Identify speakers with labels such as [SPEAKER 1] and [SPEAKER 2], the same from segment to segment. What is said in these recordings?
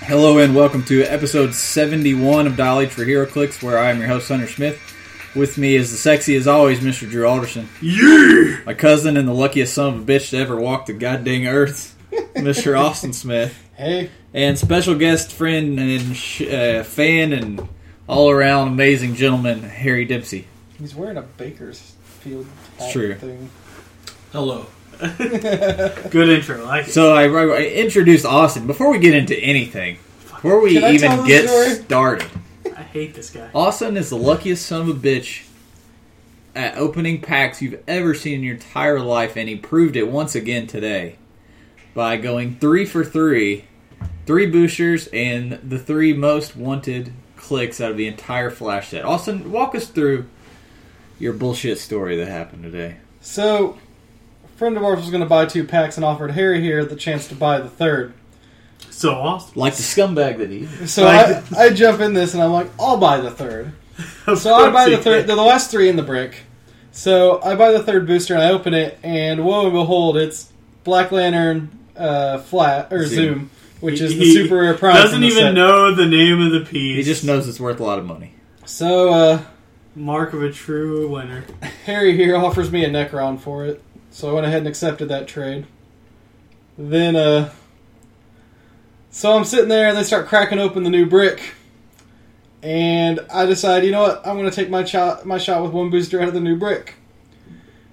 [SPEAKER 1] Hello and welcome to episode 71 of Dolly for Hero Clicks, where I am your host Hunter Smith. With me is the sexy as always, Mr. Drew Alderson. Yeah! My cousin and the luckiest son of a bitch to ever walk the goddamn earth, Mr. Austin Smith.
[SPEAKER 2] Hey,
[SPEAKER 1] And special guest friend and sh- uh, fan and all around amazing gentleman, Harry Dempsey.
[SPEAKER 2] he's wearing a Bakersfield
[SPEAKER 1] It's
[SPEAKER 2] hat
[SPEAKER 1] true.
[SPEAKER 2] thing.
[SPEAKER 3] Hello. Good intro. I like it.
[SPEAKER 1] So I, I introduced Austin. Before we get into anything, before we
[SPEAKER 2] Can I tell
[SPEAKER 1] even
[SPEAKER 2] the
[SPEAKER 1] get
[SPEAKER 2] story?
[SPEAKER 1] started,
[SPEAKER 3] I hate this guy.
[SPEAKER 1] Austin is the luckiest son of a bitch at opening packs you've ever seen in your entire life, and he proved it once again today by going three for three, three boosters, and the three most wanted clicks out of the entire flash set. Austin, walk us through your bullshit story that happened today.
[SPEAKER 2] So, a friend of ours was going to buy two packs and offered Harry here the chance to buy the third.
[SPEAKER 3] So awesome.
[SPEAKER 1] Like the scumbag that he is.
[SPEAKER 2] So
[SPEAKER 3] Like-
[SPEAKER 2] I, I jump in this and I'm like, I'll buy the third. So I buy the third, the last three in the brick. So I buy the third booster and I open it, and lo and behold, it's Black Lantern uh, Flat or
[SPEAKER 1] Zoom.
[SPEAKER 2] Zoom, which is the super rare prize. in
[SPEAKER 3] Doesn't
[SPEAKER 2] the
[SPEAKER 3] even
[SPEAKER 2] set.
[SPEAKER 3] know the name of the piece.
[SPEAKER 1] He just knows it's worth a lot of money.
[SPEAKER 2] So uh,
[SPEAKER 3] Mark of a true winner.
[SPEAKER 2] Harry here offers me a Necron for it, so I went ahead and accepted that trade. Then, uh. So I'm sitting there and they start cracking open the new brick. And I decide, you know what, I'm going to take my, shot, my shot with one booster out of the new brick.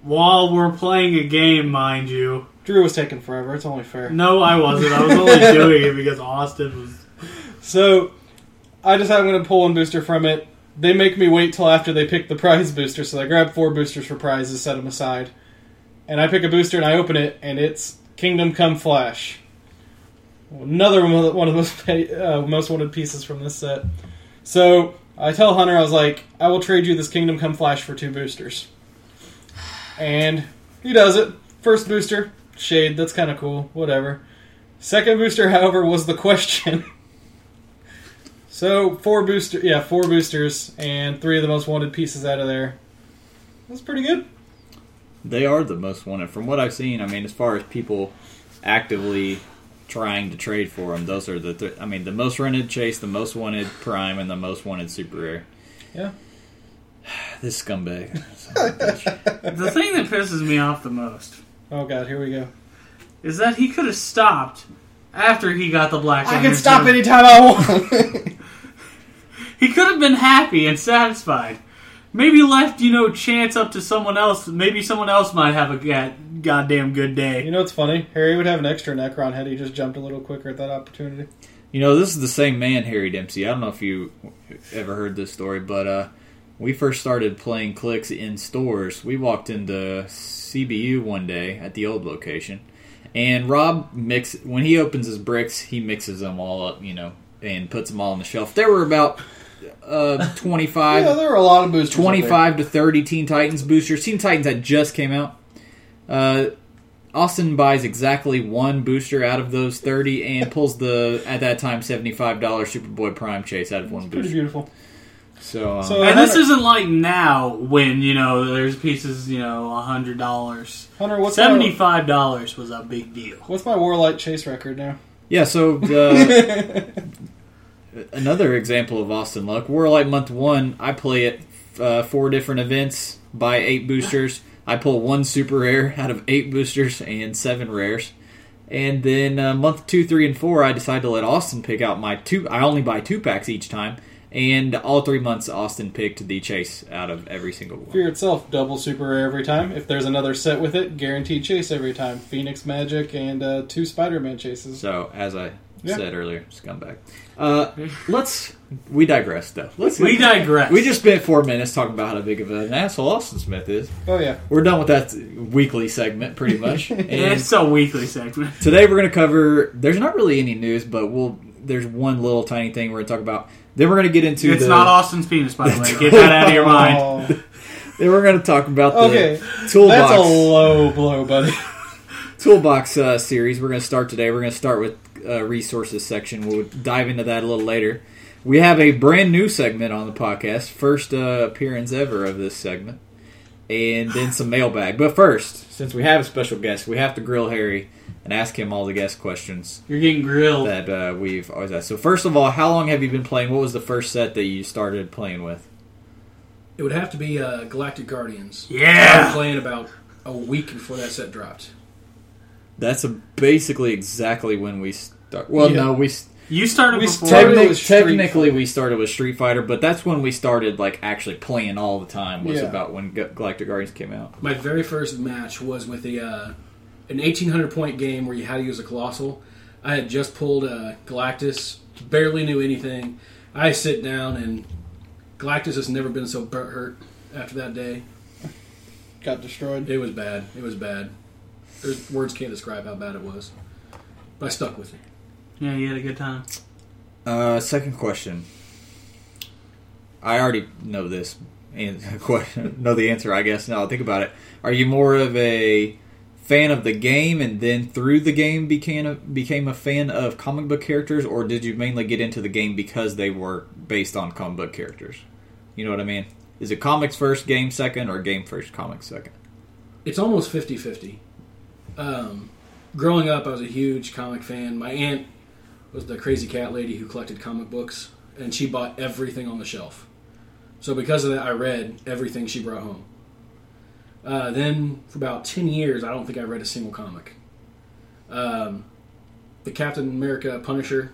[SPEAKER 3] While we're playing a game, mind you.
[SPEAKER 2] Drew was taking forever, it's only fair.
[SPEAKER 3] No, I wasn't. I was only doing it because Austin was.
[SPEAKER 2] So I decide I'm going to pull one booster from it. They make me wait till after they pick the prize booster, so I grab four boosters for prizes, set them aside. And I pick a booster and I open it, and it's Kingdom Come Flash. Another one of the- one of the most, pa- uh, most wanted pieces from this set. So I tell Hunter, I was like, I will trade you this Kingdom Come Flash for two boosters. And he does it. First booster, shade, that's kind of cool, whatever. Second booster, however, was the question. So four booster, yeah, four boosters and three of the most wanted pieces out of there. That's pretty good.
[SPEAKER 1] They are the most wanted. From what I've seen, I mean, as far as people actively trying to trade for them, those are the. Th- I mean, the most rented Chase, the most wanted Prime, and the most wanted Super Rare.
[SPEAKER 2] Yeah.
[SPEAKER 1] This scumbag. Son of a bitch.
[SPEAKER 3] The thing that pisses me off the most
[SPEAKER 2] Oh god, here we go.
[SPEAKER 3] is that he could have stopped after he got the black.
[SPEAKER 2] I can
[SPEAKER 3] Lantern.
[SPEAKER 2] stop anytime I want.
[SPEAKER 3] He could have been happy and satisfied. Maybe left, you know, chance up to someone else. Maybe someone else might have a god, goddamn good
[SPEAKER 2] you
[SPEAKER 3] day.
[SPEAKER 2] know what's funny? Harry would have an extra Necron had he just jumped a little quicker at that opportunity.
[SPEAKER 1] you know, this is the same man, Harry Dempsey. I don't know if you ever heard this story, but uh, we first started playing clicks in stores. We walked into CBU one day at the old location, and Rob mix when he opens his bricks, he mixes them all up, you know, and puts them all on the shelf. There were about uh, twenty five.
[SPEAKER 2] yeah, there were a lot of boosters. up there.
[SPEAKER 1] 25 to 30 Teen Titans boosters. Teen Titans that just came out. Uh, Austin buys exactly one booster out of those 30 and pulls the, at that time, $75 Superboy Prime Chase out of one
[SPEAKER 2] Pretty
[SPEAKER 1] booster.
[SPEAKER 2] beautiful.
[SPEAKER 1] So, um,
[SPEAKER 2] So-
[SPEAKER 3] And this
[SPEAKER 2] Hunter-
[SPEAKER 3] isn't like now when, you know, there's pieces, you know, a hundred dollars.
[SPEAKER 2] Hunter, what's
[SPEAKER 3] Seventy
[SPEAKER 2] my
[SPEAKER 3] five dollars was a big deal.
[SPEAKER 2] what's my Warlight chase record now?
[SPEAKER 1] yeah, so uh, another example of Austin luck. Warlight Month 1, I play it uh, four different events, buy eight boosters. I pull one super rare out of eight boosters and seven rares. And then uh, month two, three, and four, I decide to let Austin pick out my two. I only buy two packs each time, and all three months, Austin picked the chase out of every single one.
[SPEAKER 2] Fear itself, double super rare every time. If there's another set with it, guaranteed chase every time. Phoenix Magic and uh, two Spider-Man chases.
[SPEAKER 1] So, as I
[SPEAKER 2] Yeah.
[SPEAKER 1] said earlier, scumbag. Uh, let's we digress though. Let's
[SPEAKER 3] We digress.
[SPEAKER 1] We just spent four minutes talking about how big of an asshole Austin Smith is.
[SPEAKER 2] Oh yeah,
[SPEAKER 1] We're done with that weekly segment, pretty much. And
[SPEAKER 3] it's a weekly segment.
[SPEAKER 1] Today we're going to cover. There's not really any news, but we'll. There's one little tiny thing we're going to talk about. Then we're going to get into.
[SPEAKER 3] It's
[SPEAKER 1] the,
[SPEAKER 3] not Austin's penis, by the way. Get that out of your mind.
[SPEAKER 2] Oh.
[SPEAKER 1] Then we're going to talk about the
[SPEAKER 2] Okay,
[SPEAKER 1] toolbox
[SPEAKER 2] that's a low blow, buddy.
[SPEAKER 1] toolbox uh, series. We're going to start today. We're going to start with uh, resources section. We'll dive into that a little later. We have a brand new segment on the podcast, first uh, appearance ever of this segment, and then some mailbag. But first, since we have a special guest, we have to grill Harry and ask him all the guest questions
[SPEAKER 3] You're getting grilled.
[SPEAKER 1] that uh, we've always asked. So first of all, how long have you been playing? What was the first set that you started playing with?
[SPEAKER 4] It would have to be uh, Galactic Guardians. I was
[SPEAKER 3] Yeah.
[SPEAKER 4] playing about a week before that set dropped.
[SPEAKER 1] That's a, basically exactly when we start. Well,
[SPEAKER 2] Yeah.
[SPEAKER 1] no, we s-
[SPEAKER 3] You started
[SPEAKER 2] We
[SPEAKER 3] before.
[SPEAKER 2] started-
[SPEAKER 1] technic-
[SPEAKER 2] with Street
[SPEAKER 1] technically we started with Street Fighter, but that's when we started like actually playing all the time. Was
[SPEAKER 2] Yeah.
[SPEAKER 1] about when Ga- Galactic Guardians came out.
[SPEAKER 4] My very first match was with a uh, an eighteen hundred point game where you had to use a colossal. I had just pulled uh, Galactus, barely knew anything. I sit down and Galactus has never been so burnt hurt after that day.
[SPEAKER 2] Got destroyed.
[SPEAKER 4] It was bad. It was bad. There's, words can't describe how bad it was. But I stuck with it.
[SPEAKER 3] Yeah, you had a good time.
[SPEAKER 1] Uh, second question. I already know this and question, know the answer, I guess. Now I think about it. Are you more of a fan of the game, and then through the game became a, became a fan of comic book characters, or did you mainly get into the game because they were based on comic book characters? You know what I mean? Is it comics first, game second, or game first, comics second?
[SPEAKER 4] it's almost 50 50. Um, growing up, I was a huge comic fan. My aunt was the crazy cat lady who collected comic books, and she bought everything on the shelf. So, because of that, I read everything she brought home. Uh, then, for about 10 years, I don't think I read a single comic. Um, the Captain America Punisher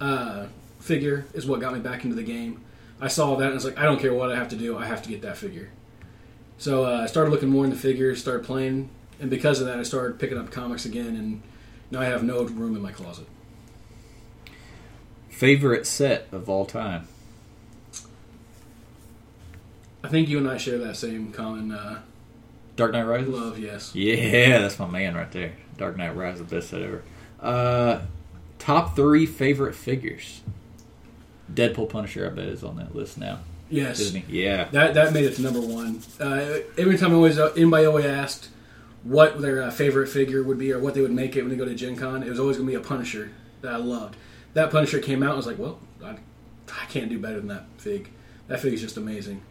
[SPEAKER 4] uh, figure is what got me back into the game. I saw that and I was like, I don't care what I have to do, I have to get that figure. So uh, I started looking more into figures, started playing, and because of that, I started picking up comics again, and now I have no room in my closet.
[SPEAKER 1] Favorite set of all time?
[SPEAKER 4] I think you and I share that same common uh,
[SPEAKER 1] Dark Knight Rises.
[SPEAKER 4] love, yes.
[SPEAKER 1] Yeah, that's my man right there. Dark Knight Rises, best set ever. Uh, top three favorite figures. Deadpool Punisher, I bet, is on that list now,
[SPEAKER 4] Yes.
[SPEAKER 1] isn't he? Yeah.
[SPEAKER 4] That, that made it to number one. Uh, every time I always, anybody always asked what their uh, favorite figure would be or what they would make it when they go to Gen Con, it was always going to be a Punisher that I loved. That Punisher came out, I was like, well, I, I can't do better than that fig. That fig is just amazing.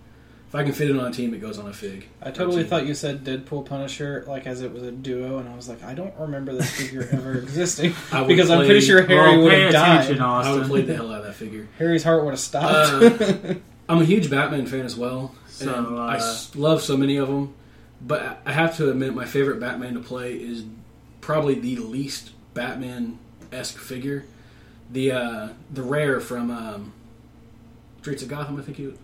[SPEAKER 4] If I can fit it on a team, it goes on a fig.
[SPEAKER 2] I totally
[SPEAKER 4] Or a team.
[SPEAKER 2] thought you said Deadpool Punisher, like as it was a duo, and I was like, I don't remember this figure ever existing
[SPEAKER 4] I would
[SPEAKER 2] because I'm
[SPEAKER 4] play-
[SPEAKER 2] pretty sure Harry
[SPEAKER 3] Well,
[SPEAKER 2] would
[SPEAKER 3] pay
[SPEAKER 2] have
[SPEAKER 3] attention,
[SPEAKER 2] died.
[SPEAKER 4] I would
[SPEAKER 3] Austin.
[SPEAKER 4] have played the hell out of that figure.
[SPEAKER 2] Harry's heart would have stopped.
[SPEAKER 4] Uh, I'm a huge Batman fan as well,
[SPEAKER 3] So,
[SPEAKER 4] and I
[SPEAKER 3] uh,
[SPEAKER 4] s- love so many of them. But I- I have to admit, my favorite Batman to play is probably the least Batman esque figure, the uh, the rare from um, Streets of Gotham. I think you,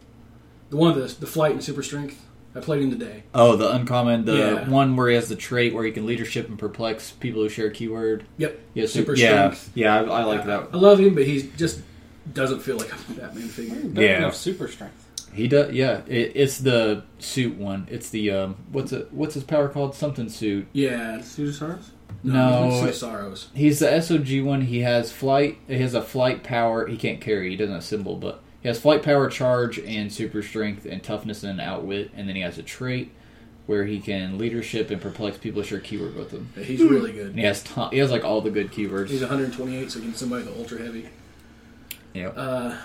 [SPEAKER 4] the one with the, the flight and super strength. I played him today.
[SPEAKER 1] Oh, the uncommon, the
[SPEAKER 4] Yeah.
[SPEAKER 1] one where he has the trait where he can leadership and perplex people who share a keyword.
[SPEAKER 4] Yep,
[SPEAKER 1] Yeah,
[SPEAKER 4] super
[SPEAKER 1] yeah,
[SPEAKER 4] strength.
[SPEAKER 1] yeah. I, I like that.
[SPEAKER 4] I love him, but he just doesn't feel like a Batman figure.
[SPEAKER 2] Doesn't
[SPEAKER 1] yeah.
[SPEAKER 2] have super strength.
[SPEAKER 1] He does. Yeah, it, it's the suit one. It's the um, what's it? What's his power called? Something suit.
[SPEAKER 4] Yeah,
[SPEAKER 3] Pseudosaurus?
[SPEAKER 1] No,
[SPEAKER 4] Suicide sorrows.
[SPEAKER 1] He's the SOG one. He has flight. He has a flight power. He can't carry. He doesn't have symbol, but he has flight power, charge, and super strength, and toughness, and outwit. And then he has a trait where he can leadership and perplex people. to Share keyword with them.
[SPEAKER 4] He's really good.
[SPEAKER 1] And he has ton- he has like all the good keywords.
[SPEAKER 4] He's 128, so against somebody with an ultra heavy.
[SPEAKER 1] Yep.
[SPEAKER 4] Uh,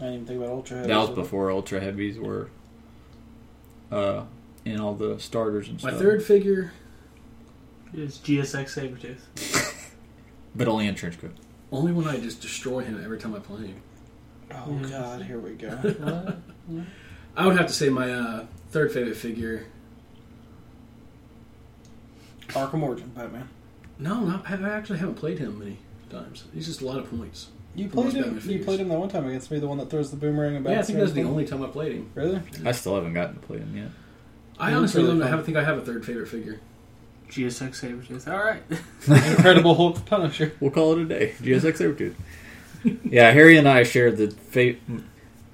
[SPEAKER 2] I didn't even think about Ultra.
[SPEAKER 1] that was before ultra heavies were uh, in all the starters and
[SPEAKER 4] my
[SPEAKER 1] stuff.
[SPEAKER 4] third figure,
[SPEAKER 3] It's GSX Sabretooth.
[SPEAKER 1] but only in trench coat.
[SPEAKER 4] only one I just destroy him every time I play him.
[SPEAKER 2] Oh God, here we go.
[SPEAKER 4] I would have to say my uh, third favorite figure.
[SPEAKER 2] Arkham Origin Batman.
[SPEAKER 4] No, not, I I actually haven't played him many times. He's just a lot of points.
[SPEAKER 2] You
[SPEAKER 4] Most
[SPEAKER 2] played him.
[SPEAKER 4] Batman
[SPEAKER 2] You
[SPEAKER 4] figures.
[SPEAKER 2] played him that one time against me, the one that throws the boomerang about.
[SPEAKER 4] yeah, I think that's the only time I played him.
[SPEAKER 2] Really?
[SPEAKER 1] I still haven't gotten to play them yet.
[SPEAKER 4] I
[SPEAKER 2] Yeah,
[SPEAKER 4] honestly
[SPEAKER 2] it's really
[SPEAKER 4] don't have,
[SPEAKER 2] fun.
[SPEAKER 4] think I have a third favorite figure.
[SPEAKER 3] GSX Sabretooth. Alright.
[SPEAKER 2] Incredible Hulk Punisher.
[SPEAKER 1] We'll call it a day. GSX Overtune. yeah, Harry and I share the fa-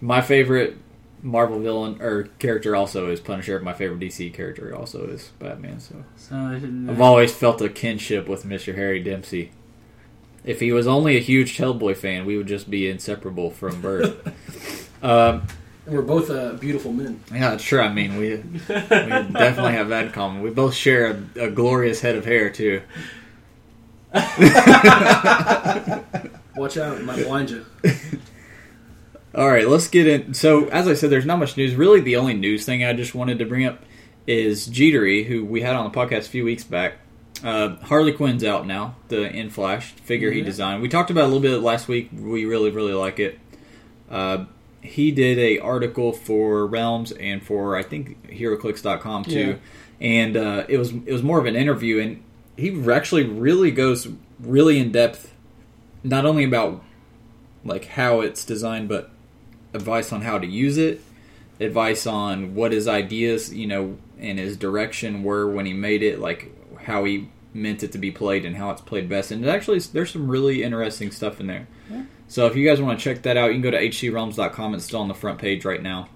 [SPEAKER 1] my favorite Marvel villain or character also is Punisher. My favorite DC character also is Batman. So
[SPEAKER 3] So I didn't.
[SPEAKER 1] I've always felt a kinship with Mr. Harry Dempsey. If he was only a huge Hellboy fan, we would just be inseparable from birth. um,
[SPEAKER 4] And we're both uh, beautiful men.
[SPEAKER 1] yeah, sure. I mean, we, we definitely have that in common. We both share a, a glorious head of hair too.
[SPEAKER 4] Watch out, it might blind you.
[SPEAKER 1] All right, let's get in. So, as I said, there's not much news. Really, the only news thing I just wanted to bring up is Jetery, who we had on the podcast a few weeks back. Uh, Harley Quinn's out now. The in Flash figure he
[SPEAKER 4] Yeah.
[SPEAKER 1] designed. We talked about it a little bit last week. We really really like it. Uh, he did a article for Realms and for I think HeroClix.com too, and uh, it was it was more of an interview, and he actually really goes really in depth, not only about like how it's designed, but advice on how to use it, advice on what his ideas, you know, and his direction were when he made it, like how he meant it to be played and how it's played best. And it actually, there's some really interesting stuff in there. So if you guys want to check that out, you can go to hcrealms.com. It's still on the front page right now.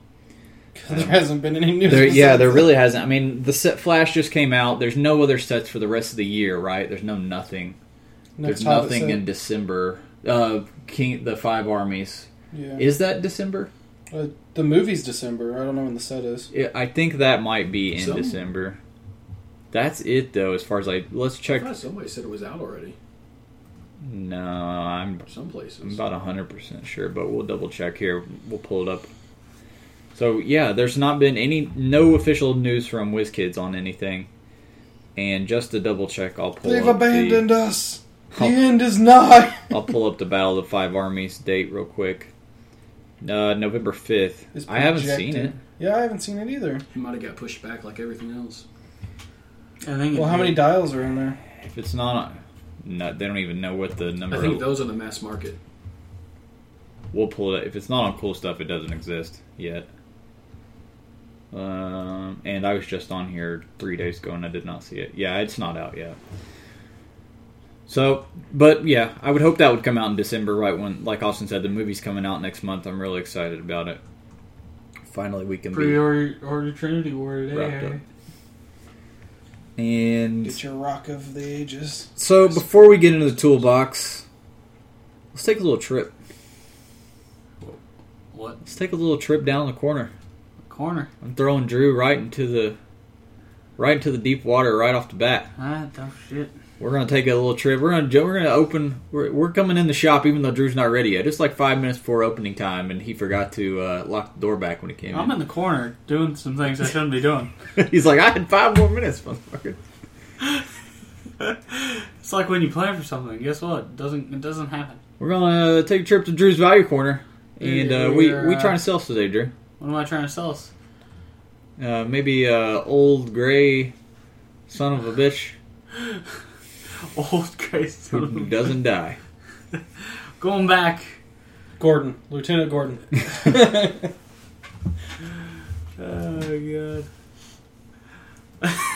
[SPEAKER 2] There hasn't been any news.
[SPEAKER 1] There, yeah,
[SPEAKER 2] since
[SPEAKER 1] there really hasn't. I mean, the set Flash just came out. There's no other sets for the rest of the year, right? There's no nothing.
[SPEAKER 2] next
[SPEAKER 1] There's
[SPEAKER 2] Hobbit
[SPEAKER 1] nothing
[SPEAKER 2] set.
[SPEAKER 1] in December. Uh, King, the Five Armies.
[SPEAKER 2] yeah.
[SPEAKER 1] Is that December?
[SPEAKER 2] Uh, the movie's December. I don't know when the set is.
[SPEAKER 1] Yeah, I think that might be in
[SPEAKER 4] So-
[SPEAKER 1] December. That's it though, as far as like let's
[SPEAKER 4] I
[SPEAKER 1] check.
[SPEAKER 4] thought somebody said it was out already.
[SPEAKER 1] No, I'm
[SPEAKER 4] Some
[SPEAKER 1] I'm
[SPEAKER 4] places.
[SPEAKER 1] about hundred percent sure, but we'll double check here. We'll pull it up. So yeah, there's not been any no official news from WizKids on anything, and just to double check, I'll pull.
[SPEAKER 2] They've
[SPEAKER 1] up the-
[SPEAKER 2] abandoned us. The
[SPEAKER 1] Oh.
[SPEAKER 2] end is nigh.
[SPEAKER 1] I'll pull up the Battle of the Five Armies date real quick. Uh, November fifth.
[SPEAKER 2] It's
[SPEAKER 1] I haven't seen
[SPEAKER 2] projected.
[SPEAKER 1] it.
[SPEAKER 2] Yeah, I haven't seen it either.
[SPEAKER 4] It might have got pushed back like everything else.
[SPEAKER 3] I think
[SPEAKER 2] Well, how many dials are in there?
[SPEAKER 1] If it's not, no, they don't even know what the number.
[SPEAKER 4] I think those are the mass market.
[SPEAKER 1] We'll pull it. If it's not on cool stuff, it doesn't exist yet. Um, and I was just on here three days ago and I did not see it. Yeah, it's not out yet. So, but yeah, I would hope that would come out in December, right when, like Austin said, the movie's coming out next month. I'm really excited about it. Finally, we can be
[SPEAKER 3] pre-order Trinity War
[SPEAKER 1] wrapped
[SPEAKER 3] today?
[SPEAKER 1] up. And
[SPEAKER 2] Get your rock of the ages.
[SPEAKER 1] so, before we get into the toolbox, let's take a little trip.
[SPEAKER 3] What
[SPEAKER 1] Let's take a little trip down the corner.
[SPEAKER 3] corner?
[SPEAKER 1] I'm throwing Drew right into the right into the deep water right off the bat.
[SPEAKER 3] Ah, dumb shit.
[SPEAKER 1] We're gonna take a little trip. We're gonna ju- we're gonna open. We're, we're coming in the shop even though Drew's not ready yet. It's like five minutes before opening time, and he forgot to uh, lock the door back when he came
[SPEAKER 3] I'm in the corner doing some things I shouldn't be doing.
[SPEAKER 1] in. He's like, I had five more minutes, motherfucker.
[SPEAKER 3] It's like when you plan for something. Guess what? It doesn't it doesn't happen?
[SPEAKER 1] We're gonna uh, take a trip to Drew's Value Corner, and uh, we
[SPEAKER 3] We're,
[SPEAKER 1] we
[SPEAKER 3] uh,
[SPEAKER 1] trying to sell today, Drew.
[SPEAKER 3] What am I trying to sell? us?
[SPEAKER 1] Uh, maybe uh, old gray son of a bitch
[SPEAKER 3] Old Grace.
[SPEAKER 1] who doesn't die.
[SPEAKER 3] Going back.
[SPEAKER 2] Gordon, Lieutenant Gordon.
[SPEAKER 3] Oh god,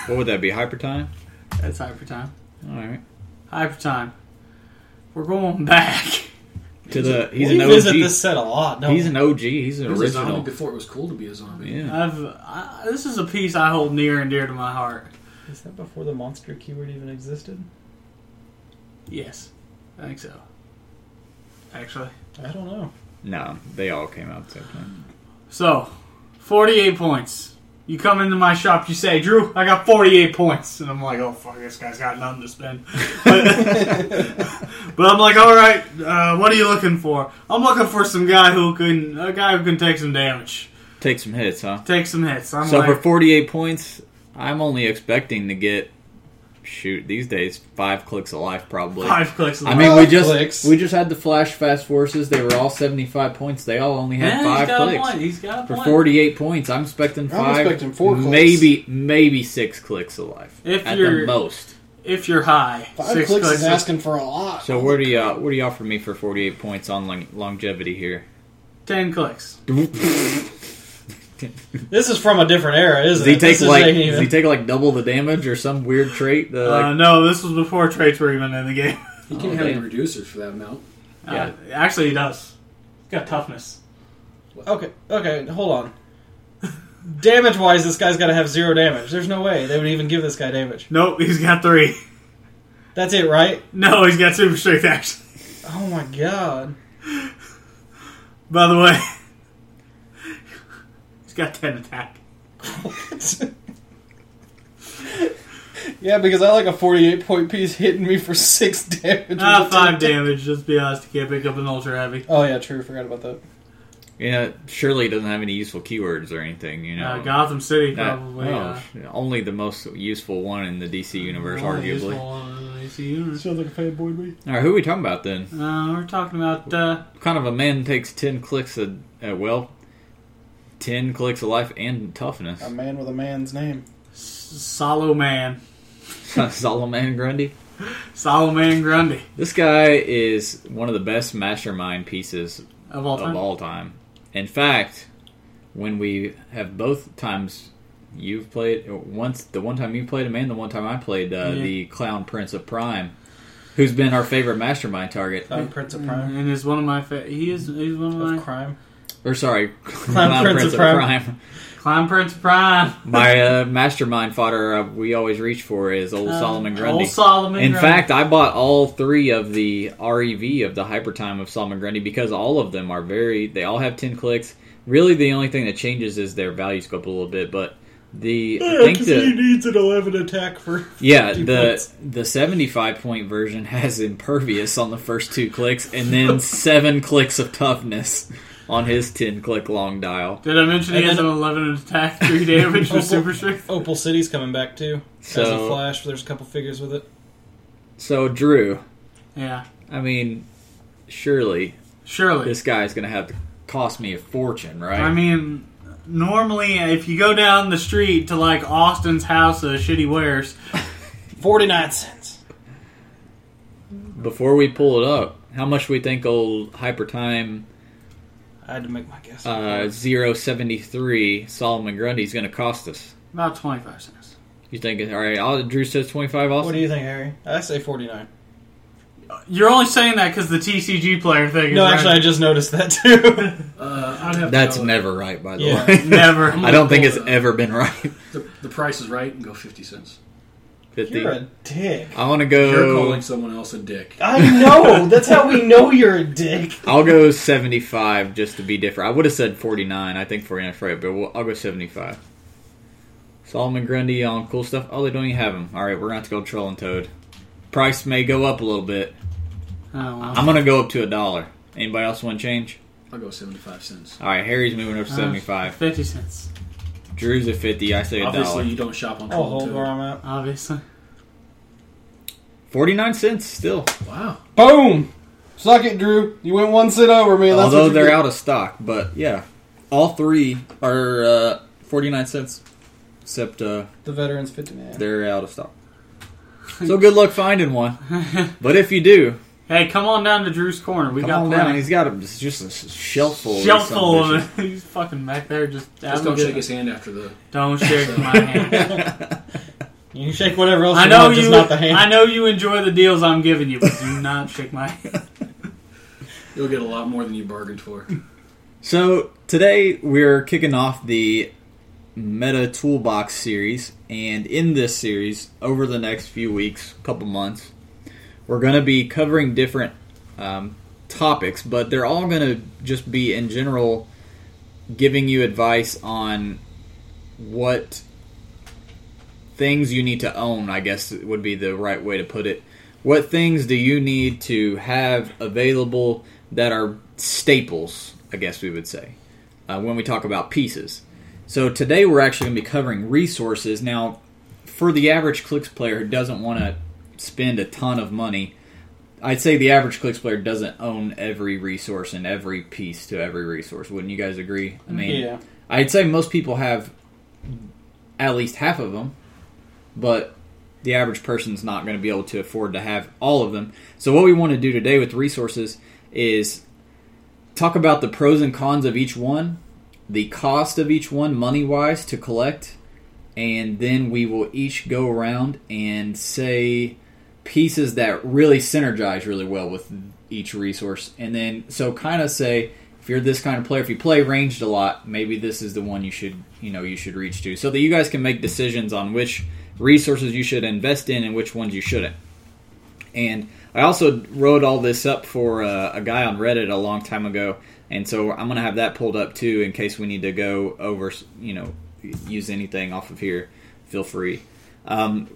[SPEAKER 1] What would that be? Hyper time.
[SPEAKER 3] that's hyper time.
[SPEAKER 1] All right.
[SPEAKER 3] Hyper time. We're going back.
[SPEAKER 1] To the he's
[SPEAKER 2] we
[SPEAKER 1] an
[SPEAKER 2] visit
[SPEAKER 1] OG.
[SPEAKER 2] this set a lot. Don't
[SPEAKER 1] He's an OG. He's an
[SPEAKER 4] It was a zombie
[SPEAKER 1] original.
[SPEAKER 4] before it was cool to be a zombie.
[SPEAKER 1] Yeah.
[SPEAKER 3] I've I, this is a piece I hold near and dear to my heart.
[SPEAKER 2] we? Is that before the monster keyword even existed?
[SPEAKER 3] Yes, I think so. Actually,
[SPEAKER 2] I don't know.
[SPEAKER 1] No, they all came out at the same time.
[SPEAKER 3] so forty-eight points. You come into my shop, you say, "Drew, I got forty-eight points," and I'm like, "Oh fuck, this guy's got nothing to spend." But I'm like, all right, uh, what are you looking for? I'm looking for some guy who can, a guy who can take some damage,
[SPEAKER 1] Take some hits, huh?
[SPEAKER 3] take some hits. I'm
[SPEAKER 1] so
[SPEAKER 3] like,
[SPEAKER 1] for 48 points, I'm only expecting to get shoot these days five clicks a life probably.
[SPEAKER 3] five clicks.
[SPEAKER 1] I mean, we
[SPEAKER 2] Five
[SPEAKER 1] just
[SPEAKER 2] clicks.
[SPEAKER 1] we just had the flash fast forces. They were all 75 points. They all only had
[SPEAKER 3] yeah, he's got
[SPEAKER 1] five
[SPEAKER 3] a point.
[SPEAKER 1] clicks.
[SPEAKER 3] He's got a
[SPEAKER 1] For
[SPEAKER 3] point.
[SPEAKER 1] 48 points, I'm expecting 5
[SPEAKER 2] expecting four clicks.
[SPEAKER 1] maybe maybe 6 clicks a life
[SPEAKER 3] If
[SPEAKER 1] at the
[SPEAKER 3] you're-
[SPEAKER 1] most.
[SPEAKER 3] If you're high,
[SPEAKER 2] Five
[SPEAKER 3] six
[SPEAKER 2] clicks,
[SPEAKER 3] clicks.
[SPEAKER 2] is asking for a lot.
[SPEAKER 1] So what do you what do you offer me for 48 points on long- longevity here?
[SPEAKER 3] ten clicks.
[SPEAKER 2] This is from a different era, isn't
[SPEAKER 1] Does he
[SPEAKER 2] it?
[SPEAKER 1] take
[SPEAKER 2] This is
[SPEAKER 1] like
[SPEAKER 2] ain't
[SPEAKER 1] does he
[SPEAKER 2] even-
[SPEAKER 1] take like double the damage or some weird trait? That, like,
[SPEAKER 3] uh, no, this was before traits were even in the game.
[SPEAKER 4] You
[SPEAKER 1] Oh,
[SPEAKER 4] can't have any
[SPEAKER 1] damn.
[SPEAKER 4] reducers for that amount.
[SPEAKER 1] Yeah.
[SPEAKER 3] Uh, actually, he does. He's got toughness.
[SPEAKER 2] Okay, okay, hold on. damage wise, this guy's got to have zero damage. There's no way they would even give this guy damage.
[SPEAKER 3] Nope, he's got three.
[SPEAKER 2] That's it, right?
[SPEAKER 3] No, he's got super strength. Actually,
[SPEAKER 2] Oh my god.
[SPEAKER 3] by the way, he's got ten attack.
[SPEAKER 2] yeah, because I like a 48 point piece hitting me for six damage.
[SPEAKER 3] Ah, five damage. Let's be honest, he can't pick up an ultra heavy.
[SPEAKER 2] Oh yeah, true. Forgot about that.
[SPEAKER 1] You know, surely it doesn't have any useful keywords or anything. You know,
[SPEAKER 3] Uh, Gotham City,
[SPEAKER 1] That-
[SPEAKER 3] probably.
[SPEAKER 1] well,
[SPEAKER 3] uh,
[SPEAKER 1] only the most useful one in the DC universe,
[SPEAKER 3] one of the
[SPEAKER 1] arguably.
[SPEAKER 3] useful ones in the ACU.
[SPEAKER 2] Sounds like a fanboy to me.
[SPEAKER 1] All right, who are we talking about then?
[SPEAKER 3] Uh, we're talking about uh,
[SPEAKER 1] Kind of a man takes ten clicks a, uh, well, ten clicks of life and toughness.
[SPEAKER 2] A man with a man's name.
[SPEAKER 3] Solo Man,
[SPEAKER 1] Solomon Grundy.
[SPEAKER 3] Solo Man Grundy
[SPEAKER 1] This guy is one of the best mastermind pieces
[SPEAKER 3] of all time.
[SPEAKER 1] of all time. In fact, when we have both times you've played or once the one time you played a man, the one time I played uh,
[SPEAKER 3] Yeah.
[SPEAKER 1] the clown prince of prime, who's been our favorite mastermind target.
[SPEAKER 2] Clown Prince of Prime.
[SPEAKER 3] and is one of my fa- he is he's one of my
[SPEAKER 2] Of crime.
[SPEAKER 1] Or sorry,
[SPEAKER 2] Clown Prince of Prime.
[SPEAKER 3] Clown Prince Prime.
[SPEAKER 1] My uh, mastermind fodder uh, we always reach for is old
[SPEAKER 3] Uh,
[SPEAKER 1] Solomon Grundy.
[SPEAKER 3] Old Solomon.
[SPEAKER 1] In
[SPEAKER 3] Grundy.
[SPEAKER 1] fact, I bought all three of the REV of the Hypertime of Solomon Grundy because all of them are very. They all have ten clicks. Really, the only thing that changes is their value scope a little bit, but the I think the
[SPEAKER 2] needs an 11 attack for.
[SPEAKER 1] yeah
[SPEAKER 2] 50
[SPEAKER 1] the
[SPEAKER 2] points.
[SPEAKER 1] the seventy five point version has impervious on the first two clicks and then seven clicks of toughness on his ten click long dial.
[SPEAKER 3] did I mention he
[SPEAKER 2] And
[SPEAKER 3] has an
[SPEAKER 2] then-
[SPEAKER 3] 11 attack, three damage with super strength?
[SPEAKER 2] Opal City's coming back too. As a
[SPEAKER 1] So-
[SPEAKER 2] flash, there's a couple figures with it.
[SPEAKER 1] So Drew,
[SPEAKER 3] Yeah,
[SPEAKER 1] I mean, surely
[SPEAKER 3] surely.
[SPEAKER 1] this guy's going to have to cost me a fortune, right?
[SPEAKER 3] I mean, normally if you go down the street to like Austin's house of shitty wares,
[SPEAKER 2] 49 cents.
[SPEAKER 1] Before we pull it up, how much we think old Hypertime
[SPEAKER 2] I had to make my guess.
[SPEAKER 1] uh, 073 Solomon Grundy is going to cost us?
[SPEAKER 3] about 25 cents.
[SPEAKER 1] You think, all right, all, Drew says 25 also?
[SPEAKER 2] what do you think, Harry? I say 49.
[SPEAKER 3] You're only saying that because the TCG player thing. Is
[SPEAKER 2] No,
[SPEAKER 3] right.
[SPEAKER 2] actually, I just noticed that too.
[SPEAKER 4] Uh, I'd have
[SPEAKER 1] That's
[SPEAKER 4] to go
[SPEAKER 1] never right, by the
[SPEAKER 2] Yeah.
[SPEAKER 1] way.
[SPEAKER 3] Never.
[SPEAKER 1] I don't think it's ever been right.
[SPEAKER 4] The, the price is right and go 50 cents.
[SPEAKER 1] 50.
[SPEAKER 2] you're a dick.
[SPEAKER 1] I want to
[SPEAKER 4] You're
[SPEAKER 1] go.
[SPEAKER 4] calling someone else a dick.
[SPEAKER 2] I know. That's how we know you're a dick.
[SPEAKER 1] I'll go 75 just to be different. I would have said 49. I think 49 is right, but we'll, I'll go 75. Solomon Grundy on cool stuff. Oh, they don't even have him. All right, we're going to have to go Troll and Toad. Price may go up a little bit.
[SPEAKER 3] Oh, well.
[SPEAKER 1] I'm gonna go up to a dollar. Anybody else want to change?
[SPEAKER 4] I'll go 75 cents.
[SPEAKER 1] All right, Harry's moving up to
[SPEAKER 3] Uh,
[SPEAKER 1] seventy-five.
[SPEAKER 3] 50 cents,
[SPEAKER 1] Drew's at fifty. I say a
[SPEAKER 4] Obviously,
[SPEAKER 1] dollar.
[SPEAKER 4] you don't shop on
[SPEAKER 2] I'll hold where
[SPEAKER 4] Troll
[SPEAKER 2] I'm at.
[SPEAKER 3] obviously.
[SPEAKER 1] Forty-nine cents still.
[SPEAKER 4] Wow.
[SPEAKER 2] Boom! Suck it, Drew. You went one sit over me. That's
[SPEAKER 1] Although
[SPEAKER 2] what
[SPEAKER 1] they're out of stock, but yeah, all three are uh, forty-nine cents, except uh,
[SPEAKER 2] The veterans 59.
[SPEAKER 1] they're out of stock. So good luck finding one. But if you do,
[SPEAKER 3] Hey, come on down to Drew's corner. We
[SPEAKER 1] come
[SPEAKER 3] got
[SPEAKER 1] on down.
[SPEAKER 3] plenty.
[SPEAKER 1] He's got a, it's just a shelf full. of
[SPEAKER 3] Shelf
[SPEAKER 1] some
[SPEAKER 3] full
[SPEAKER 1] bitches.
[SPEAKER 3] of it. He's fucking back there. Just,
[SPEAKER 4] Just
[SPEAKER 3] having a
[SPEAKER 4] don't shake
[SPEAKER 3] good-
[SPEAKER 4] his hand after the.
[SPEAKER 3] Don't shake my hand.
[SPEAKER 2] You can shake whatever else
[SPEAKER 3] I
[SPEAKER 2] you
[SPEAKER 3] know
[SPEAKER 2] want,
[SPEAKER 3] you.
[SPEAKER 2] just not the hand.
[SPEAKER 3] I know you enjoy the deals I'm giving you, but do not shake my hand.
[SPEAKER 4] You'll get a lot more than you bargained for.
[SPEAKER 1] So today we're kicking off the Meta Toolbox series, and in this series, over the next few weeks, couple months, we're going to be covering different um, topics, but they're all going to just be in general giving you advice on what things you need to own, I guess would be the right way to put it. What things do you need to have available that are staples, I guess we would say, uh, when we talk about pieces? So today we're actually going to be covering resources. Now, for the average clicks player who doesn't want to spend a ton of money, I'd say the average clicks player doesn't own every resource and every piece to every resource. Wouldn't you guys agree? I mean,
[SPEAKER 2] Yeah.
[SPEAKER 1] I'd say most people have at least half of them, but the average person's not going to be able to afford to have all of them. So what we want to do today with resources is talk about the pros and cons of each one, the cost of each one money-wise to collect, and then we will each go around and say pieces that really synergize really well with each resource. And then so kind of say if you're this kind of player, if you play ranged a lot, maybe this is the one you should you know you should reach to, so that you guys can make decisions on which resources you should invest in and which ones you shouldn't. And I also wrote all this up for uh, a guy on Reddit a long time ago, and so I'm gonna have that pulled up too in case we need to go over you know use anything off of here. Feel free. Um,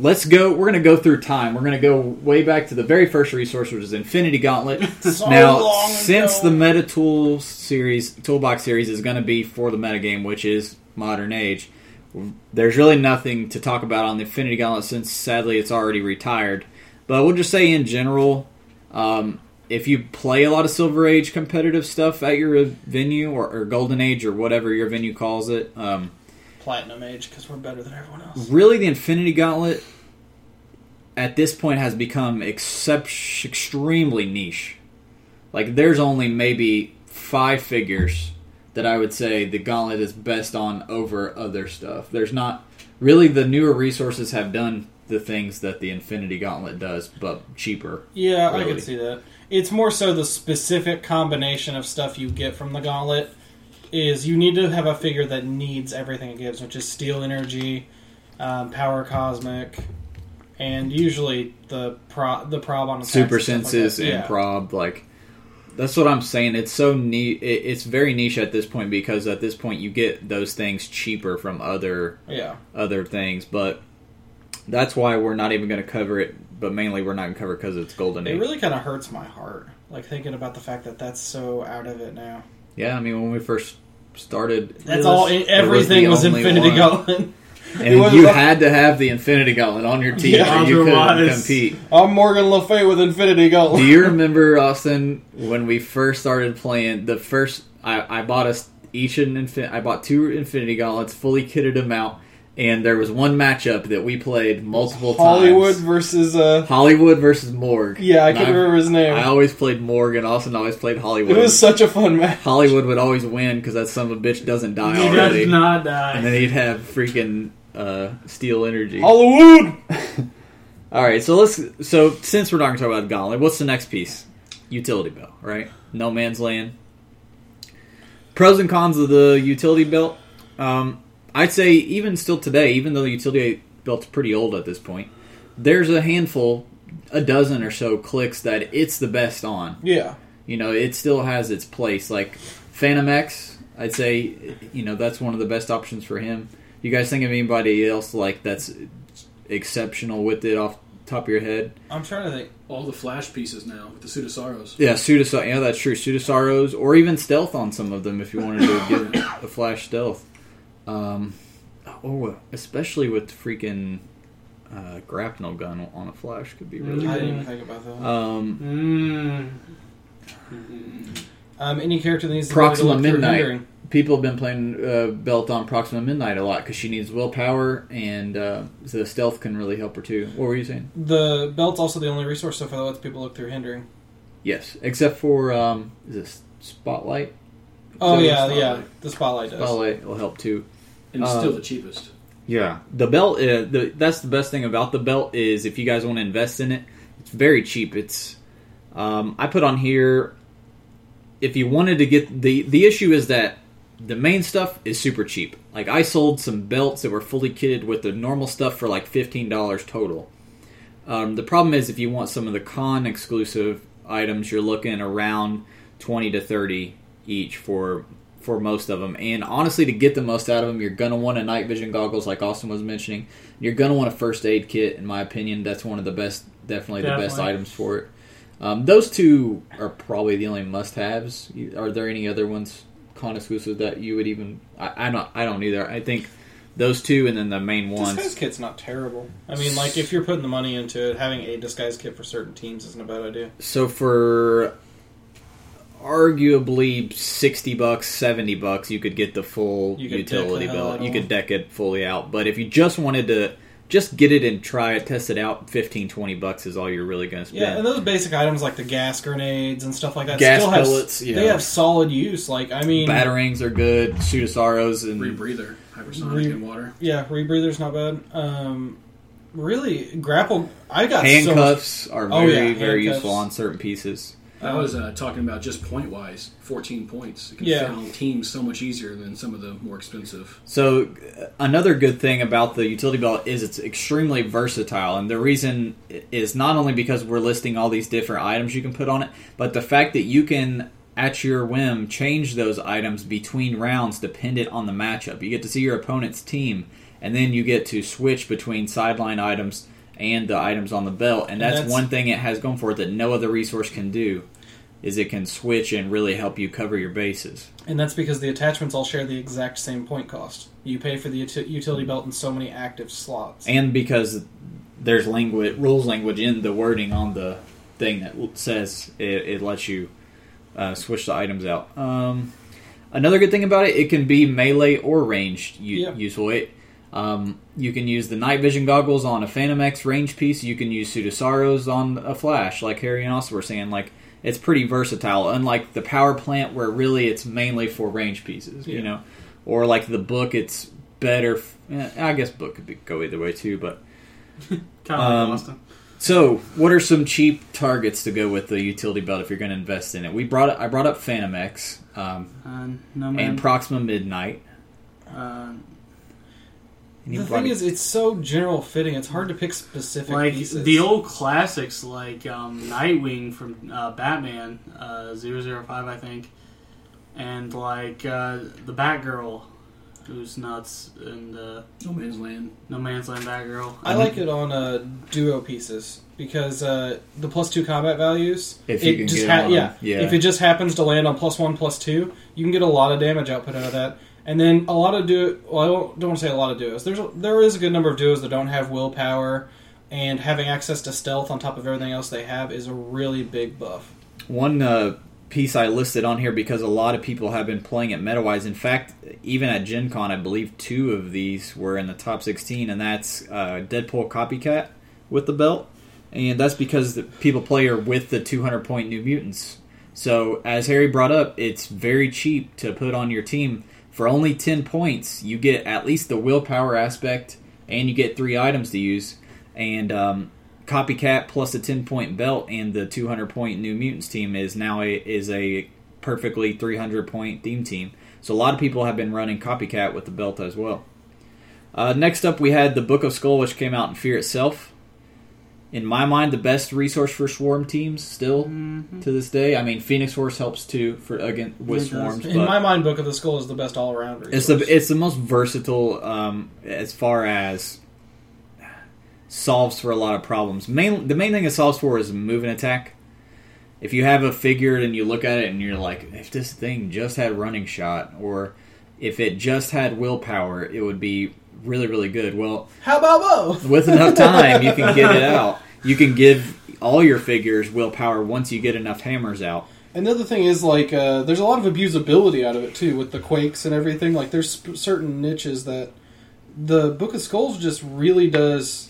[SPEAKER 1] Let's go. We're going to go through time. We're going to go way back to the very first resource, which is Infinity Gauntlet.
[SPEAKER 2] So
[SPEAKER 1] now,
[SPEAKER 2] long
[SPEAKER 1] since
[SPEAKER 2] ago.
[SPEAKER 1] the Meta Tools series, Toolbox series is going to be for the metagame, which is modern age, there's really nothing to talk about on the Infinity Gauntlet since sadly it's already retired. But we'll just say in general, um, if you play a lot of Silver Age competitive stuff at your venue or, or Golden Age or whatever your venue calls it, um,
[SPEAKER 2] Platinum Age because we're better than everyone else.
[SPEAKER 1] really the Infinity Gauntlet at this point has become excep- extremely niche. Like there's only maybe five figures that I would say the Gauntlet is best on over other stuff. There's not really the newer resources have done the things that the Infinity Gauntlet does, but cheaper.
[SPEAKER 2] Yeah, I
[SPEAKER 1] Really.
[SPEAKER 2] can see that. It's more so the specific combination of stuff you get from the gauntlet is you need to have a figure that needs everything it gives, which is steel energy, um, power cosmic, and usually the pro the prob on the
[SPEAKER 1] Super senses and prob like that's what I'm saying. It's so neat. It, it's very niche at this point because at this point you get those things cheaper from other
[SPEAKER 2] Yeah,
[SPEAKER 1] other things, but that's why we're not even going to cover it. But mainly, we're not going to cover because it's Golden
[SPEAKER 2] it
[SPEAKER 1] Age.
[SPEAKER 2] really kind of hurts my heart, like thinking about the fact that that's so out of it now.
[SPEAKER 1] yeah, I mean, when we first started,
[SPEAKER 2] That's
[SPEAKER 1] it
[SPEAKER 2] all.
[SPEAKER 1] was- it
[SPEAKER 2] everything
[SPEAKER 1] the
[SPEAKER 2] was,
[SPEAKER 1] only
[SPEAKER 2] Infinity
[SPEAKER 1] one.
[SPEAKER 2] Gauntlet. It
[SPEAKER 1] and
[SPEAKER 2] was
[SPEAKER 1] you
[SPEAKER 2] the-
[SPEAKER 1] had to have the Infinity Gauntlet on your team,
[SPEAKER 2] Yeah.
[SPEAKER 1] or you couldn't
[SPEAKER 3] Otherwise-
[SPEAKER 1] compete.
[SPEAKER 2] I'm Morgan Le Fay with Infinity Gauntlet.
[SPEAKER 1] Do you remember Austin when we first started playing? The first I, I bought us each an infin- I bought two Infinity Gauntlets, fully kitted them out, and there was one matchup that we played multiple
[SPEAKER 2] Hollywood
[SPEAKER 1] times.
[SPEAKER 2] versus uh,
[SPEAKER 1] Hollywood versus Morg.
[SPEAKER 2] yeah, I
[SPEAKER 1] And
[SPEAKER 2] can't
[SPEAKER 1] I've-
[SPEAKER 2] remember his name.
[SPEAKER 1] I always played Morgan. Austin always played
[SPEAKER 2] It
[SPEAKER 1] Hollywood.
[SPEAKER 2] was such a fun match.
[SPEAKER 1] Hollywood would always win because that son of a bitch doesn't die
[SPEAKER 3] He
[SPEAKER 1] already.
[SPEAKER 3] does not die.
[SPEAKER 1] And then he'd have freaking uh, steel energy.
[SPEAKER 2] Oh. Hollywood.
[SPEAKER 1] All right, so let's. So since we're not going to talk about Gauntlet, what's the next piece? Utility belt, right? No man's land. Pros and cons of the utility belt. Um, I'd say even still today, even though the utility belt's pretty old at this point, there's a handful, a dozen or so clicks that it's the best on.
[SPEAKER 2] Yeah,
[SPEAKER 1] you know, it still has its place. Like Phantom X, I'd say, you know, that's one of the best options for him. You guys think of anybody else like that's exceptional with it off the top of your head?
[SPEAKER 2] I'm trying to think.
[SPEAKER 4] All the flash pieces now with the suit of sorrows.
[SPEAKER 1] Yeah, Sudasaros. Yeah, that's true. Sudasaros, or even stealth on some of them if you wanted to give a flash stealth. Um, or especially with freaking uh, grapnel gun on a flash could be really.
[SPEAKER 2] I
[SPEAKER 1] good.
[SPEAKER 2] didn't even think about that.
[SPEAKER 1] Um,
[SPEAKER 3] Mm.
[SPEAKER 2] Um, any character that needs the
[SPEAKER 1] Proxima
[SPEAKER 2] ability to look through
[SPEAKER 1] Midnight.
[SPEAKER 2] hindering.
[SPEAKER 1] people have been playing uh, Belt on Proxima Midnight a lot because she needs willpower, and uh, the stealth can really help her too. What were you saying?
[SPEAKER 2] The belt's also the only resource so far that lets people look through hindering.
[SPEAKER 1] Yes, except for um, is this Spotlight?
[SPEAKER 2] Oh
[SPEAKER 1] So
[SPEAKER 2] yeah,
[SPEAKER 4] the
[SPEAKER 2] yeah.
[SPEAKER 4] spotlight.
[SPEAKER 2] The spotlight does.
[SPEAKER 1] Spotlight will help too.
[SPEAKER 4] And it's still
[SPEAKER 1] Um,
[SPEAKER 4] the cheapest.
[SPEAKER 1] Yeah, the belt. Uh, the, that's the best thing about the belt is if you guys want to invest in it, it's very cheap. It's um, I put on here. If you wanted to get the the issue is that the main stuff is super cheap. Like I sold some belts that were fully kitted with the normal stuff for like fifteen dollars total. Um, the problem is if you want some of the con exclusive items, you're looking around twenty to thirty each for for most of them. And honestly, to get the most out of them, you're gonna want a night vision goggles, like Austin was mentioning. You're gonna want a first aid kit, in my opinion. That's one of the best, definitely, the best
[SPEAKER 3] Definitely.
[SPEAKER 1] items for it. Um, those two are probably the only must-haves. You- Are there any other ones con exclusive that you would even? I, I don't. I don't either. I think those two, and then the main ones.
[SPEAKER 2] Disguise kit's not terrible. I mean, like if you're putting the money into it, having a disguise kit for certain teams isn't a bad idea.
[SPEAKER 1] So for arguably 60 bucks, 70 bucks, you could get the full
[SPEAKER 2] You could
[SPEAKER 1] utility
[SPEAKER 2] deck the hell
[SPEAKER 1] belt.
[SPEAKER 2] out
[SPEAKER 1] You
[SPEAKER 2] of
[SPEAKER 1] could
[SPEAKER 2] it.
[SPEAKER 1] deck it fully out. But if you just wanted to just get it and try it, test it out, 15, 20 bucks is all you're really going to
[SPEAKER 2] Yeah,
[SPEAKER 1] spend.
[SPEAKER 2] and those basic items like the gas grenades and stuff like that
[SPEAKER 1] Gas
[SPEAKER 2] still have
[SPEAKER 1] pellets, yeah.
[SPEAKER 2] they have solid use. Like I mean,
[SPEAKER 1] Batterings are good, Sudasaros and
[SPEAKER 4] Rebreather, hypersonic,
[SPEAKER 2] Re-
[SPEAKER 4] and water.
[SPEAKER 2] yeah, rebreather's not bad. Um, really, grapple. I got so much
[SPEAKER 1] handcuffs are
[SPEAKER 2] Oh,
[SPEAKER 1] very,
[SPEAKER 2] yeah,
[SPEAKER 1] very
[SPEAKER 2] handcuffs.
[SPEAKER 1] useful on certain pieces.
[SPEAKER 4] I was uh, talking about just point wise, 14 points. It can
[SPEAKER 2] Yeah.
[SPEAKER 4] fit on teams so much easier than some of the more expensive.
[SPEAKER 1] So uh, another good thing about the utility belt is it's extremely versatile, and the reason i- is not only because we're listing all these different items you can put on it, but the fact that you can at your whim change those items between rounds dependent on the matchup. You get to see your opponent's team and then you get to switch between sideline items and the items on the belt, and that's,
[SPEAKER 2] that's-
[SPEAKER 1] one thing it has going for it that no other resource can do, is it can switch and really help you cover your bases.
[SPEAKER 2] And that's because the attachments all share the exact same point cost. You pay for the uti- utility belt in so many active slots.
[SPEAKER 1] and because there's language rules language in the wording on the thing that l- says it, it lets you uh, switch the items out um, another good thing about it it can be melee or ranged u-
[SPEAKER 2] Yeah.
[SPEAKER 1] useful it um, you can use the night vision goggles on a phantom x range piece you can use pseudosaurus on a flash like harry and also were saying like it's pretty versatile unlike the power plant where really it's mainly for range pieces you
[SPEAKER 2] Yeah.
[SPEAKER 1] know or like the book it's better f- eh, i guess book could be, go either way too but
[SPEAKER 3] Kind of
[SPEAKER 1] Um,
[SPEAKER 3] like Austin.
[SPEAKER 1] so, what are some cheap targets to go with the utility belt if you're going to invest in it? We brought I brought up Phantom X um,
[SPEAKER 3] Uh, no man.
[SPEAKER 1] and Proxima Midnight.
[SPEAKER 3] uh,
[SPEAKER 1] And you
[SPEAKER 2] the
[SPEAKER 1] brought
[SPEAKER 2] thing
[SPEAKER 1] it-
[SPEAKER 2] is, it's so general fitting. It's hard to pick specific
[SPEAKER 3] like
[SPEAKER 2] pieces.
[SPEAKER 3] the old classics, like um, Nightwing from uh, Batman uh, 005, I think, and like uh, the Batgirl, who's nuts, and uh,
[SPEAKER 4] No man's land.
[SPEAKER 3] No Man's Land Batgirl.
[SPEAKER 2] I like it on uh, duo pieces because uh, the plus two combat values.
[SPEAKER 1] If you
[SPEAKER 2] it
[SPEAKER 1] can
[SPEAKER 2] just
[SPEAKER 1] get
[SPEAKER 2] ha-
[SPEAKER 1] on 'em,
[SPEAKER 2] yeah.
[SPEAKER 1] yeah.
[SPEAKER 2] If it just happens to land on plus one, plus two, you can get a lot of damage output out of that. And then a lot of duo. Well, I don't, don't want to say a lot of duos. There's a, there is a good number of duos that don't have willpower, and having access to stealth on top of everything else they have is a really big buff.
[SPEAKER 1] one uh, piece I listed on here because a lot of people have been playing it MetaWise. In fact, even at Gen Con, I believe two of these were in the top 16, and that's uh, Deadpool Copycat with the belt. And that's because the people play her with the 200 point New Mutants. So, as Harry brought up, it's very cheap to put on your team. For only 10 points, you get at least the willpower aspect, and you get three items to use. And um, copycat plus a 10 point belt and the 200 point new mutants team is now a, is a perfectly 300 point theme team so a lot of people have been running copycat with the belt as well uh, next up we had the book of skull which came out in fear itself in my mind the best resource for swarm teams still to this day i mean phoenix force helps too for again with
[SPEAKER 3] It does.
[SPEAKER 1] swarms
[SPEAKER 2] In
[SPEAKER 1] but-
[SPEAKER 2] my mind, Book of the Skull is the best all around.
[SPEAKER 1] it's the it's the most versatile um, as far as solves for a lot of problems. Main the main thing it solves for is move and attack. If you have a figure and you look at it and you're like, if this thing just had running shot, or if it just had willpower, it would be really really good. Well,
[SPEAKER 2] How about both?
[SPEAKER 1] with enough time, you can get it out. You can give all your figures willpower once you get enough hammers out.
[SPEAKER 2] And the other thing is, like, uh, there's a lot of abusability out of it too, with the quakes and everything. Like, there's sp- certain niches that the Book of Skulls just really does.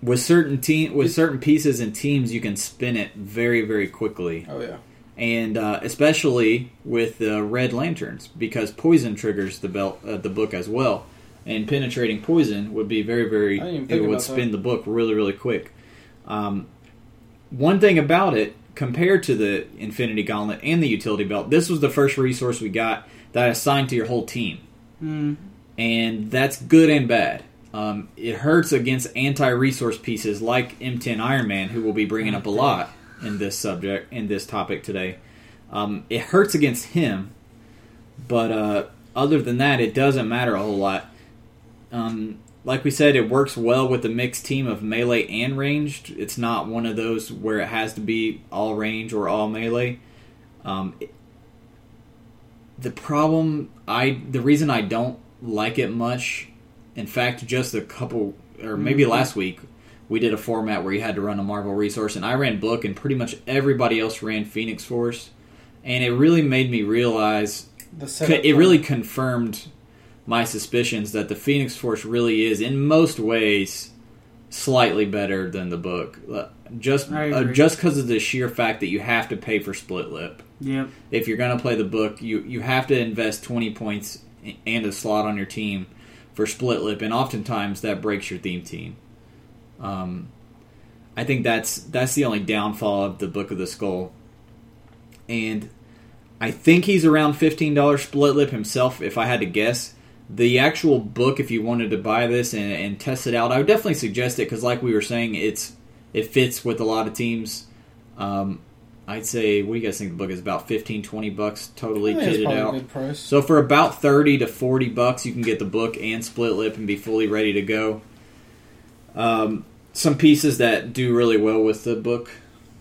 [SPEAKER 1] With certain team, with certain pieces and teams, you can spin it very, very quickly.
[SPEAKER 2] Oh yeah,
[SPEAKER 1] and uh, especially with the red lanterns because poison triggers the belt uh, the book as well and penetrating poison would be very very
[SPEAKER 2] I didn't even think
[SPEAKER 1] it would
[SPEAKER 2] about
[SPEAKER 1] spin
[SPEAKER 2] that.
[SPEAKER 1] the book really really quick um, one thing about it compared to the infinity gauntlet and the utility belt this was the first resource we got that assigned to your whole team
[SPEAKER 3] Mm.
[SPEAKER 1] and that's good and bad um, it hurts against anti-resource pieces like m10 iron man who will be bringing up a lot in this subject in this topic today um, it hurts against him but uh, other than that it doesn't matter a whole lot um, like we said it works well with the mixed team of melee and ranged it's not one of those where it has to be all range or all melee um, it- the problem i the reason i don't like it much in fact just a couple or maybe
[SPEAKER 3] Mm-hmm.
[SPEAKER 1] last week we did a format where you had to run a marvel resource and i ran book and pretty much everybody else ran phoenix force and it really made me realize Co-
[SPEAKER 2] the setup
[SPEAKER 1] it really confirmed my suspicions that the Phoenix Force really is, in most ways, slightly better than the book. Uh, Just
[SPEAKER 3] I
[SPEAKER 1] uh,
[SPEAKER 3] agree.
[SPEAKER 1] just because of the sheer fact that you have to pay for split lip.
[SPEAKER 3] Yep.
[SPEAKER 1] If you're going to play the book, you you have to invest twenty points a- and a slot on your team for split lip, and oftentimes that breaks your theme team. Um, I think that's that's the only downfall of the Book of the Skull, and I think he's around fifteen dollars split lip himself. If I had to guess, the actual book, if you wanted to buy this and, and test it out, I would definitely suggest it because, like we were saying, it's it fits with a lot of teams. Um, I'd say, what do you guys think the book is? About 15, 20 bucks,
[SPEAKER 2] I
[SPEAKER 1] totally
[SPEAKER 2] think it's
[SPEAKER 1] kitted
[SPEAKER 2] probably a
[SPEAKER 1] out.
[SPEAKER 2] good price.
[SPEAKER 1] So for about 30 to 40 bucks, you can get the book and split lip and be fully ready to go. Um, some pieces that do really well with the book.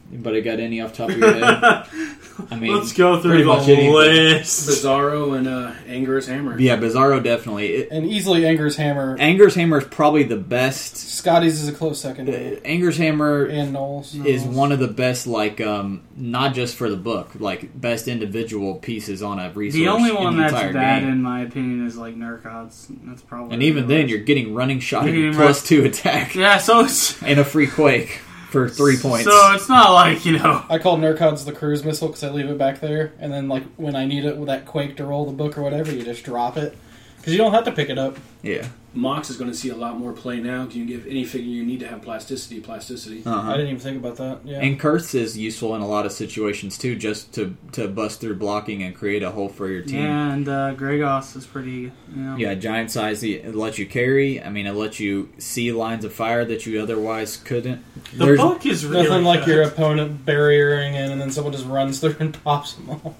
[SPEAKER 1] Anybody got any off the top of your head? I mean,
[SPEAKER 3] Let's go through
[SPEAKER 1] pretty
[SPEAKER 3] the
[SPEAKER 1] much anything.
[SPEAKER 3] list.
[SPEAKER 4] Bizarro and uh, Anger's Hammer.
[SPEAKER 1] yeah, Bizarro definitely. It,
[SPEAKER 2] and easily Anger's Hammer.
[SPEAKER 1] Anger's Hammer is probably the best.
[SPEAKER 2] Scotty's is a close second.
[SPEAKER 1] Uh, Anger's Hammer
[SPEAKER 2] and Knowles.
[SPEAKER 1] is one of the best, like um, not just for the book, like best individual pieces on a resource.
[SPEAKER 3] The only one
[SPEAKER 1] in the
[SPEAKER 3] that's
[SPEAKER 1] entire
[SPEAKER 3] bad,
[SPEAKER 1] game.
[SPEAKER 3] in my opinion, is like Nurkot's. That's probably.
[SPEAKER 1] and even then, you're getting running shot
[SPEAKER 3] You're
[SPEAKER 1] and
[SPEAKER 3] getting
[SPEAKER 1] plus two attack
[SPEAKER 3] Yeah, so it's
[SPEAKER 1] and a free quake for three points.
[SPEAKER 3] So it's not like you know.
[SPEAKER 2] I call Nurcods the cruise missile because I leave it back there, and then like when I need it with that quake to roll the book or whatever, you just drop it because you don't have to pick it up.
[SPEAKER 1] yeah,
[SPEAKER 4] Mox is going to see a lot more play now. Can you give any figure you need to have plasticity, plasticity?
[SPEAKER 1] uh-huh.
[SPEAKER 2] I didn't even think about that. Yeah,
[SPEAKER 1] and curse is useful in a lot of situations too, just to to bust through blocking and create a hole for your team.
[SPEAKER 3] Yeah, and uh, Gregos is pretty. You know,
[SPEAKER 1] Yeah, giant size. the- It lets you carry. I mean, it lets you see lines of fire that you otherwise couldn't.
[SPEAKER 3] the
[SPEAKER 1] There's-
[SPEAKER 3] book is really
[SPEAKER 2] nothing like
[SPEAKER 3] good.
[SPEAKER 2] your opponent barriering in, and then someone just runs through and pops them all.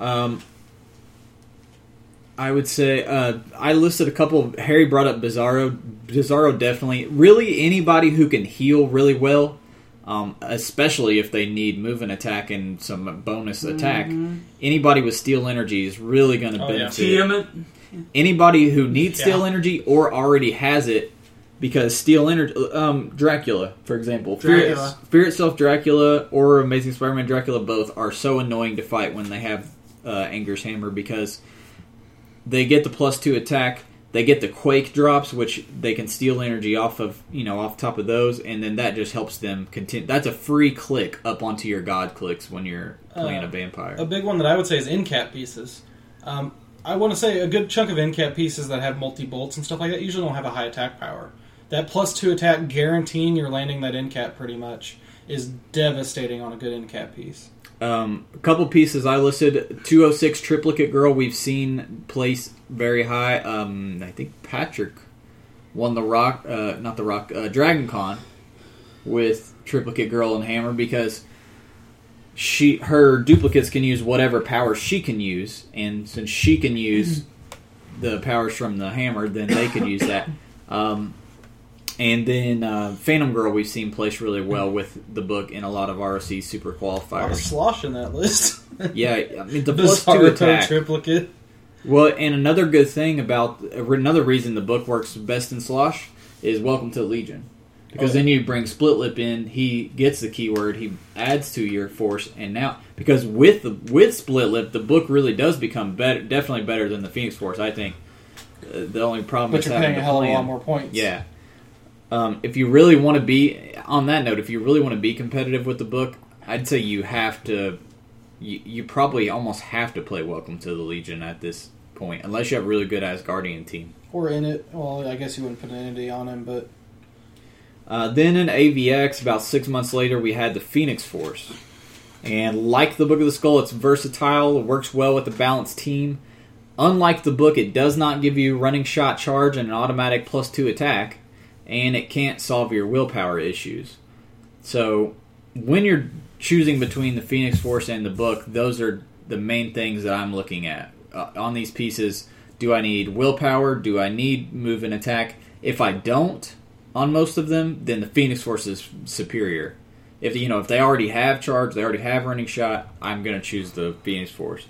[SPEAKER 1] Um, I would say uh, I listed a couple. Harry brought up Bizarro. Bizarro definitely. Really, anybody who can heal really well, um, especially if they need move and attack and some bonus attack. Anybody with steel energy is really going to
[SPEAKER 2] Oh, yeah.
[SPEAKER 1] benefit.
[SPEAKER 3] Tiamat.
[SPEAKER 1] Anybody who needs
[SPEAKER 2] Yeah.
[SPEAKER 1] steel energy or already has it, because steel energy. Um, Dracula, for example.
[SPEAKER 3] Dracula.
[SPEAKER 1] Fear, Fear itself, Dracula, or Amazing Spider-Man, Dracula, both are so annoying to fight when they have uh, Anger's Hammer because they get the plus two attack, they get the quake drops, which they can steal energy off of, you know, off top of those, and then that just helps them continue. That's a free click up onto your god clicks when you're playing a
[SPEAKER 2] Uh,
[SPEAKER 1] vampire.
[SPEAKER 2] A big one that I would say is in cap pieces. Um, I want to say a good chunk of in cap pieces that have multi bolts and stuff like that usually don't have a high attack power. That plus two attack guaranteeing you're landing that in cap pretty much is devastating on a good in cap piece.
[SPEAKER 1] Um, a couple pieces I listed: 206 triplicate girl. We've seen place very high. Um, I think Patrick won the rock, uh, not the rock, uh, Dragon Con with triplicate girl and hammer because she her duplicates can use whatever power she can use, and since she can use the powers from the hammer, then they could use that. Um, and then uh, Phantom Girl, we've seen place really well with the book in a lot of ROC super
[SPEAKER 2] A lot of
[SPEAKER 1] qualifiers.
[SPEAKER 2] slosh in that list.
[SPEAKER 1] Yeah, I mean the plus two
[SPEAKER 2] Bizarro
[SPEAKER 1] attack.
[SPEAKER 2] triplicate.
[SPEAKER 1] Well, and another good thing about another reason the book works best in Slosh is Welcome to the Legion, because
[SPEAKER 2] Oh.
[SPEAKER 1] then you bring Splitlip in. He gets the keyword. He adds to your force, and now because with the with Splitlip, the book really does become better, definitely better than the Phoenix Force. I think Uh, the only problem
[SPEAKER 2] But
[SPEAKER 1] is
[SPEAKER 2] you're
[SPEAKER 1] having
[SPEAKER 2] paying a
[SPEAKER 1] to
[SPEAKER 2] hell of a
[SPEAKER 1] plan.
[SPEAKER 2] lot more points.
[SPEAKER 1] Yeah. Um, if you really want to be on that note, if you really want to be competitive with the book, I'd say you have to. You, you probably almost have to play Welcome to the Legion at this point, unless you have a really good Asgardian team.
[SPEAKER 2] Or in it. Well, I guess you wouldn't put an entity on him, but
[SPEAKER 1] Uh, then in AVX, about six months later, we had the Phoenix Force. And like the Book of the Skull, it's versatile, works well with a balanced team. Unlike the book, it does not give you running shot charge and an automatic plus two attack, and it can't solve your willpower issues. So when you're choosing between the Phoenix Force and the book, those are the main things that I'm looking at. Uh, on these pieces, do I need willpower? Do I need move and attack? If I don't on most of them, then the Phoenix Force is superior. If you know if they already have charge, they already have running shot, I'm going to choose the Phoenix Force.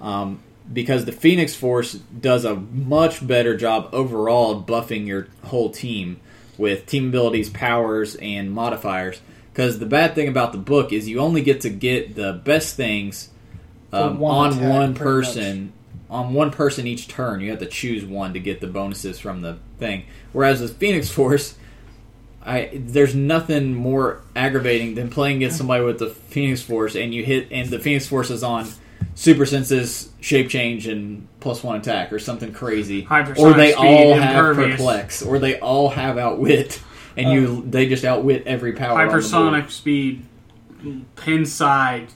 [SPEAKER 1] Um, because the Phoenix Force does a much better job overall of buffing your whole team with team abilities, powers, and modifiers. Because the bad thing about the book is you only get to get the best things
[SPEAKER 2] For
[SPEAKER 1] um,
[SPEAKER 2] one
[SPEAKER 1] on
[SPEAKER 2] attack,
[SPEAKER 1] one
[SPEAKER 2] pretty much.
[SPEAKER 1] person, on one person each turn. You have to choose one to get the bonuses from the thing. Whereas with Phoenix Force, I there's nothing more aggravating than playing against somebody with the Phoenix Force and you hit and the Phoenix Force is on super senses, shape change, and plus one attack or something crazy.
[SPEAKER 3] Hypersonic
[SPEAKER 1] or they
[SPEAKER 3] speed,
[SPEAKER 1] all have
[SPEAKER 3] impervious. Uh,
[SPEAKER 1] perplex, or they all have outwit, and you they just outwit every power. on the board.
[SPEAKER 3] Hypersonic speed, pin side,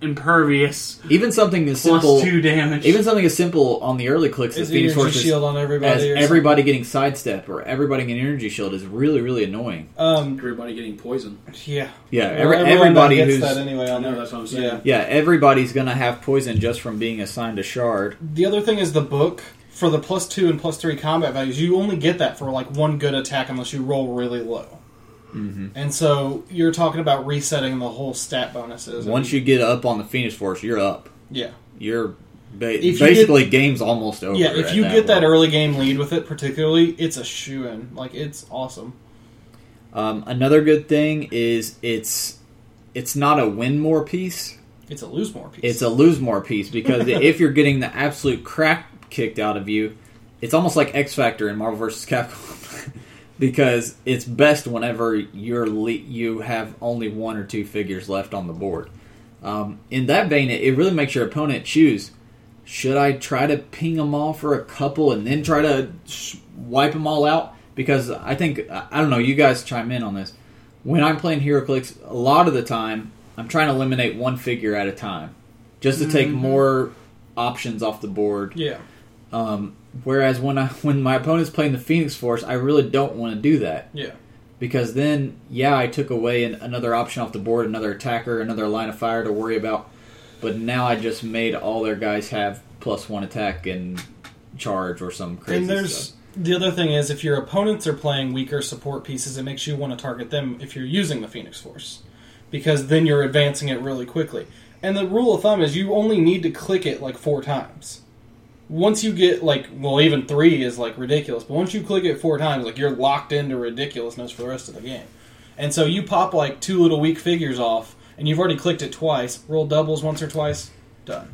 [SPEAKER 3] impervious
[SPEAKER 1] Even something as
[SPEAKER 3] plus
[SPEAKER 1] simple,
[SPEAKER 3] two damage.
[SPEAKER 1] even something as simple on the early clicks as
[SPEAKER 2] Is
[SPEAKER 1] Phoenix
[SPEAKER 2] energy
[SPEAKER 1] Force is-
[SPEAKER 2] shield on
[SPEAKER 1] as
[SPEAKER 2] everybody? or
[SPEAKER 1] everybody getting sidestep or everybody getting energy shield is really really annoying.
[SPEAKER 2] something? Um,
[SPEAKER 4] Everybody getting poison.
[SPEAKER 2] yeah.
[SPEAKER 1] Yeah,
[SPEAKER 2] Or
[SPEAKER 1] every,
[SPEAKER 2] everyone
[SPEAKER 1] everybody
[SPEAKER 2] that
[SPEAKER 1] who's
[SPEAKER 2] gets that anyway
[SPEAKER 4] I
[SPEAKER 2] on
[SPEAKER 4] know,
[SPEAKER 2] there.
[SPEAKER 4] that's what I'm saying.
[SPEAKER 2] Yeah.
[SPEAKER 1] yeah, everybody's gonna have poison just from being assigned a shard.
[SPEAKER 2] The other thing is the book for the plus two and plus three combat values. You only get that for like one good attack unless you roll really low.
[SPEAKER 1] Mm-hmm.
[SPEAKER 2] And so you're talking about resetting the whole stat bonuses.
[SPEAKER 1] Once you get up on the Phoenix Force, you're up.
[SPEAKER 2] yeah,
[SPEAKER 1] You're ba-
[SPEAKER 2] you
[SPEAKER 1] basically game's almost over.
[SPEAKER 2] yeah. If
[SPEAKER 1] at
[SPEAKER 2] you get that
[SPEAKER 1] point.
[SPEAKER 2] early game lead with it, particularly, it's a shoe in. Like it's awesome.
[SPEAKER 1] um, another good thing is it's it's not a win more piece.
[SPEAKER 2] It's a lose more piece.
[SPEAKER 1] It's a lose more piece because if you're getting the absolute crap kicked out of you, it's almost like X Factor in Marvel vs. Capcom because it's best whenever you're le- you have only one or two figures left on the board. Um, in that vein, it, it really makes your opponent choose: should I try to ping them all for a couple and then try to sh- wipe them all out? Because I think I I don't know. You guys chime in on this. When I'm playing HeroClix, a lot of the time I'm trying to eliminate one figure at a time, just to take more options off the board.
[SPEAKER 2] yeah.
[SPEAKER 1] Um, whereas when I when my opponent's playing the Phoenix Force, I really don't want to do that
[SPEAKER 2] Yeah.
[SPEAKER 1] because then yeah, I took away an, another option off the board, another attacker, another line of fire to worry about. But now I just made all their guys have plus one attack and charge or some crazy
[SPEAKER 2] and there's
[SPEAKER 1] stuff.
[SPEAKER 2] the other thing is if your opponents are playing weaker support pieces, it makes you want to target them if you're using the Phoenix Force, because then you're advancing it really quickly. And the rule of thumb is you only need to click it like four times. Once you get like, well, even three is like ridiculous, but once you click it four times, like you're locked into ridiculousness for the rest of the game. And so you pop like two little weak figures off, and you've already clicked it twice. Roll doubles once or twice, done.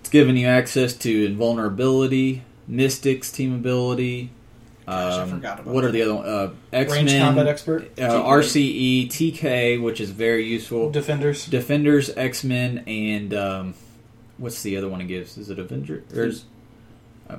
[SPEAKER 1] It's giving you access to invulnerability, mystics, team ability.
[SPEAKER 2] Gosh, I
[SPEAKER 1] um,
[SPEAKER 2] forgot about
[SPEAKER 1] what are
[SPEAKER 2] that.
[SPEAKER 1] the other one- uh, X
[SPEAKER 2] Range combat
[SPEAKER 1] Men,
[SPEAKER 2] expert,
[SPEAKER 1] uh, RCE, TK, which is very useful.
[SPEAKER 2] defenders.
[SPEAKER 1] Defenders, X Men, and um, what's the other one it gives? Is it Avenger? Or is, uh,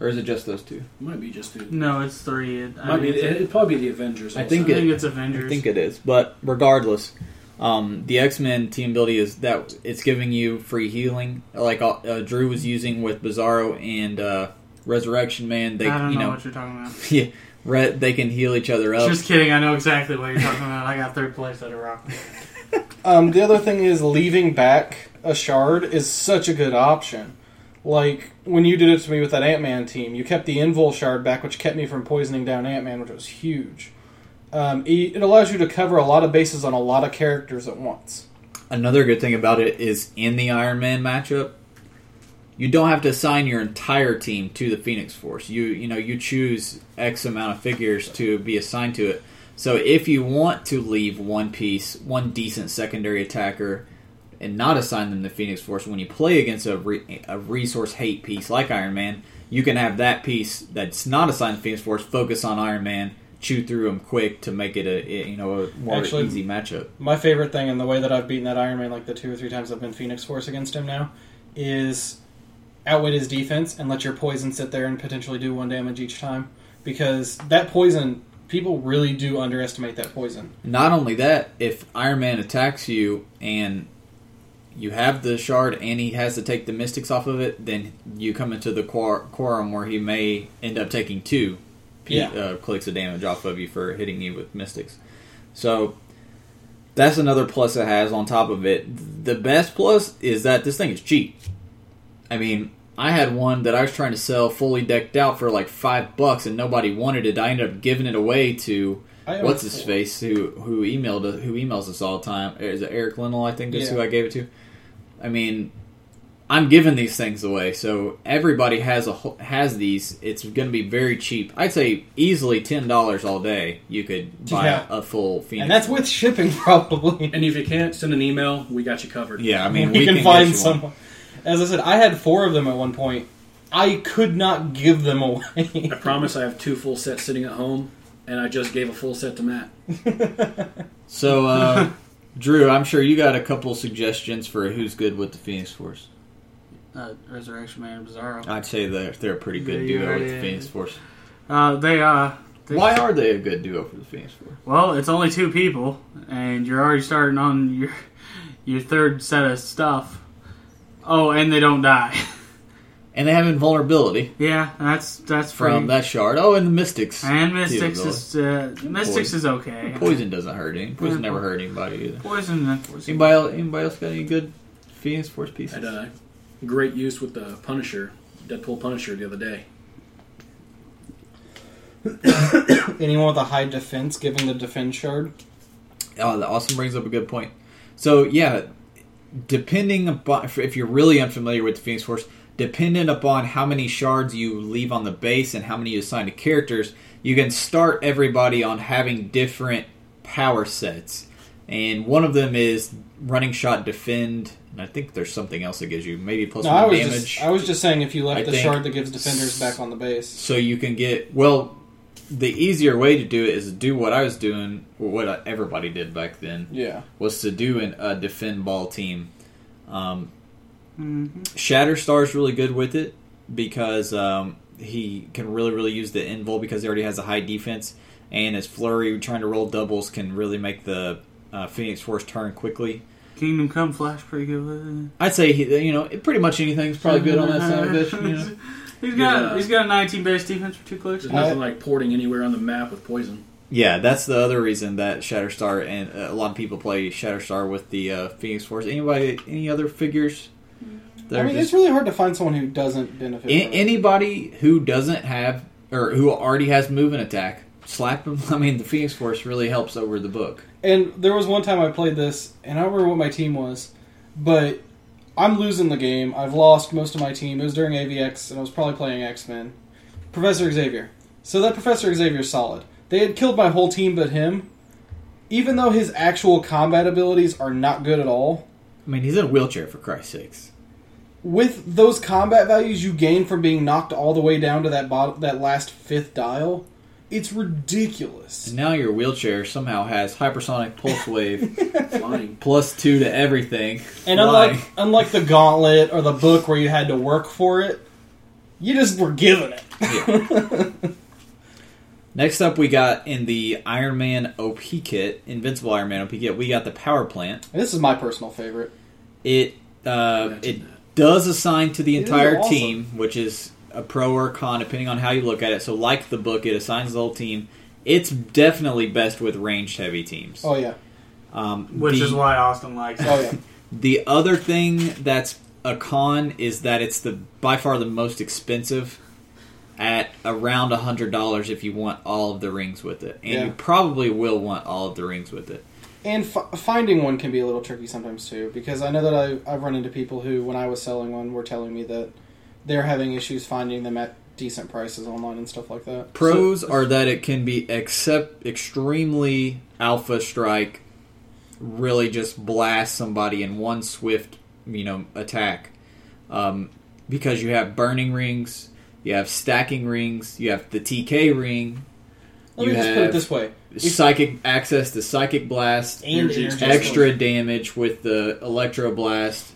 [SPEAKER 1] or is it just those two?
[SPEAKER 4] Might be just the.
[SPEAKER 3] no, it's three. It, I
[SPEAKER 4] Might be,
[SPEAKER 3] mean, it's-
[SPEAKER 4] it'd probably be the Avengers.
[SPEAKER 1] I
[SPEAKER 4] also.
[SPEAKER 1] think
[SPEAKER 3] I think
[SPEAKER 1] it-
[SPEAKER 3] it's Avengers.
[SPEAKER 1] I think it is, but regardless, um, the X Men team ability is that it's giving you free healing, like uh, uh, Drew was using with Bizarro and uh, Resurrection Man. They,
[SPEAKER 3] I don't
[SPEAKER 1] you
[SPEAKER 3] know,
[SPEAKER 1] know,
[SPEAKER 3] what you're talking about.
[SPEAKER 1] yeah, re- they can heal each other up.
[SPEAKER 3] Just kidding. I know exactly what you're talking about. I got third place at a rock.
[SPEAKER 2] Um, the other thing is leaving back a shard is such a good option. Like when you did it to me with that Ant Man team, you kept the Invul shard back, which kept me from poisoning down Ant Man, which was huge. Um, it, it allows you to cover a lot of bases on a lot of characters at once.
[SPEAKER 1] Another good thing about it is in the Iron Man matchup, you don't have to assign your entire team to the Phoenix Force. You you know you choose X amount of figures to be assigned to it. So if you want to leave one piece, one decent secondary attacker, and not assign them to Phoenix Force when you play against a, re- a resource hate piece like Iron Man, you can have that piece that's not assigned to Phoenix Force focus on Iron Man, chew through him quick to make it a you know a more
[SPEAKER 2] Actually-
[SPEAKER 1] easy matchup.
[SPEAKER 2] My favorite thing, and the way that I've beaten that Iron Man like the two or three times I've been Phoenix Force against him now, is outwit his defense and let your poison sit there and potentially do one damage each time. Because that poison, people really do underestimate that poison.
[SPEAKER 1] Not only that, if Iron Man attacks you and you have the shard and he has to take the mystics off of it, then you come into the quar- quorum where he may end up taking two p-
[SPEAKER 2] Yeah.
[SPEAKER 1] uh, clicks of damage off of you for hitting you with mystics. So that's another plus it has on top of it. The best plus is that this thing is cheap. I mean, I had one that I was trying to sell fully decked out for like five bucks and nobody wanted it. I ended up giving it away to
[SPEAKER 2] I own
[SPEAKER 1] what's his
[SPEAKER 2] four.
[SPEAKER 1] face who who emailed who emails us all the time is it Eric Linnell I think is who
[SPEAKER 2] Yeah.
[SPEAKER 1] I gave it to. I mean, I'm giving these things away, so everybody has a wh- has these. It's going to be very cheap. I'd say easily ten dollars all day. You could buy
[SPEAKER 2] Yeah.
[SPEAKER 1] a, a full Phoenix,
[SPEAKER 2] And that's with shipping, probably.
[SPEAKER 4] And if you can't, send an email. We got you covered.
[SPEAKER 1] yeah. I
[SPEAKER 2] I mean,
[SPEAKER 1] mean,
[SPEAKER 2] we, can,
[SPEAKER 1] get you
[SPEAKER 2] find
[SPEAKER 1] one.
[SPEAKER 2] someone. As I said, I had four of them at one point. I could not give them away.
[SPEAKER 4] I promise I have two full sets sitting at home, and I just gave a full set to Matt.
[SPEAKER 1] So, uh, Drew, I'm sure you got a couple suggestions for who's good with the Phoenix Force.
[SPEAKER 3] Uh, Resurrection Man and Bizarro.
[SPEAKER 1] I'd say they're they're a pretty good
[SPEAKER 3] Yeah,
[SPEAKER 1] duo with the
[SPEAKER 3] yeah.
[SPEAKER 1] Phoenix Force.
[SPEAKER 3] Uh, they uh. They,
[SPEAKER 1] Why are they a good duo for the Phoenix Force?
[SPEAKER 3] Well, it's only two people, and you're already starting on your your third set of stuff. Oh, and they don't die.
[SPEAKER 1] And they have invulnerability
[SPEAKER 3] yeah, that's that's
[SPEAKER 1] from
[SPEAKER 3] pretty.
[SPEAKER 1] that shard. Oh, and the Mystics.
[SPEAKER 3] and Mystics
[SPEAKER 1] Too,
[SPEAKER 3] is uh, Mystics is okay.
[SPEAKER 1] Poison doesn't hurt any. Poison
[SPEAKER 3] Yeah.
[SPEAKER 1] never hurt anybody either.
[SPEAKER 3] Poison and poison.
[SPEAKER 1] Anybody else, anybody else got any good Phoenix Force pieces?
[SPEAKER 4] Had uh, great use with the Punisher, Deadpool Punisher the other day.
[SPEAKER 2] Anyone with a high defense, given the defense shard.
[SPEAKER 1] Oh, that Austin brings up a good point. So yeah, depending upon if you're really unfamiliar with the Phoenix Force, dependent upon how many shards you leave on the base and how many you assign to characters, you can start everybody on having different power sets. And one of them is running shot defend, and I think there's something else that gives you maybe plus
[SPEAKER 2] No, I
[SPEAKER 1] one
[SPEAKER 2] was
[SPEAKER 1] damage.
[SPEAKER 2] just I was just saying if you left
[SPEAKER 1] I
[SPEAKER 2] the
[SPEAKER 1] think-
[SPEAKER 2] shard that gives defenders back on the base.
[SPEAKER 1] so you can get well. The easier way to do it is to do what I was doing, or what I- everybody did back then,
[SPEAKER 2] Yeah.
[SPEAKER 1] was to do an, a defend ball team. Um,
[SPEAKER 3] Mhm.
[SPEAKER 1] Shatterstar's really good with it because um, he can really, really use the invul because he already has a high defense. And his flurry, trying to roll doubles, can really make the uh, Phoenix Force turn quickly.
[SPEAKER 3] Kingdom Come Flash pretty good.
[SPEAKER 1] I'd say, he, you know, pretty much anything's probably good on that side of it. You know?
[SPEAKER 3] He's got
[SPEAKER 4] Yeah.
[SPEAKER 3] he's got a 19 base defense for two clicks.
[SPEAKER 4] There's nothing like porting anywhere on the map with poison.
[SPEAKER 1] Yeah, that's the other reason that Shatterstar and uh, a lot of people play Shatterstar with the uh, Phoenix Force. Anybody, any other figures? that
[SPEAKER 2] Mm. I
[SPEAKER 1] are
[SPEAKER 2] mean,
[SPEAKER 1] just-
[SPEAKER 2] it's really hard to find someone who doesn't benefit.
[SPEAKER 1] A-
[SPEAKER 2] from it.
[SPEAKER 1] anybody who doesn't have or who already has move and attack, slap them. I mean, the Phoenix Force really helps over the book.
[SPEAKER 2] And there was one time I played this, and I don't remember what my team was, but I'm losing the game. I've lost most of my team. It was during AVX, and I was probably playing X Men. Professor Xavier. So that Professor Xavier's solid. They had killed my whole team but him. Even though his actual combat abilities are not good at all,
[SPEAKER 1] I mean, he's in a wheelchair for Christ's sakes.
[SPEAKER 2] with those combat values you gain from being knocked all the way down to that bottom, that last fifth dial, it's ridiculous.
[SPEAKER 1] And now your wheelchair somehow has hypersonic pulse wave
[SPEAKER 4] Flying.
[SPEAKER 1] plus two to everything.
[SPEAKER 2] And
[SPEAKER 1] Why?
[SPEAKER 2] unlike unlike the gauntlet or the book where you had to work for it, you just were given it.
[SPEAKER 1] Next up, we got in the Iron Man OP kit, Invincible Iron Man OP kit, we got the power plant.
[SPEAKER 2] And this is my personal favorite.
[SPEAKER 1] It uh, it does assign to the
[SPEAKER 2] It is
[SPEAKER 1] entire
[SPEAKER 2] awesome.
[SPEAKER 1] team, which is a pro or con depending on how you look at it. So, like the book, it assigns the whole team. It's definitely best with ranged heavy teams.
[SPEAKER 2] Oh yeah,
[SPEAKER 1] Um,
[SPEAKER 3] Which
[SPEAKER 1] the,
[SPEAKER 3] is why Austin likes it.
[SPEAKER 2] oh yeah.
[SPEAKER 1] the other thing that's a con is that it's the by far the most expensive at around a hundred dollars if you want all of the rings with it, and
[SPEAKER 2] Yeah.
[SPEAKER 1] you probably will want all of the rings with it.
[SPEAKER 2] And f- finding one can be a little tricky sometimes too, because I know that I, I've run into people who, when I was selling one, were telling me that they're having issues finding them at decent prices online and stuff like that.
[SPEAKER 1] Pros are that it can be except extremely alpha strike, really just blast somebody in one swift, you know, attack. Um, because you have burning rings, you have stacking rings, you have the TK ring,
[SPEAKER 2] Let
[SPEAKER 1] you
[SPEAKER 2] me just put it
[SPEAKER 1] have-
[SPEAKER 2] this way:
[SPEAKER 1] psychic access to psychic blast,
[SPEAKER 2] and
[SPEAKER 4] Energy
[SPEAKER 2] energy
[SPEAKER 1] extra damage with the electro blast.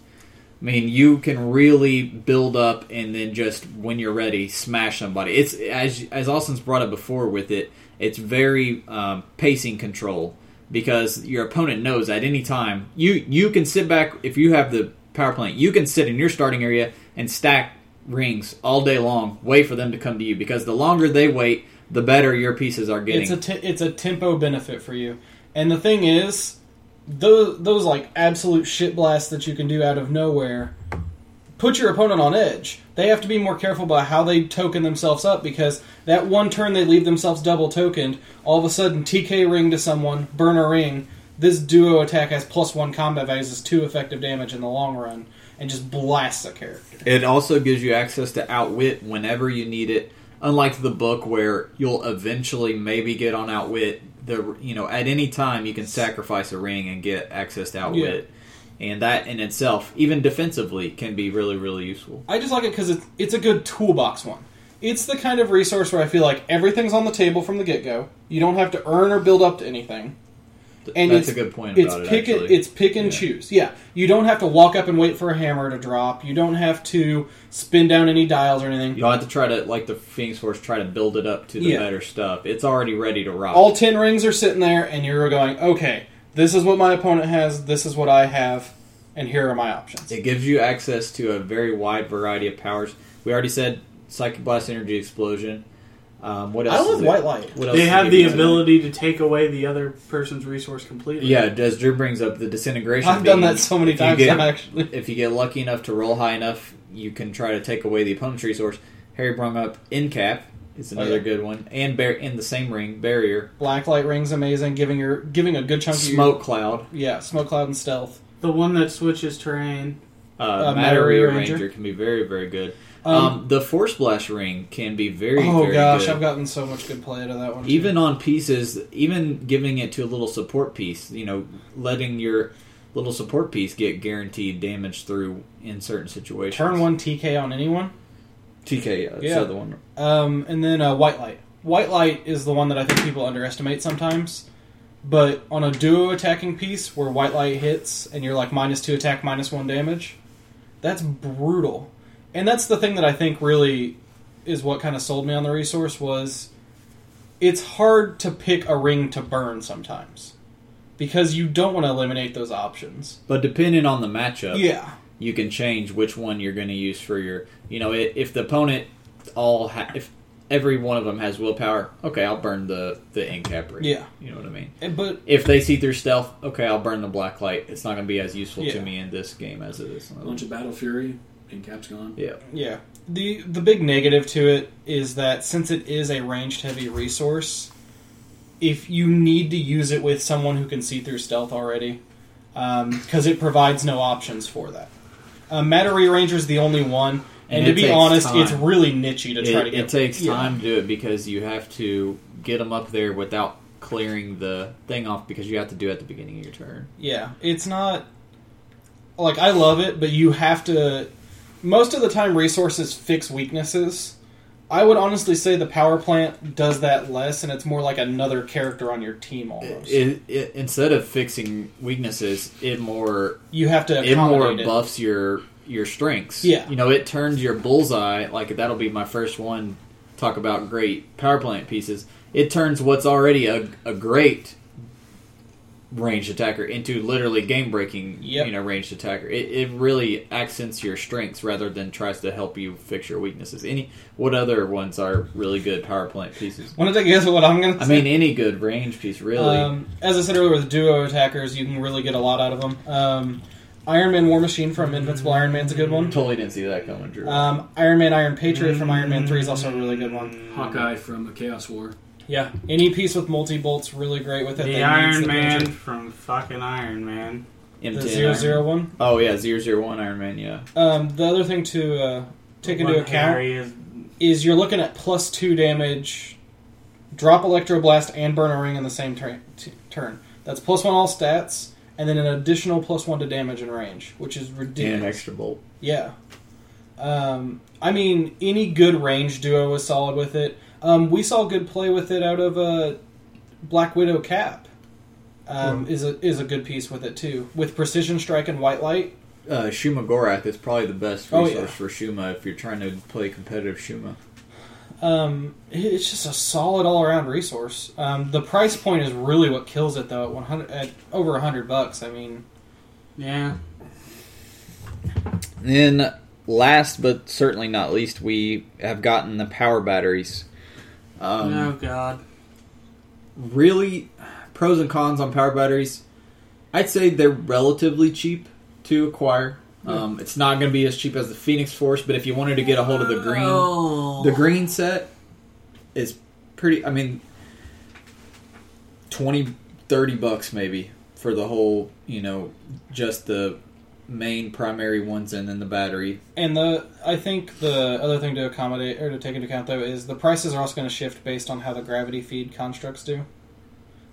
[SPEAKER 1] I mean, you can really build up and then just when you're ready, smash somebody. It's as as Austin's brought up before with it. It's very um, pacing control because your opponent knows at any time you you can sit back if you have the power plant. You can sit in your starting area and stack rings all day long. Wait for them to come to you because the longer they wait, the better your pieces are getting.
[SPEAKER 2] It's a te- it's a tempo benefit for you. And the thing is, those those like absolute shit blasts that you can do out of nowhere put your opponent on edge. They have to be more careful about how they token themselves up because that one turn they leave themselves double tokened. All of a sudden, TK ring to someone, burn a ring. This duo attack has plus one combat values, is two effective damage in the long run, and just blasts a character.
[SPEAKER 1] It also gives you access to Outwit whenever you need it. Unlike the book, where you'll eventually maybe get on Outwit, the you know at any time you can sacrifice a ring and get access to Outwit, and that in itself, even defensively, can be really really useful.
[SPEAKER 2] I just like it because it's, it's a good toolbox one. It's the kind of resource where I feel like everything's on the table from the get go. You don't have to earn or build up to anything.
[SPEAKER 1] Th-
[SPEAKER 2] And
[SPEAKER 1] That's a
[SPEAKER 2] it's-
[SPEAKER 1] good point
[SPEAKER 2] It's
[SPEAKER 1] about
[SPEAKER 2] pick
[SPEAKER 1] it.
[SPEAKER 2] and,
[SPEAKER 1] Actually.
[SPEAKER 2] it's pick and
[SPEAKER 1] Yeah.
[SPEAKER 2] choose. Yeah, you don't have to walk up and wait for a hammer to drop. You don't have to spin down any dials or anything.
[SPEAKER 1] you don't have to try to like the Phoenix Force try to build it up to the
[SPEAKER 2] Yeah.
[SPEAKER 1] better stuff. It's already ready to rock.
[SPEAKER 2] All ten rings are sitting there, and you're going, okay, this is what my opponent has. This is what I have, and here are my options.
[SPEAKER 1] It gives you access to a very wide variety of powers. We already said Psychic Blast Energy Explosion. Um, what
[SPEAKER 2] I
[SPEAKER 1] else?
[SPEAKER 2] love
[SPEAKER 1] is it?
[SPEAKER 2] White Light.
[SPEAKER 1] What else
[SPEAKER 3] They
[SPEAKER 1] does it
[SPEAKER 3] have
[SPEAKER 1] give
[SPEAKER 3] the
[SPEAKER 1] you?
[SPEAKER 3] ability to take away the other person's resource completely.
[SPEAKER 1] Yeah, as Drew brings up the disintegration.
[SPEAKER 2] I've done
[SPEAKER 1] beam.
[SPEAKER 2] that so many
[SPEAKER 1] you
[SPEAKER 2] times.
[SPEAKER 1] get-
[SPEAKER 2] I'm actually
[SPEAKER 1] if you get lucky enough to roll high enough, you can try to take away the opponent's resource. Harry brung up in cap is
[SPEAKER 2] Oh,
[SPEAKER 1] another
[SPEAKER 2] yeah.
[SPEAKER 1] good one, and bar- in the same ring barrier
[SPEAKER 2] black light rings amazing. Giving your giving a good chunk
[SPEAKER 1] smoke
[SPEAKER 2] of
[SPEAKER 1] cloud.
[SPEAKER 2] your, yeah smoke cloud and stealth.
[SPEAKER 3] The one that switches terrain.
[SPEAKER 1] Uh,
[SPEAKER 2] Uh,
[SPEAKER 1] matter
[SPEAKER 2] Matter
[SPEAKER 1] rearranger
[SPEAKER 2] Rearranger.
[SPEAKER 1] can be very very good. Um,
[SPEAKER 2] Um,
[SPEAKER 1] the force blast ring can be very
[SPEAKER 2] oh
[SPEAKER 1] very
[SPEAKER 2] gosh,
[SPEAKER 1] good.
[SPEAKER 2] I've gotten so much good play out of that one. too.
[SPEAKER 1] even on pieces, even giving it to a little support piece, you know, letting your little support piece get guaranteed damage through in certain situations.
[SPEAKER 2] turn one TK on anyone.
[SPEAKER 1] TK, uh,
[SPEAKER 2] Yeah.
[SPEAKER 1] the other one.
[SPEAKER 2] Um, and then uh, white light. White light is the one that I think people underestimate sometimes. But on a duo attacking piece where white light hits and you're like minus two attack, minus one damage, that's brutal. And that's the thing that I think really is what kind of sold me on the resource was it's hard to pick a ring to burn sometimes because you don't want to eliminate those options.
[SPEAKER 1] But depending on the matchup,
[SPEAKER 2] Yeah.
[SPEAKER 1] you can change which one you're going to use for your you know i- if the opponent all ha- if every one of them has willpower okay i'll burn the the ink cap ring.
[SPEAKER 2] Yeah.
[SPEAKER 1] you know what i mean
[SPEAKER 2] And- But
[SPEAKER 1] if they see through stealth okay i'll burn the black light it's not going to be as useful to
[SPEAKER 2] Yeah.
[SPEAKER 1] me in this game as it is in
[SPEAKER 4] A
[SPEAKER 1] another
[SPEAKER 4] bunch of Battle Fury and Cap's gone.
[SPEAKER 1] yeah
[SPEAKER 2] Yeah. The the big negative to it is that since it is a ranged heavy resource, if you need to use it with someone who can see through stealth already, because it provides no options for that. Uh, Matter Rearranger is the only one,
[SPEAKER 1] And
[SPEAKER 2] and,
[SPEAKER 1] it
[SPEAKER 2] to be
[SPEAKER 1] takes
[SPEAKER 2] honest,
[SPEAKER 1] time.
[SPEAKER 2] it's really nichey to try
[SPEAKER 1] it,
[SPEAKER 2] to
[SPEAKER 1] it
[SPEAKER 2] get.
[SPEAKER 1] takes
[SPEAKER 2] yeah.
[SPEAKER 1] time to do it because you have to get them up there without clearing the thing off because you have to do it at the beginning of your turn
[SPEAKER 2] Yeah, it's not like I love it, but you have to. Most of the time, resources fix weaknesses. I would honestly say the power plant does that less, and it's more like another character on your team almost.
[SPEAKER 1] it, it, instead of fixing weaknesses it more
[SPEAKER 2] you have to
[SPEAKER 1] it more
[SPEAKER 2] accommodate it.
[SPEAKER 1] buffs your your strengths.
[SPEAKER 2] Yeah.
[SPEAKER 1] you know, it turns your bullseye. Like that'll be my first one. Talk about great power plant pieces. It turns what's already a, a great ranged attacker into literally game breaking.
[SPEAKER 2] Yep.
[SPEAKER 1] you know, ranged attacker. It, it really accents your strengths rather than tries to help you fix your weaknesses. Any what other ones are really good power plant pieces?
[SPEAKER 2] Want to take a guess at what I'm going to
[SPEAKER 1] I
[SPEAKER 2] say?
[SPEAKER 1] mean, any good range piece really.
[SPEAKER 2] um, as I said earlier, with duo attackers, you can really get a lot out of them. Um, Iron Man War Machine from Invincible Iron Man's a good one.
[SPEAKER 1] totally didn't see that coming, Drew.
[SPEAKER 2] Um, Iron Man Iron Patriot from Iron Man 3 is also a really good
[SPEAKER 1] Mm.
[SPEAKER 2] one.
[SPEAKER 4] Hawkeye from a Chaos War.
[SPEAKER 2] Yeah, any piece with multi bolts really great with it. that
[SPEAKER 3] The
[SPEAKER 2] needs
[SPEAKER 3] Iron Man uh,
[SPEAKER 2] danger.
[SPEAKER 3] from fucking Iron Man.
[SPEAKER 1] M10
[SPEAKER 2] the zero
[SPEAKER 1] Iron-
[SPEAKER 2] zero one.
[SPEAKER 1] Oh yeah, zero zero one Iron Man. Yeah.
[SPEAKER 2] Um, the other thing to uh, take into
[SPEAKER 3] One
[SPEAKER 2] account
[SPEAKER 3] Harry is
[SPEAKER 2] is you're looking at plus two damage, drop electroblast and burn a ring in the same turn. T- turn. That's plus one all stats, and then an additional plus one to damage and range, which is
[SPEAKER 1] and an
[SPEAKER 2] ridiculous.
[SPEAKER 1] extra bolt.
[SPEAKER 2] Yeah. Um, I mean, any good range duo is solid with it. Um, we saw good play with it out of uh, Black Widow Cap. Um, is a is a good piece with it too, with precision strike and white light.
[SPEAKER 1] Uh, Shuma Gorath is probably the best
[SPEAKER 2] Oh,
[SPEAKER 1] resource
[SPEAKER 2] yeah.
[SPEAKER 1] for Shuma if you're trying to play competitive Shuma.
[SPEAKER 2] Um, it- it's just a solid all around resource. Um, the price point is really what kills it though. At one hundred, at over hundred bucks. I mean,
[SPEAKER 3] yeah.
[SPEAKER 1] Then, last but certainly not least, we have gotten the power batteries. Um,
[SPEAKER 3] oh God.
[SPEAKER 1] Really, pros and cons on power batteries. I'd say they're relatively cheap to acquire. Um, it's not going to be as cheap as the Phoenix Force, but if you wanted to get a hold of the green,
[SPEAKER 3] Oh.
[SPEAKER 1] The green set is pretty. I mean, 20, 30 bucks maybe for the whole, you know, just the main primary ones and then the battery.
[SPEAKER 2] and the I think the other thing to accommodate or to take into account though is the prices are also going to shift based on how the gravity feed constructs do,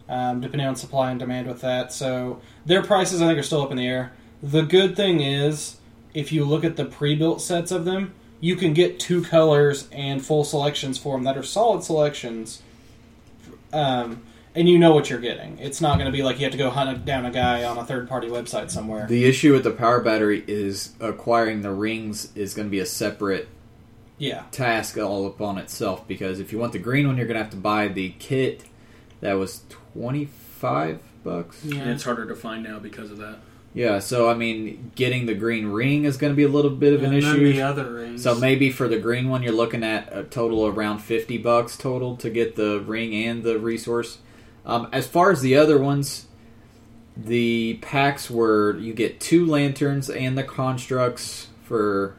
[SPEAKER 2] um, depending on supply and demand with that. So their prices I think are still up in the air. The good thing is if you look at the pre-built sets of them, you can get two colors and full selections for them that are solid selections. Um, and you know what you're getting. It's not going to be like you have to go hunt down a guy on a third-party website somewhere.
[SPEAKER 1] The issue with the power battery is acquiring the rings is going to be a separate
[SPEAKER 2] Yeah.
[SPEAKER 1] task all upon itself because if you want the green one, you're going to have to buy the kit that was 25 bucks.
[SPEAKER 4] And
[SPEAKER 3] Yeah.
[SPEAKER 4] it's harder to find now because of that.
[SPEAKER 1] Yeah, so I mean, getting the green ring is going to be a little bit of an
[SPEAKER 3] and then
[SPEAKER 1] issue.
[SPEAKER 3] the other rings.
[SPEAKER 1] So maybe for the green one, you're looking at a total around fifty bucks total to get the ring and the resource. Um, as far as the other ones, the packs were you get two lanterns and the constructs for.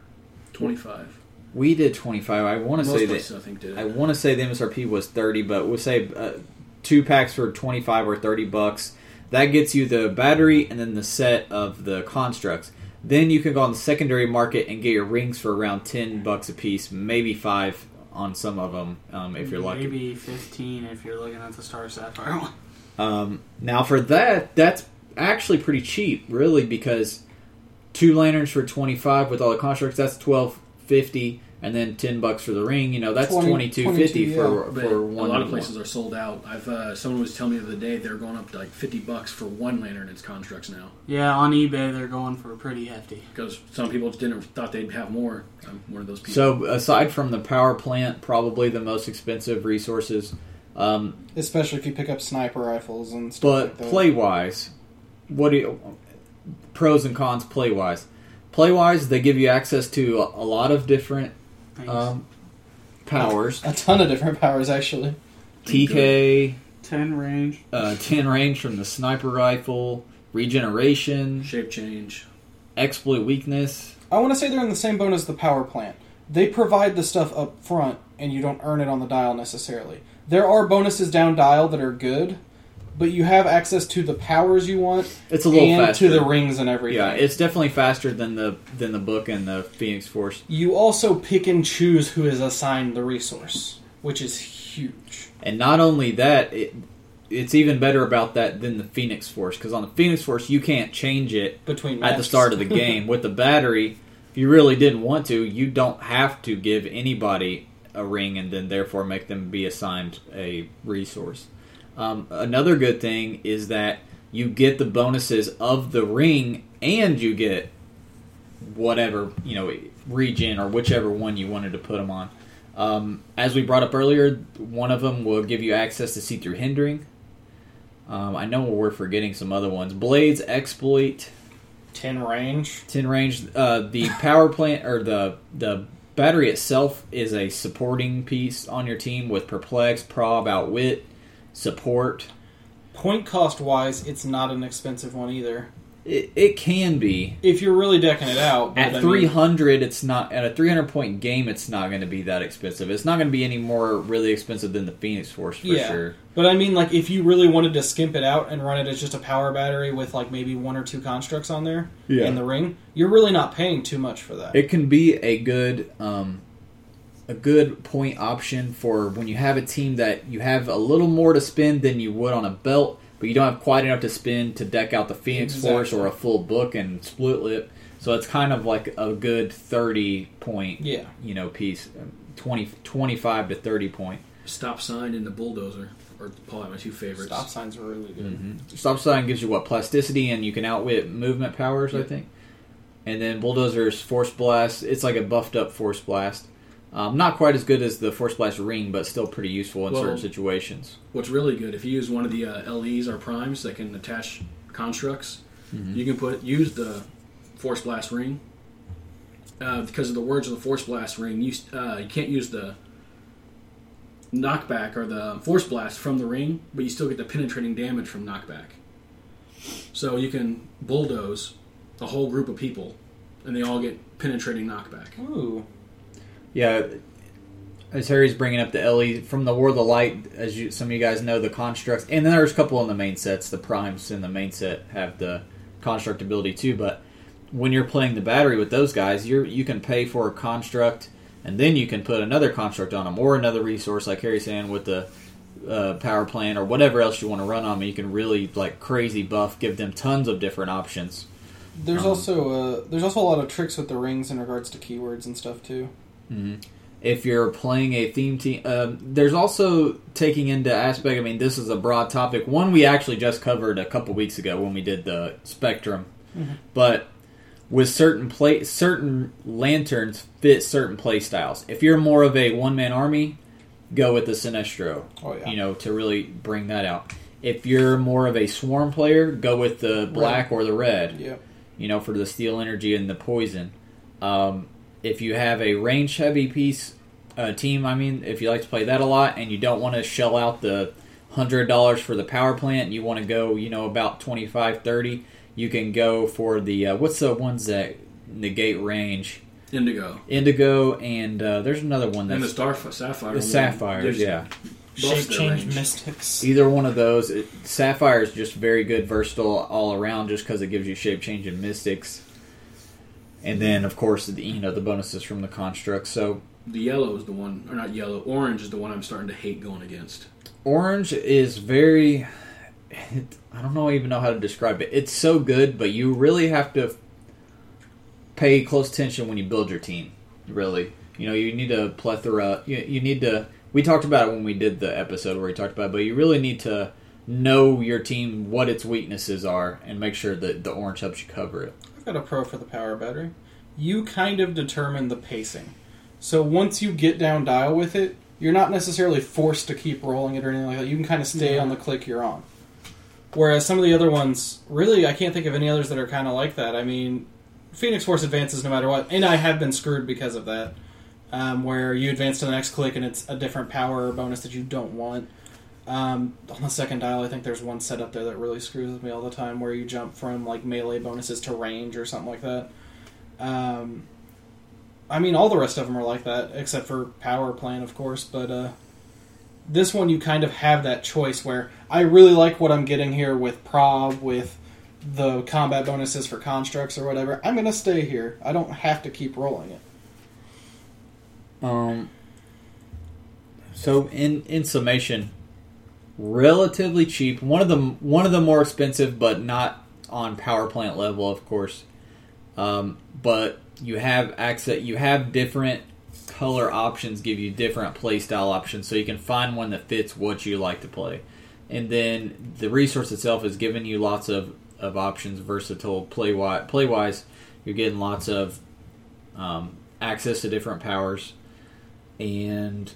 [SPEAKER 4] 25.
[SPEAKER 1] We did twenty five. I want to
[SPEAKER 4] Most
[SPEAKER 1] say
[SPEAKER 4] places,
[SPEAKER 1] that
[SPEAKER 4] I think, did
[SPEAKER 1] I
[SPEAKER 4] it.
[SPEAKER 1] want to say the MSRP was thirty, but we'll say uh, two packs for twenty five or thirty bucks. That gets you the battery and then the set of the constructs. Then you can go on the secondary market and get your rings for around ten bucks a piece, maybe five on some of them um, if you're lucky.
[SPEAKER 3] Maybe 15 if you're looking at the Star Sapphire one.
[SPEAKER 1] Um, now for that, that's actually pretty cheap, really, because two lanterns for twenty five with all the constructs, that's twelve fifty, and then ten bucks for the ring. You know, that's
[SPEAKER 2] Twenty-
[SPEAKER 1] twenty two fifty
[SPEAKER 2] 22,
[SPEAKER 1] for
[SPEAKER 4] But
[SPEAKER 1] for
[SPEAKER 4] a
[SPEAKER 1] one.
[SPEAKER 4] lot of
[SPEAKER 1] one.
[SPEAKER 4] places are sold out. I've uh, someone was telling me the other day they're going up to like fifty bucks for one lantern. It's constructs now
[SPEAKER 3] Yeah, on eBay they're going for pretty hefty.
[SPEAKER 4] because some people didn't thought they'd have more. I'm one of those people.
[SPEAKER 1] So aside from the power plant, probably the most expensive resources. Um,
[SPEAKER 2] especially if you pick up sniper rifles and stuff
[SPEAKER 1] but
[SPEAKER 2] like that.
[SPEAKER 1] play wise, what do you, pros and cons? Play wise, play wise, they give you access to a, a lot of different
[SPEAKER 3] Thanks.
[SPEAKER 1] um, powers.
[SPEAKER 2] a ton of different powers actually.
[SPEAKER 1] TK,
[SPEAKER 3] 10 range.
[SPEAKER 1] uh, ten range from the sniper rifle, regeneration,
[SPEAKER 4] shape change.
[SPEAKER 1] exploit weakness.
[SPEAKER 2] I want to say they're in the same boat as the power plant. They provide the stuff up front, and you don't earn it on the dial necessarily. There are bonuses down dial that are good, but you have access to the powers you want
[SPEAKER 1] It's a little
[SPEAKER 2] and
[SPEAKER 1] faster.
[SPEAKER 2] to the rings and everything.
[SPEAKER 1] yeah, it's definitely faster than the than the book and the Phoenix Force.
[SPEAKER 2] you also pick and choose who is assigned the resource, which is huge.
[SPEAKER 1] And not only that, it, it's even better about that than the Phoenix Force because on the Phoenix Force you can't change it
[SPEAKER 2] Between
[SPEAKER 1] at the
[SPEAKER 2] matches.
[SPEAKER 1] start of the game. With the battery, if you really didn't want to, you don't have to give anybody a ring and then therefore make them be assigned a resource. Um, another good thing is that you get the bonuses of the ring and you get whatever you know region or whichever one you wanted to put them on. Um, as we brought up earlier, one of them will give you access to see through hindering. Um, I know we're forgetting some other ones. Blades exploit
[SPEAKER 2] ten range.
[SPEAKER 1] ten range. Uh, the power plant or the the battery itself is a supporting piece on your team with perplex, prob, outwit, support.
[SPEAKER 2] Point cost wise, it's not an expensive one either.
[SPEAKER 1] It, it can be,
[SPEAKER 2] If you're really decking it out, but I
[SPEAKER 1] at
[SPEAKER 2] mean-
[SPEAKER 1] 300 it's not at a 300 point game it's not going to be that expensive it's not going to be any more really expensive than the phoenix force for
[SPEAKER 2] Yeah.
[SPEAKER 1] sure
[SPEAKER 2] But I mean, like, if you really wanted to skimp it out and run it as just a power battery with, like, maybe one or two constructs on there
[SPEAKER 1] Yeah.
[SPEAKER 2] in the ring, you're really not paying too much for that.
[SPEAKER 1] it can be a good um a good point option for when you have a team that you have a little more to spend than you would on a belt but you don't have quite enough to spend to deck out the phoenix force
[SPEAKER 2] Exactly.
[SPEAKER 1] or a full book and split lip so it's kind of like a good 30 point
[SPEAKER 2] yeah.
[SPEAKER 1] you know piece 20 25 to 30 point
[SPEAKER 4] Stop sign in the bulldozer are probably my two favorites.
[SPEAKER 2] Stop signs are really good.
[SPEAKER 1] Stop sign gives you what plasticity, and you can outwit movement powers, I
[SPEAKER 4] Yeah.
[SPEAKER 1] think. And then bulldozer's force blast. It's like a buffed up force blast. Um, not quite as good as the force blast ring, but still pretty useful in
[SPEAKER 4] Well-
[SPEAKER 1] certain situations.
[SPEAKER 4] What's really good if you use one of the uh, LEs or primes that can attach constructs,
[SPEAKER 1] Mm-hmm.
[SPEAKER 4] you can put use the force blast ring. Uh, because of the words of the force blast ring, you uh, you can't use the knockback or the force blast from the ring, but you still get the penetrating damage from knockback. So you can bulldoze a whole group of people, and they all get penetrating knockback.
[SPEAKER 2] Ooh.
[SPEAKER 1] Yeah, as Harry's bringing up the Ellie from the War of the Light, as you, some of you guys know, the constructs, and then there's a couple in the main sets. The primes in the main set have the construct ability too, but when you're playing the battery with those guys, you're you can pay for a construct, and then you can put another construct on them or another resource, like Harry's saying with the uh, power plant or whatever else you want to run on them. You can really like crazy buff, give them tons of different options.
[SPEAKER 2] There's
[SPEAKER 1] Um,
[SPEAKER 2] also uh, there's also a lot of tricks with the rings in regards to keywords and stuff too.
[SPEAKER 1] if you're playing a theme team um, there's also taking into aspect i mean this is a broad topic one we actually just covered a couple weeks ago when we did the spectrum
[SPEAKER 2] Mm-hmm.
[SPEAKER 1] but with certain play certain lanterns fit certain play styles if you're more of a one-man army go with the sinestro
[SPEAKER 2] Oh, yeah.
[SPEAKER 1] you know to really bring that out If you're more of a swarm player, go with the black or the red.
[SPEAKER 2] Yeah.
[SPEAKER 1] You know, for the steel energy and the poison. Um, if you have a range heavy piece uh, team, I mean, if you like to play that a lot and you don't want to shell out the hundred dollars for the power plant, you want to go, you know, about 25, 30, You can go for the uh, what's the ones that negate range?
[SPEAKER 4] Indigo.
[SPEAKER 1] Indigo and uh, there's another one
[SPEAKER 4] And the
[SPEAKER 1] that's
[SPEAKER 4] star sapphire.
[SPEAKER 1] the
[SPEAKER 4] one,
[SPEAKER 1] sapphires.
[SPEAKER 4] there's
[SPEAKER 1] Yeah,
[SPEAKER 4] buffs
[SPEAKER 5] Shape
[SPEAKER 4] their
[SPEAKER 5] change
[SPEAKER 4] range.
[SPEAKER 5] mystics.
[SPEAKER 1] either one of those. It, Sapphire is just very good, versatile all around, just because it gives you shape change and mystics. And then, of course, the, you know the bonuses from the construct. So
[SPEAKER 4] The yellow is the one, or not yellow. Orange is the one I'm starting to hate going against.
[SPEAKER 1] orange is very. It, I don't know even know how to describe it. It's so good, but you really have to pay close attention when you build your team. Really, you know, you need a plethora. You, you need to. We talked about it when we did the episode where we talked about, it, but you really need to know your team, what its weaknesses are, and make sure that the orange helps you cover it.
[SPEAKER 2] I've got a pro for the power battery. You kind of determine the pacing. So once you get down dial with it, you're not necessarily forced to keep rolling it or anything like that. You can kind of stay on the click you're on. Whereas some of the other ones, really, I can't think of any others that are kind of like that. I mean, Phoenix Force advances no matter what, and I have been screwed because of that. Um, where you advance to the next click and it's a different power or bonus that you don't want. Um, on the second dial, I think there's one set up there that really screws with me all the time, where you jump from like melee bonuses to range or something like that. Um, I mean, all the rest of them are like that, except for power plan, of course. But uh, this one, you kind of have that choice where I really like what I'm getting here with prob with the combat bonuses for constructs or whatever. I'm gonna stay here. I don't have to keep rolling it.
[SPEAKER 1] Um. So in in summation, relatively cheap. One of the one of the more expensive, but not on power plant level, of course. Um, but you have access. You have different color options. Give you different play style options, so you can find one that fits what you like to play. And then the resource itself is giving you lots of, of options, versatile play wise. Play wise, you're getting lots of um, access to different powers and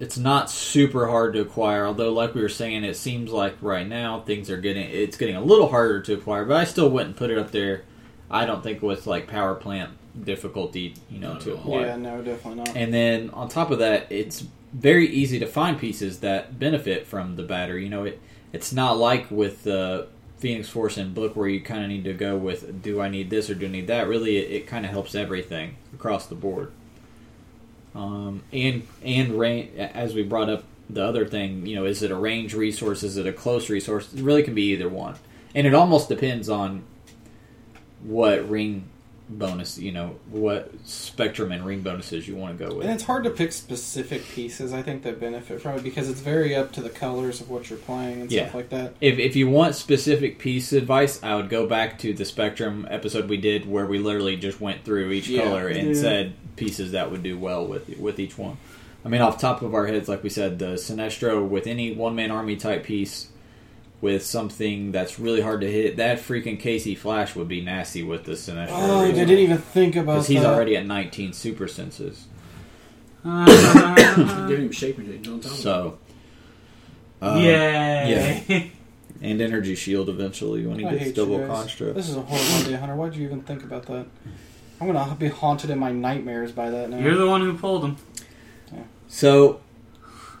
[SPEAKER 1] it's not super hard to acquire. Although, like we were saying, it seems like right now things are getting it's getting a little harder to acquire. But I still wouldn't put it up there. I don't think with like power plant difficulty, you know, to acquire.
[SPEAKER 2] Yeah, no, definitely not.
[SPEAKER 1] And then on top of that, it's very easy to find pieces that benefit from the battery. You know, it it's not like with the Phoenix Force and Book where you kind of need to go with do I need this or do I need that. Really, it, it kind of helps everything across the board. Um, and and range as we brought up the other thing, you know, is it a range resource? Is it a close resource? It really can be either one, and it almost depends on what ring bonus, you know, what spectrum and ring bonuses you want to go with.
[SPEAKER 2] And it's hard to pick specific pieces, I think, that benefit from it because it's very up to the colors of what you're playing and
[SPEAKER 1] Yeah.
[SPEAKER 2] stuff like that.
[SPEAKER 1] If, if you want specific piece advice, I would go back to the Spectrum episode we did where we literally just went through each
[SPEAKER 2] Yeah.
[SPEAKER 1] color and
[SPEAKER 3] Yeah.
[SPEAKER 1] said pieces that would do well with with each one. I mean, off the top of our heads, like we said, the Sinestro with any one man army type piece with something that's really hard to hit, that freaking Casey Flash would be nasty with the Sinestro.
[SPEAKER 2] Oh, I
[SPEAKER 1] reroll.
[SPEAKER 2] didn't even think about
[SPEAKER 1] Because he's
[SPEAKER 2] that.
[SPEAKER 1] already at 19 super senses.
[SPEAKER 3] Uh,
[SPEAKER 2] Uh.
[SPEAKER 4] Give him shape change. Don't tell him.
[SPEAKER 1] So. uh,
[SPEAKER 3] Yay.
[SPEAKER 1] And energy shield eventually when he
[SPEAKER 2] I
[SPEAKER 1] gets
[SPEAKER 2] hate you
[SPEAKER 1] double
[SPEAKER 2] guys.
[SPEAKER 1] construct.
[SPEAKER 2] This is a horrible idea, Hunter. Why'd you even think about that? I'm gonna be haunted in my nightmares by that now.
[SPEAKER 3] You're the one who pulled him.
[SPEAKER 1] So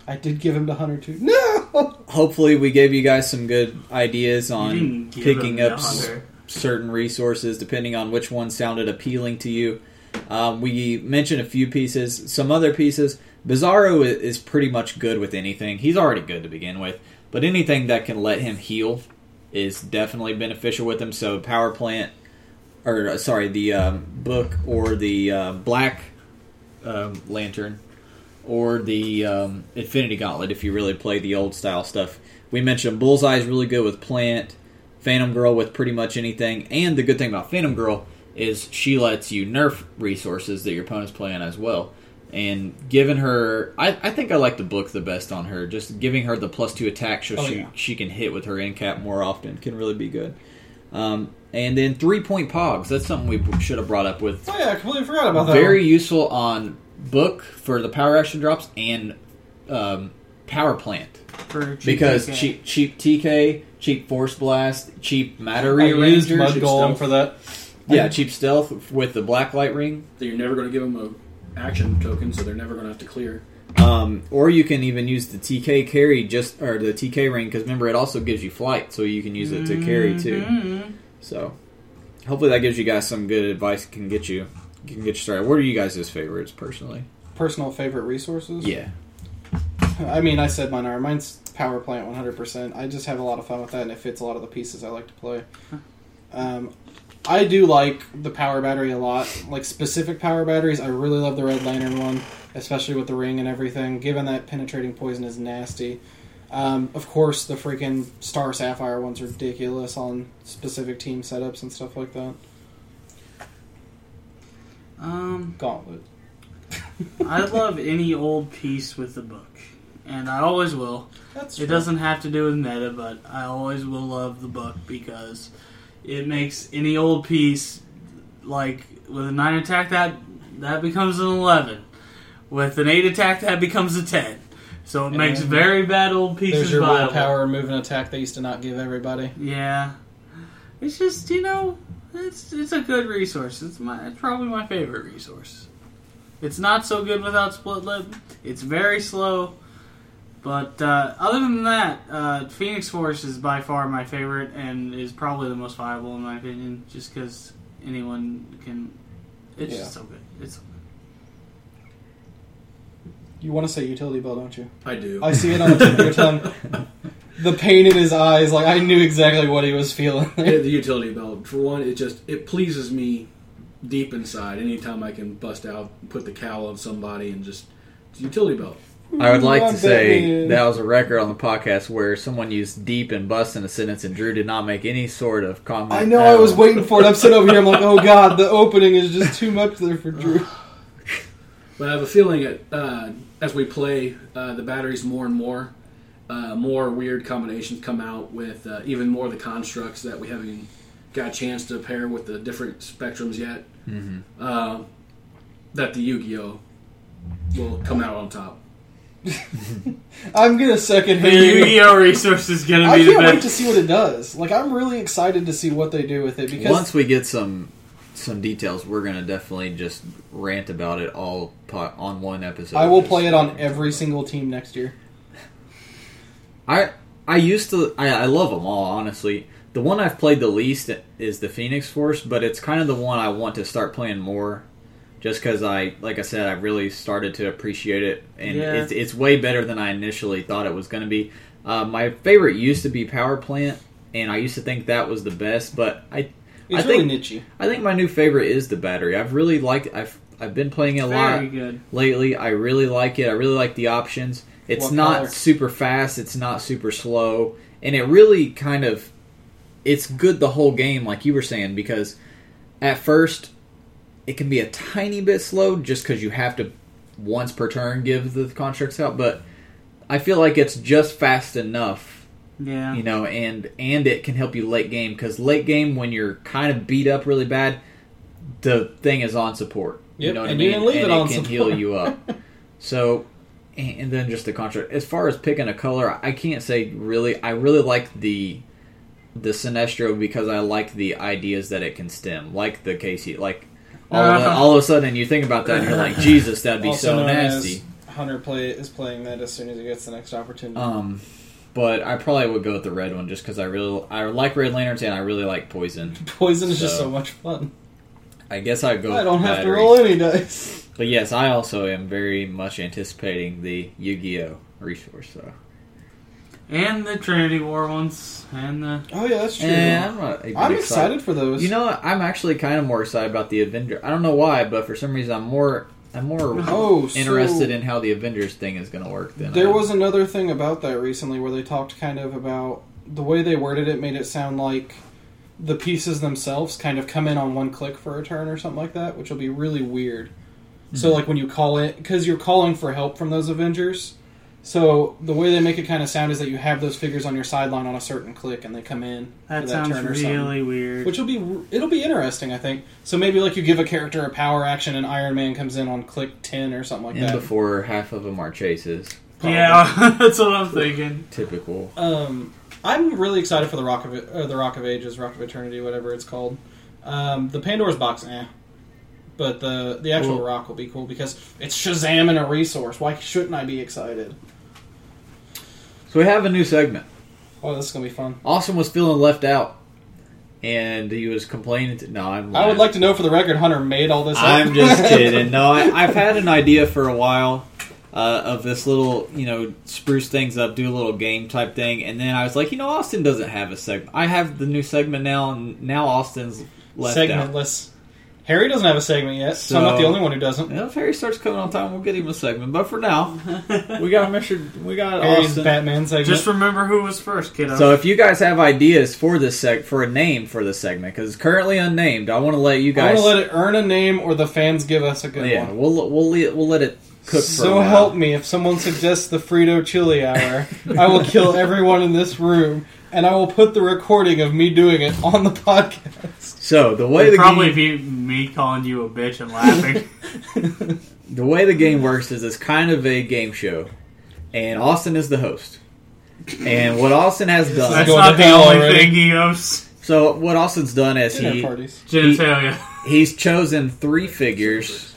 [SPEAKER 2] I did give him to Hunter too. No.
[SPEAKER 1] hopefully we gave you guys some good ideas
[SPEAKER 3] you
[SPEAKER 1] on
[SPEAKER 3] didn't give him
[SPEAKER 1] picking
[SPEAKER 3] the
[SPEAKER 1] up s-
[SPEAKER 3] hunter.
[SPEAKER 1] certain resources depending on which one sounded appealing to you um, we mentioned a few pieces some other pieces bizarro i- is pretty much good with anything he's already good to begin with but anything that can let him heal is definitely beneficial with him so power plant or uh, sorry the um, book or the uh, black um, lantern or the um, Infinity Gauntlet if you really play the old style stuff. We mentioned Bullseye is really good with Plant, Phantom Girl with pretty much anything, and the good thing about Phantom Girl is she lets you nerf resources that your opponent's playing as well. And giving her, I, I think I like the book the best on her. Just giving her the plus two attack so
[SPEAKER 2] Oh,
[SPEAKER 1] she,
[SPEAKER 2] yeah.
[SPEAKER 1] she can hit with her end cap more often can really be good. Um, and then three point pogs. That's something we should have brought up with
[SPEAKER 2] Oh yeah, I completely forgot about that.
[SPEAKER 1] very useful on book for the power action drops and um, Power Plant
[SPEAKER 3] for cheap
[SPEAKER 1] because
[SPEAKER 3] TK.
[SPEAKER 1] cheap cheap TK, cheap Force Blast, cheap Matter
[SPEAKER 2] I used
[SPEAKER 1] Rearranger,
[SPEAKER 2] Mud
[SPEAKER 4] cheap
[SPEAKER 2] Golem
[SPEAKER 4] stealth.
[SPEAKER 2] for that.
[SPEAKER 1] yeah, cheap Stealth with the Black Light Ring,
[SPEAKER 4] That you're never going to give them a action token, so they're never going to have to clear.
[SPEAKER 1] um, or you can even use the TK carry just or the TK ring because remember it also gives you flight, so you can use it to carry
[SPEAKER 2] Mm-hmm.
[SPEAKER 1] too.
[SPEAKER 3] Mhm.
[SPEAKER 1] So hopefully that gives you guys some good advice. Can get you can get you started. What are you guys' favorites personally?
[SPEAKER 2] Personal favorite resources?
[SPEAKER 1] Yeah,
[SPEAKER 2] I mean, I said mine are. Mine's Power Plant 100%. I just have a lot of fun with that, and it fits a lot of the pieces I like to play. Um, I do like the power battery a lot. Like, specific power batteries, I really love the Red Lantern one, especially with the ring and everything, given that penetrating poison is nasty. Um, of course, the freaking Star Sapphire one's ridiculous on specific team setups and stuff like that.
[SPEAKER 3] Um,
[SPEAKER 2] Gauntlet.
[SPEAKER 3] I love any old piece with the book, and I always will.
[SPEAKER 2] That's
[SPEAKER 3] It doesn't have to do with meta, but I always will love the book because it makes any old piece like with a nine attack that that becomes an eleven, with an eight attack that becomes a ten. So it
[SPEAKER 2] And
[SPEAKER 3] makes very bad old
[SPEAKER 2] There's
[SPEAKER 3] pieces
[SPEAKER 2] your
[SPEAKER 3] viable.
[SPEAKER 2] willpower move and attack they used to not give everybody.
[SPEAKER 3] Yeah, it's just you know it's it's a good resource. It's my it's probably my favorite resource. It's not so good without split lip. It's very slow, but uh, other than that, uh, Phoenix Force is by far my favorite and is probably the most viable in my opinion. Just because anyone can, it's
[SPEAKER 2] Yeah.
[SPEAKER 3] just so good. It's so good.
[SPEAKER 2] You want to say utility bill, don't you?
[SPEAKER 4] I do.
[SPEAKER 2] I see it on the tip of your tongue. The pain in his eyes, like I knew exactly what he was feeling.
[SPEAKER 4] Yeah, the utility belt. For one, it just it pleases me deep inside. Anytime I can bust out, put the cowl on somebody, and just it's a utility belt.
[SPEAKER 1] I would like
[SPEAKER 2] I'm
[SPEAKER 1] to say
[SPEAKER 2] Batman.
[SPEAKER 1] that was a record on the podcast where someone used deep and bust in a sentence, and Drew did not make any sort of comment.
[SPEAKER 2] I know
[SPEAKER 1] at
[SPEAKER 2] I was
[SPEAKER 1] all.
[SPEAKER 2] waiting for it. I'm sitting over here. I'm like, oh god, the opening is just too much there for Drew.
[SPEAKER 4] But I have a feeling that uh, as we play, uh, the batteries more and more, uh, more weird combinations come out with uh, even more of the constructs that we haven't got a chance to pair with the different spectrums yet. Mm-hmm. Uh, that the Yu-Gi-Oh will come out on top.
[SPEAKER 2] I'm gonna second
[SPEAKER 3] The
[SPEAKER 2] hand you.
[SPEAKER 3] Yu-Gi-Oh resource is gonna
[SPEAKER 2] I
[SPEAKER 3] be the
[SPEAKER 2] can't wait to
[SPEAKER 3] best.
[SPEAKER 2] see what it does. Like I'm really excited to see what they do with it because
[SPEAKER 1] Once we get some some details, we're gonna definitely just rant about it all po- on one episode.
[SPEAKER 2] I will play it on every single team next year.
[SPEAKER 1] I I used to I, I love them all honestly. The one I've played the least is the Phoenix Force, but it's kind of the one I want to start playing more, just because I like I said I really started to appreciate it, and
[SPEAKER 3] Yeah.
[SPEAKER 1] it's, it's way better than I initially thought it was going to be. Uh, my favorite used to be Power Plant, and I used to think that was the best, but I
[SPEAKER 2] It's
[SPEAKER 1] I
[SPEAKER 2] really
[SPEAKER 1] think
[SPEAKER 2] nichey.
[SPEAKER 1] I think my new favorite is the battery. I've really liked I've I've been playing it a lot
[SPEAKER 3] Very good.
[SPEAKER 1] lately. I really like it. I really like the options. It's
[SPEAKER 2] What
[SPEAKER 1] not
[SPEAKER 2] color?
[SPEAKER 1] super fast. It's not super slow, and it really kind of it's good the whole game, like you were saying, because at first it can be a tiny bit slow just because you have to once per turn give the constructs out, but I feel like it's just fast enough
[SPEAKER 3] Yeah.
[SPEAKER 1] you know and and it can help you late game because late game when you're kind of beat up really bad the thing is on support you
[SPEAKER 2] Yep,
[SPEAKER 1] know what
[SPEAKER 2] and
[SPEAKER 1] i
[SPEAKER 2] you
[SPEAKER 1] mean
[SPEAKER 2] can leave
[SPEAKER 1] and
[SPEAKER 2] it
[SPEAKER 1] it
[SPEAKER 2] on
[SPEAKER 1] can
[SPEAKER 2] support.
[SPEAKER 1] heal you up so and and then just the contract as far as picking a color i can't say really i really like the the sinestro because i like the ideas that it can stem like the casey like all, of, a- all of a sudden you think about that and you're like jesus that'd be
[SPEAKER 2] Uh-huh. also
[SPEAKER 1] so
[SPEAKER 2] known
[SPEAKER 1] nasty
[SPEAKER 2] as Hunter play is playing that as soon as he gets the next opportunity.
[SPEAKER 1] um, but I probably would go with the red one just because I really I like red lanterns and I really like poison.
[SPEAKER 2] Poison is just
[SPEAKER 1] so-
[SPEAKER 2] so much fun.
[SPEAKER 1] I guess I'd go.
[SPEAKER 2] I don't
[SPEAKER 1] with
[SPEAKER 2] have to
[SPEAKER 1] battery.
[SPEAKER 2] roll any dice.
[SPEAKER 1] But yes, I also am very much anticipating the Yu-Gi-Oh resource. So
[SPEAKER 3] And the Trinity War ones, and the
[SPEAKER 2] Oh yeah, that's true.
[SPEAKER 1] Eh, I'm, not a bit
[SPEAKER 2] I'm excited for those.
[SPEAKER 1] You know, what? I'm actually kind of more excited about the Avenger. I don't know why, but for some reason, I'm more I'm more
[SPEAKER 2] Oh, so-
[SPEAKER 1] interested in how the Avengers thing is going to work. Than
[SPEAKER 2] There
[SPEAKER 1] I-
[SPEAKER 2] was another thing about that recently where they talked kind of about the way they worded it made it sound like the pieces themselves kind of come in on one click for a turn or something like that, which will be really weird. So
[SPEAKER 1] Mm-hmm.
[SPEAKER 2] like when you call it because you're calling for help from those Avengers. So the way they make it kind of sound is that you have those figures on your sideline on a certain click and they come in
[SPEAKER 3] that,
[SPEAKER 2] for that
[SPEAKER 3] sounds
[SPEAKER 2] turn or something.
[SPEAKER 3] really weird.
[SPEAKER 2] Which will be it'll be interesting, I think. So maybe like you give a character a power action and Iron Man comes in on click ten or something like
[SPEAKER 1] and
[SPEAKER 2] that.
[SPEAKER 1] before half of them are chases. Probably.
[SPEAKER 3] Yeah, that's what I'm thinking.
[SPEAKER 1] Typical.
[SPEAKER 2] Um, I'm really excited for the Rock of or the Rock of Ages, Rock of Eternity, whatever it's called. Um, the Pandora's box, eh. But the the actual
[SPEAKER 1] Cool.
[SPEAKER 2] rock will be cool because it's Shazam and a resource. Why shouldn't I be excited?
[SPEAKER 1] So we have a new segment.
[SPEAKER 2] Oh, this is gonna be fun.
[SPEAKER 1] Austin was feeling left out, and he was complaining. To, no, I'm.
[SPEAKER 2] I would
[SPEAKER 1] lying.
[SPEAKER 2] like to know for the record, Hunter made all this.
[SPEAKER 1] I'm
[SPEAKER 2] up.
[SPEAKER 1] just kidding. No, I, I've had an idea for a while uh, of this little, you know, spruce things up, do a little game type thing, and then I was like, you know, Austin doesn't have a segment. I have the new segment now, and now Austin's left out.
[SPEAKER 2] segmentless. Harry doesn't have a segment yet, so, I'm not the
[SPEAKER 1] So-
[SPEAKER 2] only one who doesn't.
[SPEAKER 1] Now, if Harry starts coming on time, we'll get him a segment. But for now, we got Mr. We got
[SPEAKER 2] Harry's
[SPEAKER 1] Austin.
[SPEAKER 2] Batman segment.
[SPEAKER 3] Just remember who was first, kiddo.
[SPEAKER 1] So if you guys have ideas for this seg for a name for this segment because it's currently unnamed, I want to let you
[SPEAKER 2] I want
[SPEAKER 1] guys.
[SPEAKER 2] to let it earn a name, or the fans give us a good
[SPEAKER 1] yeah,
[SPEAKER 2] one.
[SPEAKER 1] we'll we'll let, we'll let it cook. for a
[SPEAKER 2] So
[SPEAKER 1] while.
[SPEAKER 2] help me, if someone suggests the Frito Chili Hour, I will kill everyone in this room, and I will put the recording of me doing it on the podcast.
[SPEAKER 1] So the way
[SPEAKER 3] It'd
[SPEAKER 1] the
[SPEAKER 3] probably
[SPEAKER 1] game,
[SPEAKER 3] be me calling you a bitch and laughing.
[SPEAKER 1] the way the game works is it's kind of a game show, and Austin is the host. And what Austin has
[SPEAKER 3] That's
[SPEAKER 1] done,
[SPEAKER 2] going
[SPEAKER 3] not
[SPEAKER 2] to
[SPEAKER 3] the
[SPEAKER 2] hell
[SPEAKER 3] only
[SPEAKER 2] already.
[SPEAKER 3] thing he hosts.
[SPEAKER 1] so what Austin's done is
[SPEAKER 2] Dinner
[SPEAKER 1] he
[SPEAKER 2] parties.
[SPEAKER 3] Genitalia.
[SPEAKER 1] he's chosen three figures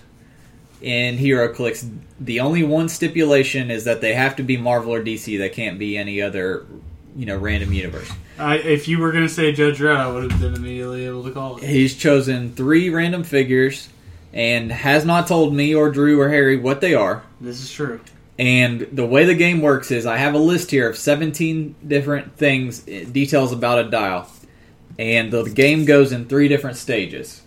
[SPEAKER 1] in HeroClix. The only one stipulation is that they have to be Marvel or DC. They can't be any other, you know, random universe.
[SPEAKER 3] I, if you were going to say Judge Dredd, I would have been immediately able to call it.
[SPEAKER 1] He's chosen three random figures and has not told me or Drew or Harry what they are.
[SPEAKER 3] This is true.
[SPEAKER 1] And the way the game works is I have a list here of 17 different things, eh, details about a dial. And the game goes in three different stages.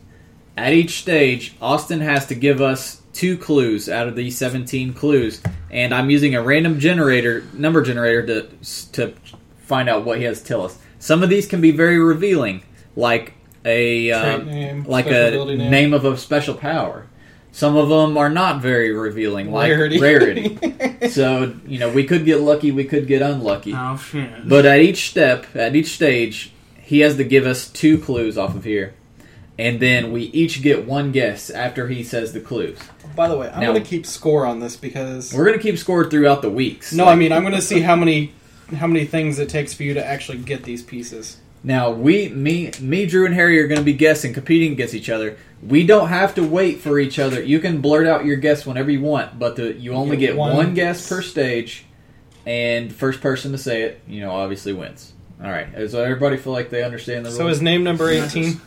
[SPEAKER 1] At each stage, Austin has to give us two clues out of these 17 clues. And I'm using a random generator, number generator, to, s- to find out what he has to tell us. Some of these can be very revealing, like a. Uh,
[SPEAKER 2] Trait name,
[SPEAKER 1] like
[SPEAKER 2] special
[SPEAKER 1] a
[SPEAKER 2] ability
[SPEAKER 1] name. of a special power. Some of them are not very revealing, like
[SPEAKER 2] Rarity.
[SPEAKER 1] rarity. so you know, we could get lucky, we could get unlucky.
[SPEAKER 3] Oh, shit.
[SPEAKER 1] But at each step, at each stage, he has to give us two clues off of here, and then we each get one guess after he says the clues.
[SPEAKER 2] By the way, I'm
[SPEAKER 1] Now-
[SPEAKER 2] going to keep score on this because
[SPEAKER 1] We're gonna keep score throughout the weeks.
[SPEAKER 2] no, I mean I'm going to see how many how many things it takes for you to actually get these pieces.
[SPEAKER 1] Now we, me, me, Drew, and Harry are going to be guessing, competing against each other. We don't have to wait for each other. You can blurt out your guess whenever you want, but the, you only
[SPEAKER 2] get
[SPEAKER 1] get
[SPEAKER 2] one
[SPEAKER 1] one, guess per stage, and the first person to say it, you know, obviously wins. All right, does everybody feel like they understand the rules?
[SPEAKER 2] So is name number eighteen?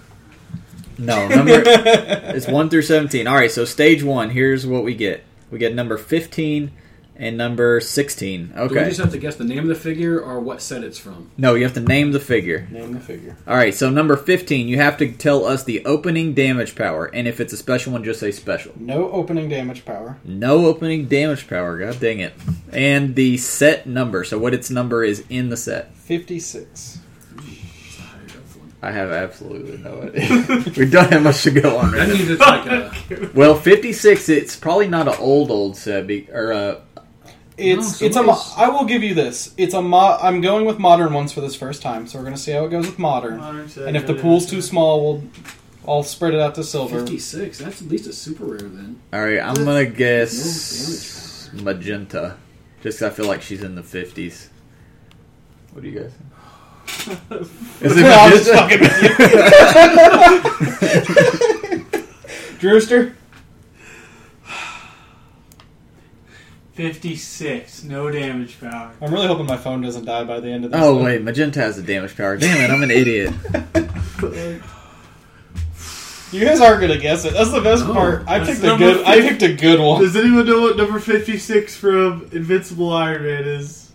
[SPEAKER 1] no number it's one through seventeen. All right, so stage one. Here's what we get. We get number fifteen and number sixteen.
[SPEAKER 4] Do we
[SPEAKER 1] Okay,
[SPEAKER 4] just have to guess the name of the figure or what set it's from?
[SPEAKER 1] no, you have to name the figure.
[SPEAKER 2] Name the figure.
[SPEAKER 1] All right, so number 15, you have to tell us the opening damage power, and if it's a special one, just say special.
[SPEAKER 2] No opening damage power.
[SPEAKER 1] No opening damage power, god dang it. And the set number, so what its number is in the set.
[SPEAKER 2] Fifty six.
[SPEAKER 4] It's the higher depth one.
[SPEAKER 1] I have absolutely no idea. we don't have much to go on
[SPEAKER 4] That
[SPEAKER 1] right
[SPEAKER 4] means it's like a.
[SPEAKER 1] now. Well, 56, it's probably not an old, old set, be- or uh,
[SPEAKER 2] It's
[SPEAKER 4] No,
[SPEAKER 2] it's a. Mo-
[SPEAKER 4] somebody's-
[SPEAKER 2] I will give you this. It's a. Mo- I'm going with modern ones for this first time, so we're gonna see how it goes with modern. And if the pool's too small, we'll I'll spread it out to silver.
[SPEAKER 4] 56. That's at least a super rare then.
[SPEAKER 1] all right, I'm gonna guess magenta, just 'cause I feel like she's in the 50s. What do you guys think? Is it
[SPEAKER 2] I'm just
[SPEAKER 1] magenta?
[SPEAKER 2] fucking Drewster,
[SPEAKER 3] 56. No damage power.
[SPEAKER 2] I'm really hoping my phone doesn't die by the end of this.
[SPEAKER 1] Oh
[SPEAKER 2] one.
[SPEAKER 1] wait, magenta has a damage power. Damn it, I'm an idiot.
[SPEAKER 2] you guys aren't gonna guess it. That's the best
[SPEAKER 4] No.
[SPEAKER 2] part. I
[SPEAKER 3] That's
[SPEAKER 2] picked a
[SPEAKER 3] number
[SPEAKER 2] good. I
[SPEAKER 3] fifty.
[SPEAKER 2] picked a good one.
[SPEAKER 3] Does anyone know what number 56 from Invincible Iron Man is?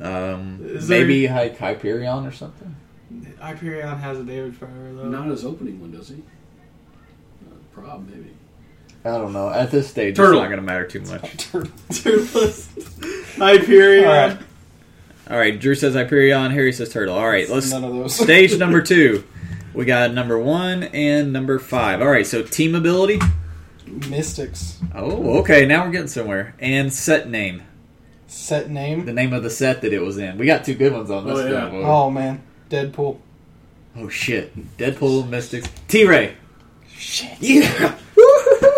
[SPEAKER 1] Um,
[SPEAKER 3] Is there-
[SPEAKER 1] maybe like Hyperion or something.
[SPEAKER 3] Hyperion has a damage power, though.
[SPEAKER 4] Not his opening one, does he? Uh, prob, maybe.
[SPEAKER 1] I don't know. At this stage,
[SPEAKER 4] Turtle.
[SPEAKER 1] it's not gonna matter too much.
[SPEAKER 3] Toothless. Hyperion.
[SPEAKER 2] All right.
[SPEAKER 1] All right, Drew says Hyperion. Harry says turtle. All right, let's
[SPEAKER 2] None of those.
[SPEAKER 1] stage number two. We got number one and number five. All right, so team ability.
[SPEAKER 2] Mystics
[SPEAKER 1] Oh, okay. Now we're getting somewhere. And set name.
[SPEAKER 2] set name.
[SPEAKER 1] The name of the set that it was in. We got two good ones on this.
[SPEAKER 4] Oh, yeah.
[SPEAKER 1] one.
[SPEAKER 2] Oh man, Deadpool.
[SPEAKER 1] Oh, shit. Deadpool, Mystics, T Ray.
[SPEAKER 2] Shit.
[SPEAKER 1] Yeah. Woohoo!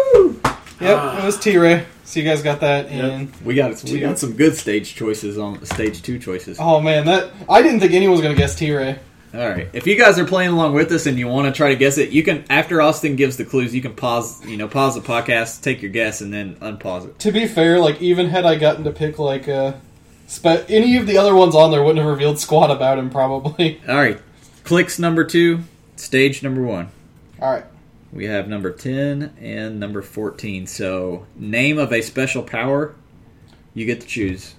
[SPEAKER 2] Yep, it was T Ray. So you guys got that in.
[SPEAKER 1] We got we got some good stage choices on stage two choices.
[SPEAKER 2] Oh man, that I didn't think anyone was gonna guess T Ray.
[SPEAKER 1] All right. If you guys are playing along with us and you want to try to guess it, you can after Austin gives the clues, you can pause, you know, pause the podcast, take your guess, and then unpause it.
[SPEAKER 2] To be fair, like even had I gotten to pick like uh spe- any of the other ones on there wouldn't have revealed squat about him probably.
[SPEAKER 1] All right. Clicks number two, stage number one.
[SPEAKER 2] Alright.
[SPEAKER 1] We have number ten and number fourteen. So name of a special power, you get to choose.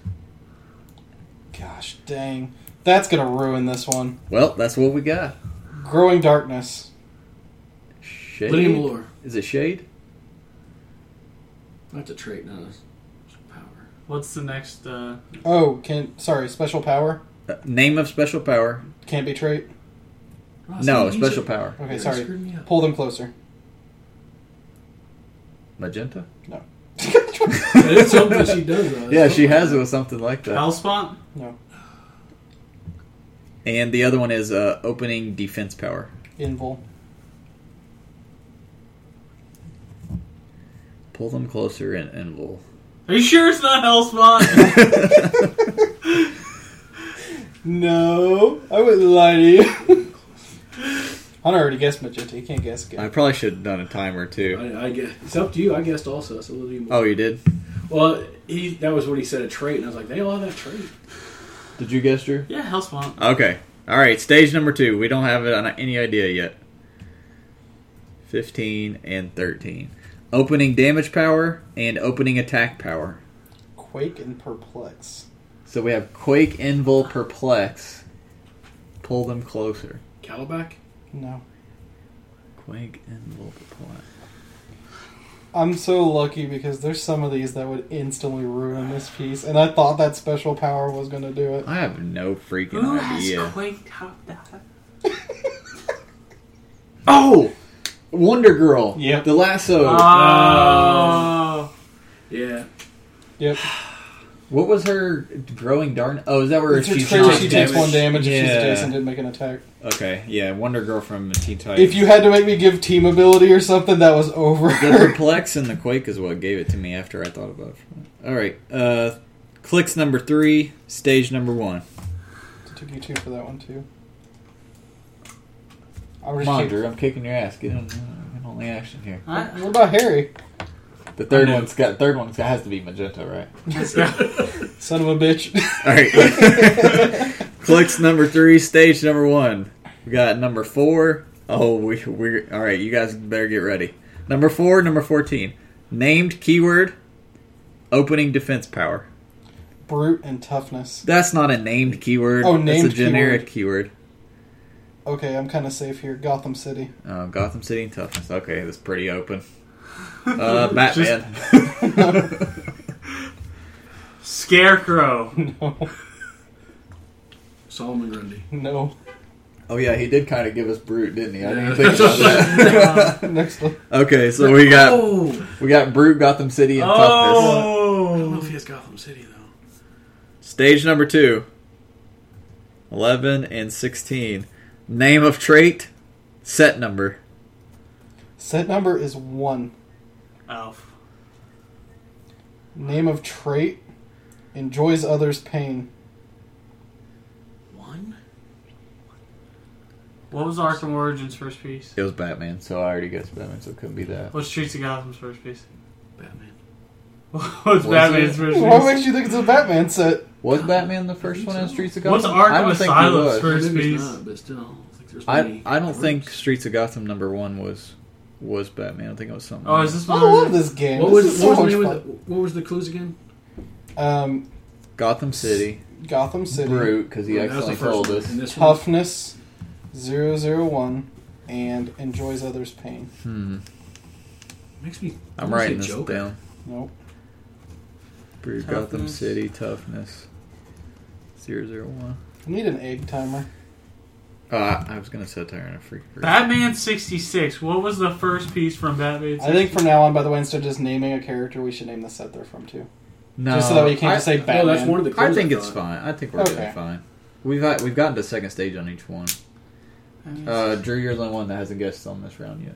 [SPEAKER 2] Gosh dang. That's gonna ruin this one.
[SPEAKER 1] Well, that's what we got.
[SPEAKER 2] Growing darkness.
[SPEAKER 1] Shade.
[SPEAKER 4] Lydia Malore.
[SPEAKER 1] Is it shade?
[SPEAKER 4] That's a trait, not a power.
[SPEAKER 3] What's the next? Uh,
[SPEAKER 2] Oh, can sorry, special power?
[SPEAKER 1] Uh, name of special power.
[SPEAKER 2] Can't be trait.
[SPEAKER 4] Ross,
[SPEAKER 1] No,
[SPEAKER 4] you
[SPEAKER 1] special
[SPEAKER 4] said-
[SPEAKER 1] power.
[SPEAKER 2] Okay,
[SPEAKER 4] you
[SPEAKER 2] sorry.
[SPEAKER 4] screwed me up.
[SPEAKER 2] Pull them closer.
[SPEAKER 1] Magenta?
[SPEAKER 4] That is something she does. Though. That's
[SPEAKER 1] Yeah, she
[SPEAKER 4] something.
[SPEAKER 1] has it with something like that.
[SPEAKER 3] Hell spot.
[SPEAKER 1] And the other one is uh, opening defense power.
[SPEAKER 2] Invul.
[SPEAKER 1] Pull them closer and, and we'll.
[SPEAKER 3] Are you sure it's not hell spot?
[SPEAKER 2] No, I wouldn't lie to you. Hunter already guessed magenta. You can't guess
[SPEAKER 1] I
[SPEAKER 2] good.
[SPEAKER 1] probably should have done a timer too.
[SPEAKER 4] I, I guess it's up to you. I guessed also. So Lydia Malore.
[SPEAKER 1] Oh, you did?
[SPEAKER 4] Well, he that was what he said a trait, and I was like, they all have that trait.
[SPEAKER 1] Did you guess, Drew?
[SPEAKER 3] yeah, hell spot.
[SPEAKER 1] Okay. All right, stage number two. We don't have it on any idea yet. 15 and 13. Opening damage power and opening attack power.
[SPEAKER 2] Quake and perplex.
[SPEAKER 1] So we have Quake, Envil, Perplex. Pull them closer.
[SPEAKER 4] Calabac.
[SPEAKER 2] No.
[SPEAKER 1] Quake, Envil, Perplex.
[SPEAKER 2] I'm so lucky because there's some of these that would instantly ruin this piece, and I thought that special power was going to do it.
[SPEAKER 1] I have no freaking
[SPEAKER 3] Who
[SPEAKER 1] idea.
[SPEAKER 3] has Quake top that?
[SPEAKER 1] Oh, Wonder Girl.
[SPEAKER 2] Yep.
[SPEAKER 1] The lasso. Uh,
[SPEAKER 3] Oh,
[SPEAKER 4] Yeah,
[SPEAKER 2] Yep.
[SPEAKER 1] what was her growing darn? Oh, is that where
[SPEAKER 2] It's her
[SPEAKER 1] she's
[SPEAKER 2] trait
[SPEAKER 1] not
[SPEAKER 2] if she takes
[SPEAKER 1] damaged?
[SPEAKER 2] one damage if she's
[SPEAKER 1] Yeah.
[SPEAKER 2] adjacent didn't make an attack.
[SPEAKER 1] Okay, yeah, Wonder Girl from Teen Titans.
[SPEAKER 2] If you had to make me give team ability or something, that was over.
[SPEAKER 1] the perplex and the quake is what gave it to me after I thought about it. All right, uh, clicks number three, stage number one.
[SPEAKER 2] took you two for that one too. I'm
[SPEAKER 1] Come
[SPEAKER 2] just
[SPEAKER 1] on,
[SPEAKER 2] keep-
[SPEAKER 1] Drew, I'm kicking your ass. Get on, get on the action here.
[SPEAKER 3] Oh. I,
[SPEAKER 2] What about Harry?
[SPEAKER 1] The third
[SPEAKER 4] I know.
[SPEAKER 1] one's got third one's got, has to be magenta, right?
[SPEAKER 2] Son of a bitch.
[SPEAKER 1] All right. Clicks number three, stage number one. We got number four. Oh, we, we're all right. You guys better get ready. Number four, number fourteen. Named keyword, opening defense power.
[SPEAKER 2] Brute and toughness.
[SPEAKER 1] That's not a named keyword.
[SPEAKER 2] Oh,
[SPEAKER 1] That's
[SPEAKER 2] named
[SPEAKER 1] a generic keyword.
[SPEAKER 2] Okay, I'm kind of safe here. Gotham City.
[SPEAKER 1] Oh, Gotham City and toughness. Okay, that's pretty open. Uh, Batman.
[SPEAKER 3] Scarecrow.
[SPEAKER 2] No,
[SPEAKER 4] Solomon Grundy.
[SPEAKER 2] no.
[SPEAKER 1] oh yeah, he did kind of give us brute, didn't he? I didn't
[SPEAKER 4] Yeah.
[SPEAKER 1] think about that.
[SPEAKER 2] Next one.
[SPEAKER 1] okay, so we got
[SPEAKER 4] Oh,
[SPEAKER 1] we got brute, Gotham City, and toughness.
[SPEAKER 4] I don't know
[SPEAKER 3] Oh,
[SPEAKER 4] if he has Gotham City though.
[SPEAKER 1] Stage number two. 11 and 16. Name of trait, set number.
[SPEAKER 2] Set number is one.
[SPEAKER 3] elf.
[SPEAKER 2] Name of trait enjoys others' pain.
[SPEAKER 4] One.
[SPEAKER 3] What was Arkham Origins first piece?
[SPEAKER 1] It was Batman, so I already guessed Batman, so it couldn't be that.
[SPEAKER 3] What's Streets of Gotham's first piece?
[SPEAKER 4] Batman.
[SPEAKER 3] What's
[SPEAKER 1] it?
[SPEAKER 3] Batman's first
[SPEAKER 2] What
[SPEAKER 3] piece?
[SPEAKER 2] makes you think it's a Batman set?
[SPEAKER 1] Was Batman the first one in Streets of Gotham?
[SPEAKER 3] What's Arkham
[SPEAKER 1] I don't think he
[SPEAKER 3] Asylum's
[SPEAKER 1] was.
[SPEAKER 3] first- First
[SPEAKER 4] Maybe
[SPEAKER 3] piece.
[SPEAKER 4] it's not, but still, I don't think there's
[SPEAKER 1] I,
[SPEAKER 4] many
[SPEAKER 1] I don't think
[SPEAKER 4] groups.
[SPEAKER 1] Streets of Gotham number one was was Batman. I think it was something.
[SPEAKER 3] Oh,
[SPEAKER 1] else.
[SPEAKER 3] is this
[SPEAKER 2] I
[SPEAKER 3] one?
[SPEAKER 2] love this game.
[SPEAKER 4] What
[SPEAKER 2] this
[SPEAKER 4] was,
[SPEAKER 2] is so
[SPEAKER 4] what, was
[SPEAKER 2] much
[SPEAKER 4] the name
[SPEAKER 2] fun.
[SPEAKER 4] of the, what was the clues again?
[SPEAKER 2] Um,
[SPEAKER 1] Gotham City,
[SPEAKER 2] Gotham City,
[SPEAKER 1] Brute, because he
[SPEAKER 4] Oh, that was the
[SPEAKER 1] accidentally
[SPEAKER 4] first
[SPEAKER 1] told
[SPEAKER 4] one.
[SPEAKER 1] us.
[SPEAKER 4] And this one,
[SPEAKER 2] toughness, 001, and enjoys others' pain.
[SPEAKER 1] Hmm.
[SPEAKER 4] makes me. I
[SPEAKER 1] I'm
[SPEAKER 4] wanna say
[SPEAKER 1] writing this
[SPEAKER 4] Joker.
[SPEAKER 1] down.
[SPEAKER 2] Nope.
[SPEAKER 1] Brute, Gotham
[SPEAKER 3] Toughness.
[SPEAKER 1] City, toughness. Zero zero one.
[SPEAKER 2] I need an egg timer.
[SPEAKER 1] Oh, I, I was gonna set there in a freak.
[SPEAKER 3] Batman sixty six. What was the first piece from Batman? 66?
[SPEAKER 2] I think from now on, by the way, instead of just naming a character, we should name the set they're from too.
[SPEAKER 1] No,
[SPEAKER 2] Just so that way you can't
[SPEAKER 1] I-
[SPEAKER 2] just say
[SPEAKER 4] Oh,
[SPEAKER 2] Batman.
[SPEAKER 4] that's one of the clues.
[SPEAKER 1] I think it's
[SPEAKER 4] thought.
[SPEAKER 1] fine. I think we're doing
[SPEAKER 2] Okay.
[SPEAKER 1] fine. We've had, we've gotten to second stage on each one. Uh, Drew, you're the only one that hasn't guessed on this round yet.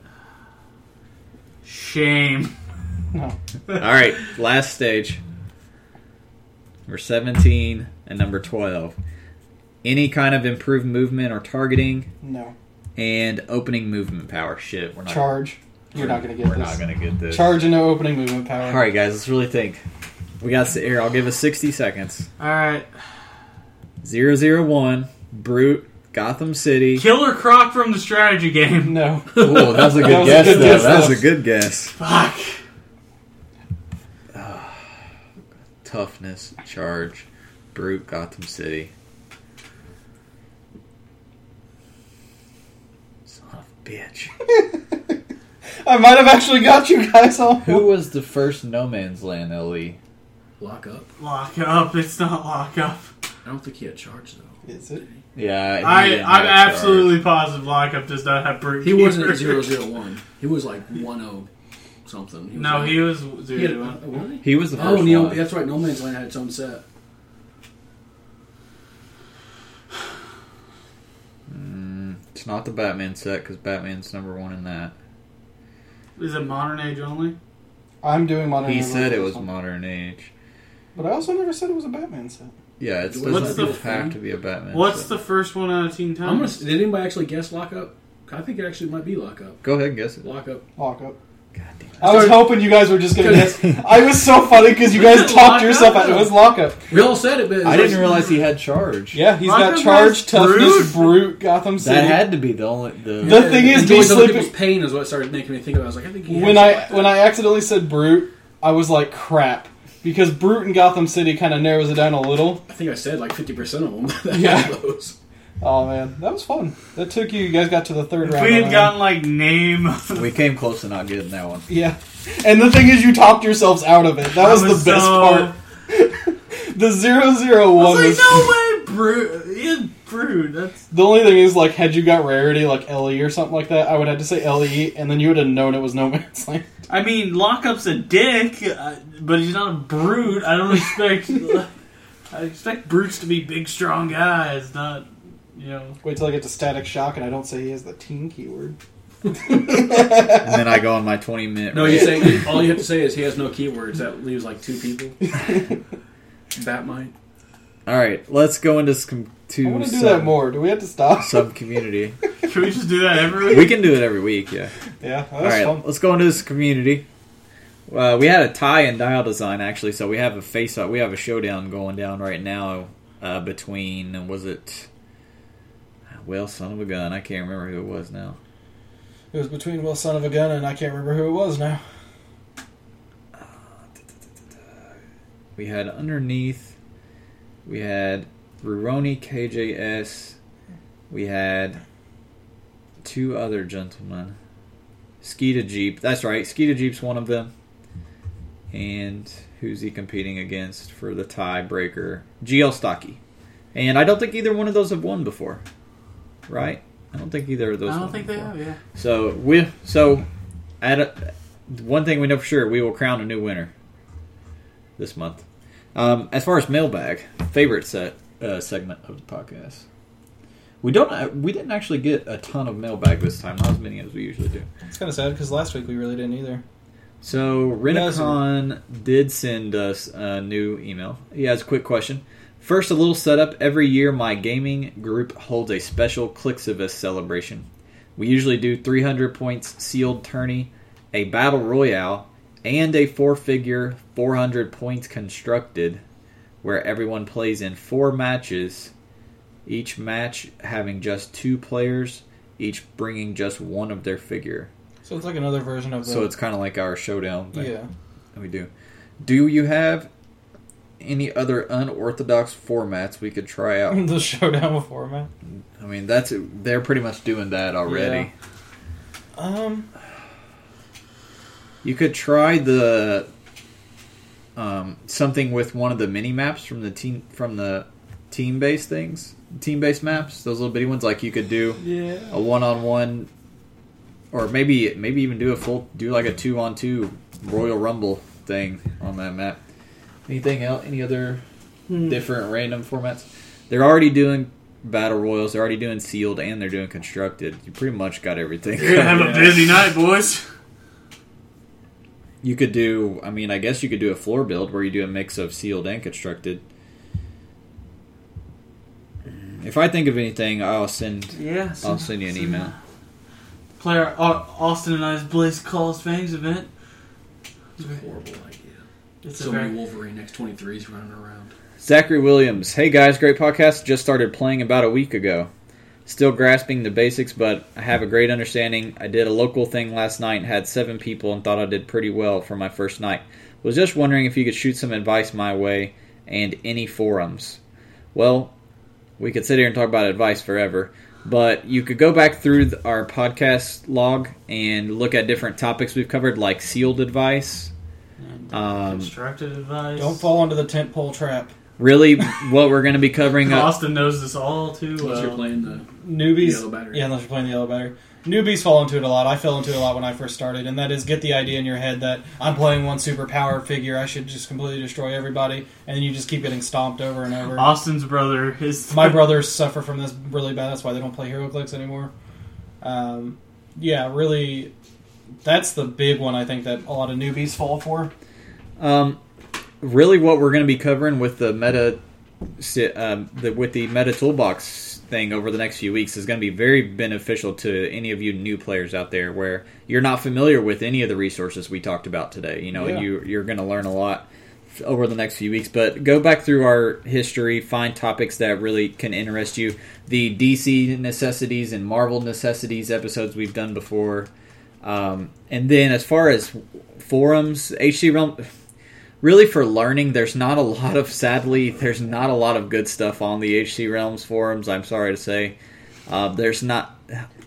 [SPEAKER 3] Shame.
[SPEAKER 2] No.
[SPEAKER 1] All right, last stage. Number 17 and number 12. Any kind of improved movement or targeting
[SPEAKER 2] No.
[SPEAKER 1] and opening movement power. Shit, we're not
[SPEAKER 2] Charge. You're not going to get
[SPEAKER 1] We're
[SPEAKER 2] this.
[SPEAKER 1] not going to get this.
[SPEAKER 2] Charge and no opening movement power.
[SPEAKER 1] All right, guys, let's really think. We got to here. I'll give us 60 seconds.
[SPEAKER 3] All right,
[SPEAKER 1] 001, Brute, Gotham City.
[SPEAKER 3] Killer Croc from the strategy game.
[SPEAKER 2] No.
[SPEAKER 5] Ooh, that's a
[SPEAKER 2] That
[SPEAKER 5] good
[SPEAKER 2] was a
[SPEAKER 5] guess,
[SPEAKER 2] good
[SPEAKER 5] though. That's
[SPEAKER 2] guess, though.
[SPEAKER 5] a
[SPEAKER 1] That's a good guess.
[SPEAKER 3] Fuck.
[SPEAKER 1] Toughness, Charge, Brute, Gotham City. Son of a bitch.
[SPEAKER 2] I might have actually got you guys all.
[SPEAKER 1] Who was the first No Man's Land E? LE?
[SPEAKER 4] Lock up.
[SPEAKER 3] Lock up. It's not lock up.
[SPEAKER 4] I don't think he had charge though.
[SPEAKER 2] Is it?
[SPEAKER 1] Yeah, he
[SPEAKER 3] I,
[SPEAKER 1] didn't
[SPEAKER 3] I'm
[SPEAKER 1] have
[SPEAKER 3] absolutely positive lock up does not have brute.
[SPEAKER 4] He
[SPEAKER 3] keeper.
[SPEAKER 4] wasn't at 001. He was like 10 something. was
[SPEAKER 3] No,
[SPEAKER 4] like-
[SPEAKER 3] he was
[SPEAKER 4] He had,
[SPEAKER 3] zero.
[SPEAKER 4] uh, really?
[SPEAKER 1] Charge. He was the first
[SPEAKER 4] Oh, Neil,
[SPEAKER 1] one.
[SPEAKER 4] that's right. No Man's Land had its own set.
[SPEAKER 1] Mm, It's not the Batman set because Batman's number one in that.
[SPEAKER 3] Is it modern age only?
[SPEAKER 2] I'm doing modern.
[SPEAKER 1] He
[SPEAKER 2] Warfare
[SPEAKER 1] said it
[SPEAKER 2] this
[SPEAKER 1] was
[SPEAKER 2] one.
[SPEAKER 1] modern age.
[SPEAKER 2] But I also never said it was a Batman set.
[SPEAKER 1] Yeah, it
[SPEAKER 4] What's
[SPEAKER 1] doesn't
[SPEAKER 3] the
[SPEAKER 1] have
[SPEAKER 4] thing?
[SPEAKER 1] to be a Batman.
[SPEAKER 3] What's
[SPEAKER 1] set.
[SPEAKER 3] the first one out of Teen
[SPEAKER 4] I'm gonna,
[SPEAKER 3] Titans?
[SPEAKER 4] did anybody actually guess lock up? I think it actually might be lock up.
[SPEAKER 1] Go ahead and guess it.
[SPEAKER 4] Lock up.
[SPEAKER 2] Lock up.
[SPEAKER 1] God damn it.
[SPEAKER 2] I was hoping you guys were just gonna guess. I was so funny because you
[SPEAKER 3] Look
[SPEAKER 2] guys
[SPEAKER 3] at
[SPEAKER 2] talked
[SPEAKER 3] Lock
[SPEAKER 2] yourself
[SPEAKER 3] Up.
[SPEAKER 2] out. It was lockup.
[SPEAKER 4] We all said it, but
[SPEAKER 1] I didn't realize he had charge.
[SPEAKER 2] Yeah, he's
[SPEAKER 3] Lock
[SPEAKER 2] got
[SPEAKER 3] Up
[SPEAKER 2] charge,
[SPEAKER 3] has
[SPEAKER 2] toughness, brute, Gotham City.
[SPEAKER 1] That had to be the only. The,
[SPEAKER 2] The thing is,
[SPEAKER 4] Enjoys
[SPEAKER 2] be
[SPEAKER 4] other
[SPEAKER 2] sleeping-
[SPEAKER 4] people's pain is what started making me think of. it. I was like, I think he
[SPEAKER 2] when
[SPEAKER 4] had
[SPEAKER 2] I when I accidentally said brute, I was like crap because brute and Gotham City kind of narrows it down a little.
[SPEAKER 4] I think I said like fifty percent of them. That
[SPEAKER 2] Yeah.
[SPEAKER 4] yeah, those.
[SPEAKER 2] Oh man, that was fun. That took you. You guys got to the third
[SPEAKER 3] If
[SPEAKER 2] round.
[SPEAKER 3] we
[SPEAKER 2] on
[SPEAKER 3] had
[SPEAKER 2] that.
[SPEAKER 3] gotten like name, of the-
[SPEAKER 1] we came close to not getting that one.
[SPEAKER 2] yeah, and the thing is, you talked yourselves out of it. That was,
[SPEAKER 3] I
[SPEAKER 2] the best
[SPEAKER 3] so-
[SPEAKER 2] part. The zero zero
[SPEAKER 3] I
[SPEAKER 2] one was.
[SPEAKER 3] was like, no way, brute. Yeah, brute. That's
[SPEAKER 2] The only thing is, like, had you got rarity like LE or something like that, I would have to say LE, and then you would have known it was No Man's Land.
[SPEAKER 3] I mean, Lockup's a dick, uh, but he's not a brute. I don't expect. I expect brutes to be big, strong guys, not you know.
[SPEAKER 2] Wait till I get to Static Shock, and I don't say he has the teen keyword.
[SPEAKER 1] And then I go on my 20 minute.
[SPEAKER 4] No,
[SPEAKER 1] rant.
[SPEAKER 4] you say all you have to say is he has no keywords. That leaves like two people. That might.
[SPEAKER 1] All right, let's go into some.
[SPEAKER 2] I
[SPEAKER 1] To
[SPEAKER 2] want to do
[SPEAKER 1] some,
[SPEAKER 2] that more. Do we have to stop?
[SPEAKER 1] Sub community.
[SPEAKER 3] Can we just do that every week?
[SPEAKER 1] we can do it every week, yeah.
[SPEAKER 2] Yeah, that
[SPEAKER 1] All
[SPEAKER 2] was
[SPEAKER 1] right,
[SPEAKER 2] fun.
[SPEAKER 1] let's go into this community. Uh, we had a tie and dial design actually, so we have a face up. We have a showdown going down right now uh, between was it? Well, son of a gun, I can't remember who it was now.
[SPEAKER 2] It was between Will Son of a Gun and I can't remember who it was now.
[SPEAKER 1] We had underneath. We had Ruroni KJS. We had two other gentlemen. Skeeta Jeep. That's right. Skeeta Jeep's one of them. And who's he competing against for the tiebreaker? GL Stocky. And I don't think either one of those have won before. Right? I don't think either of those.
[SPEAKER 3] I don't
[SPEAKER 1] won
[SPEAKER 3] think they
[SPEAKER 1] before.
[SPEAKER 3] have. Yeah.
[SPEAKER 1] So we so at a, one thing we know for sure we will crown a new winner this month. Um, as far as mailbag favorite set uh, segment of the podcast, we don't uh, we didn't actually get a ton of mailbag this time, not as many as we usually do.
[SPEAKER 2] It's kind of sad because last week we really didn't either.
[SPEAKER 1] So
[SPEAKER 2] Yes.
[SPEAKER 1] Renacon did send us a new email. He has a quick question. First, a little setup. Every year, my gaming group holds a special Clixivus celebration. We usually do 300 points sealed tourney, a battle royale, and a four-figure 400 points constructed, where everyone plays in four matches. Each match having just two players, each bringing just one of their figure.
[SPEAKER 2] So it's like another version of the.
[SPEAKER 1] So it's kind of like our showdown. Thing.
[SPEAKER 2] yeah.
[SPEAKER 1] We do. Do you have any other unorthodox formats we could try out?
[SPEAKER 2] the showdown before, man.
[SPEAKER 1] I mean, that's they're pretty much doing that already.
[SPEAKER 2] Um,
[SPEAKER 1] You could try the um, something with one of the mini maps from the team from the team based things, team based maps, those little bitty ones. Like you could do
[SPEAKER 2] yeah.
[SPEAKER 1] a one on one, or maybe maybe even do a full do like a two on two Royal Rumble thing on that map. Anything else? Any other different random formats? They're already doing battle royals. They're already doing sealed, and they're doing constructed. You pretty much got everything.
[SPEAKER 3] You're gonna have
[SPEAKER 4] Yeah.
[SPEAKER 3] a busy night, boys.
[SPEAKER 1] You could do. I mean, I guess you could do a floor build where you do a mix of sealed and constructed. If I think of anything, I'll send.
[SPEAKER 3] Yeah,
[SPEAKER 1] I'll send you an email.
[SPEAKER 3] Player Au- Austin and I's Blaze Calls Fangs event.
[SPEAKER 4] Horrible idea.
[SPEAKER 3] It's
[SPEAKER 4] so
[SPEAKER 3] a very
[SPEAKER 4] many Wolverine X 23s running around.
[SPEAKER 1] Zachary Williams. Hey guys, great podcast. Just started playing about a week ago. Still grasping the basics, but I have a great understanding. I did a local thing last night, had seven people, and thought I did pretty well for my first night. Was just wondering if you could shoot some advice my way and any forums. Well, we could sit here and talk about advice forever, but you could go back through th- our podcast log and look at different topics we've covered, like sealed advice,
[SPEAKER 3] and,
[SPEAKER 1] Um,
[SPEAKER 3] constructed advice.
[SPEAKER 2] Don't fall into the tent pole trap.
[SPEAKER 1] really what we're going to be covering uh, up.
[SPEAKER 3] Austin knows this all too
[SPEAKER 4] Unless
[SPEAKER 3] well.
[SPEAKER 4] you're playing the
[SPEAKER 2] Newbies.
[SPEAKER 4] Yellow battery.
[SPEAKER 2] Yeah, unless you're playing the yellow battery. Newbies fall into it a lot. I fell into it a lot when I first started, and that is get the idea in your head that I'm playing one superpower figure. I should just completely destroy everybody, and then you just keep getting stomped over and over.
[SPEAKER 3] Austin's brother is
[SPEAKER 2] My brothers suffer from this really bad. That's why they don't play HeroClix anymore. Um, yeah, really, that's the big one I think that a lot of newbies fall for.
[SPEAKER 1] Um, really, what we're going to be covering with the meta, si- um, the, with the meta toolbox thing over the next few weeks is going to be very beneficial to any of you new players out there where you're not familiar with any of the resources we talked about today. You know,
[SPEAKER 2] Yeah.
[SPEAKER 1] you you're going to learn a lot f- over the next few weeks. But go back through our history, find topics that really can interest you. The DC necessities and Marvel necessities episodes we've done before. Um, and then as far as forums, HC Realm, really for learning, there's not a lot of, sadly, there's not a lot of good stuff on the HC Realms forums, I'm sorry to say. Uh, there's not,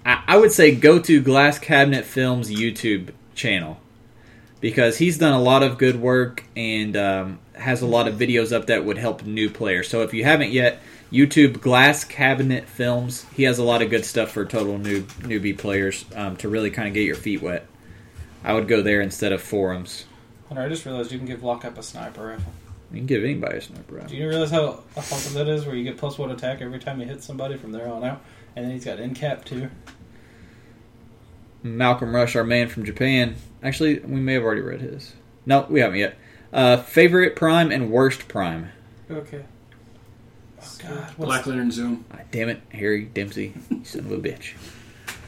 [SPEAKER 1] I, I would say go to Glass Cabinet Films YouTube channel because he's done a lot of good work and um, has a lot of videos up that would help new players. So if you haven't yet, YouTube Glass Cabinet Films. He has a lot of good stuff for total new newbie players um, to really kind of get your feet wet. I would go there instead of forums.
[SPEAKER 2] Hunter, I just realized you can give Lockup a sniper rifle.
[SPEAKER 1] You can give anybody a sniper round.
[SPEAKER 2] Do you realize how awesome that is? Where you get plus one attack every time you hit somebody from there on out, and then he's got end cap too.
[SPEAKER 1] Malcolm Rush, our man from Japan. Actually, we may have already read his. No, we haven't yet. Uh, favorite prime and worst prime.
[SPEAKER 2] Okay. Oh God, what's
[SPEAKER 4] Black Lantern Zoom.
[SPEAKER 1] Ah, damn it, Harry Dempsey, you son of a bitch.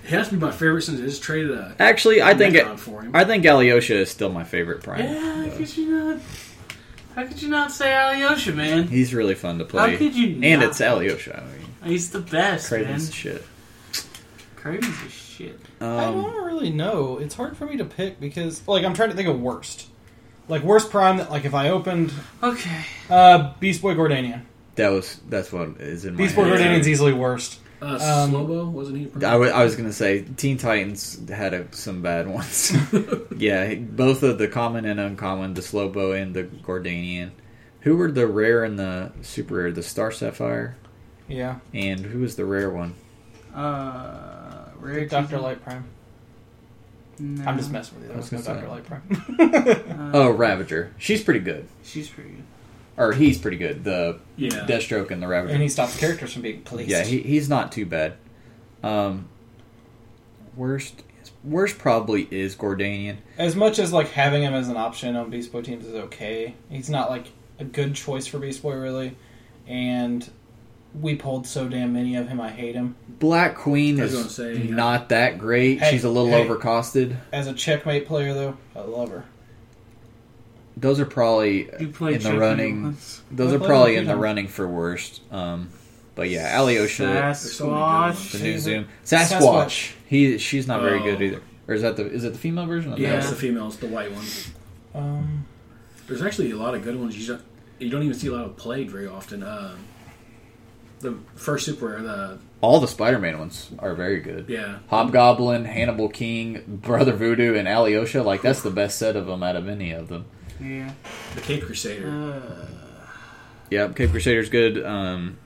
[SPEAKER 4] He has to be my favorite since I just traded a
[SPEAKER 1] Actually, I think
[SPEAKER 4] Necron for him.
[SPEAKER 1] I think Alyosha is still my favorite prime.
[SPEAKER 3] Yeah, how could you not? How could you not say Alyosha, man?
[SPEAKER 1] He's really fun to
[SPEAKER 3] How
[SPEAKER 1] play.
[SPEAKER 3] could you? Not?
[SPEAKER 1] and it's Alyosha. I mean,
[SPEAKER 3] he's the best,
[SPEAKER 1] Craven's
[SPEAKER 3] man.
[SPEAKER 1] shit.
[SPEAKER 3] Craven's the shit.
[SPEAKER 2] I
[SPEAKER 1] Um,
[SPEAKER 2] don't really know. It's hard for me to pick because, like, I'm trying to think of worst. Like worst prime that, like, if I opened
[SPEAKER 3] Okay,
[SPEAKER 2] uh, Beast Boy Gordanian,
[SPEAKER 1] that was that's what is in my.
[SPEAKER 2] Beast Boy
[SPEAKER 1] head.
[SPEAKER 2] Gordanian's easily worst.
[SPEAKER 4] uh,
[SPEAKER 2] Um,
[SPEAKER 4] Slobo, wasn't he?
[SPEAKER 1] I wa- I was gonna say Teen Titans had a, some bad ones. yeah, both of the common and uncommon, the Slowbo and the Gordanian. Who were the rare and the super rare? The Star Sapphire
[SPEAKER 2] Yeah,
[SPEAKER 1] and who was the rare one?
[SPEAKER 3] uh, rare
[SPEAKER 2] Doctor
[SPEAKER 3] Keaton?
[SPEAKER 2] Light Prime.
[SPEAKER 3] No.
[SPEAKER 2] I'm just messing with you.
[SPEAKER 1] I was
[SPEAKER 2] There's no
[SPEAKER 1] gonna
[SPEAKER 2] Doctor
[SPEAKER 1] say.
[SPEAKER 2] Light Prime.
[SPEAKER 3] Uh,
[SPEAKER 1] Oh, Ravager. She's pretty good,
[SPEAKER 3] she's pretty good.
[SPEAKER 1] or he's pretty good. The
[SPEAKER 4] yeah.
[SPEAKER 1] Deathstroke and the Ravager.
[SPEAKER 2] and he stops characters from being policed.
[SPEAKER 1] Yeah, he, he's not too bad. Um, worst, worst probably is Gordanian.
[SPEAKER 2] as much as like having him as an option on Beast Boy teams is okay. He's not like a good choice for Beast Boy really, and we pulled so damn many of him. I hate him.
[SPEAKER 1] Black Queen
[SPEAKER 4] I was gonna
[SPEAKER 1] is
[SPEAKER 4] say, yeah.
[SPEAKER 1] not that great.
[SPEAKER 2] Hey,
[SPEAKER 1] She's a little
[SPEAKER 2] hey.
[SPEAKER 1] overcosted.
[SPEAKER 2] As a checkmate player though, I love her.
[SPEAKER 1] Those are probably
[SPEAKER 3] You play
[SPEAKER 1] in the
[SPEAKER 3] Chucky
[SPEAKER 1] running.
[SPEAKER 3] once.
[SPEAKER 1] Those
[SPEAKER 2] I
[SPEAKER 1] are
[SPEAKER 2] played
[SPEAKER 1] probably
[SPEAKER 2] with
[SPEAKER 1] in the
[SPEAKER 2] Peter.
[SPEAKER 1] running for worst. Um, but yeah, Alyosha,
[SPEAKER 4] so many good ones.
[SPEAKER 3] Sasquatch.
[SPEAKER 1] the new
[SPEAKER 2] She's a-
[SPEAKER 1] Zoom Sasquatch.
[SPEAKER 2] Sasquatch.
[SPEAKER 1] He she's not very
[SPEAKER 4] Oh.
[SPEAKER 1] good either. Or is that the is it the female version? Of
[SPEAKER 4] yeah,
[SPEAKER 1] that?
[SPEAKER 4] it's the females, the white ones.
[SPEAKER 2] Um,
[SPEAKER 4] There's actually a lot of good ones. You don't, you don't even see a lot of played very often. Um the first super rare, the
[SPEAKER 1] All the Spider-Man ones are very good.
[SPEAKER 4] yeah,
[SPEAKER 1] Hobgoblin, Hannibal King, Brother Voodoo, and Alyosha. Like that's the best set of them out of any of them.
[SPEAKER 3] Yeah.
[SPEAKER 4] the Cape Crusader.
[SPEAKER 3] Uh,
[SPEAKER 1] Yep, Cape Crusader's good. Um,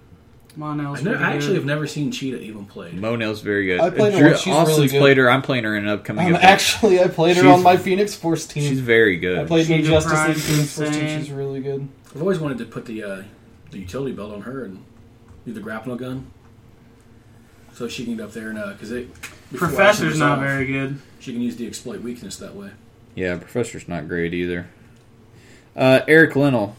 [SPEAKER 3] Monel's
[SPEAKER 4] I, ne-
[SPEAKER 3] pretty
[SPEAKER 4] I actually have
[SPEAKER 3] good.
[SPEAKER 4] never seen Cheetah even played.
[SPEAKER 1] Monel's very good.
[SPEAKER 2] I played her
[SPEAKER 1] Drew-
[SPEAKER 2] once, she's
[SPEAKER 1] Austin's
[SPEAKER 2] really good.
[SPEAKER 1] played her. I'm playing her in an upcoming.
[SPEAKER 2] um,
[SPEAKER 1] event.
[SPEAKER 2] actually, I played her
[SPEAKER 1] She's-
[SPEAKER 2] on my Phoenix Force
[SPEAKER 1] she's
[SPEAKER 2] team.
[SPEAKER 1] very
[SPEAKER 2] I
[SPEAKER 1] good.
[SPEAKER 2] played her in
[SPEAKER 3] She's a
[SPEAKER 2] Justice League
[SPEAKER 3] prime
[SPEAKER 2] Phoenix Force team.
[SPEAKER 3] consent.
[SPEAKER 2] She's really good.
[SPEAKER 4] I've always wanted to put the uh, the utility belt on her and do the grapnel gun, so she can get up there and because uh, it before I uh, send
[SPEAKER 3] Professor's
[SPEAKER 4] this
[SPEAKER 3] not
[SPEAKER 4] off,
[SPEAKER 3] very good.
[SPEAKER 4] She can use the exploit weakness that way.
[SPEAKER 1] Yeah, Professor's not great either. Uh, Eric Linnell,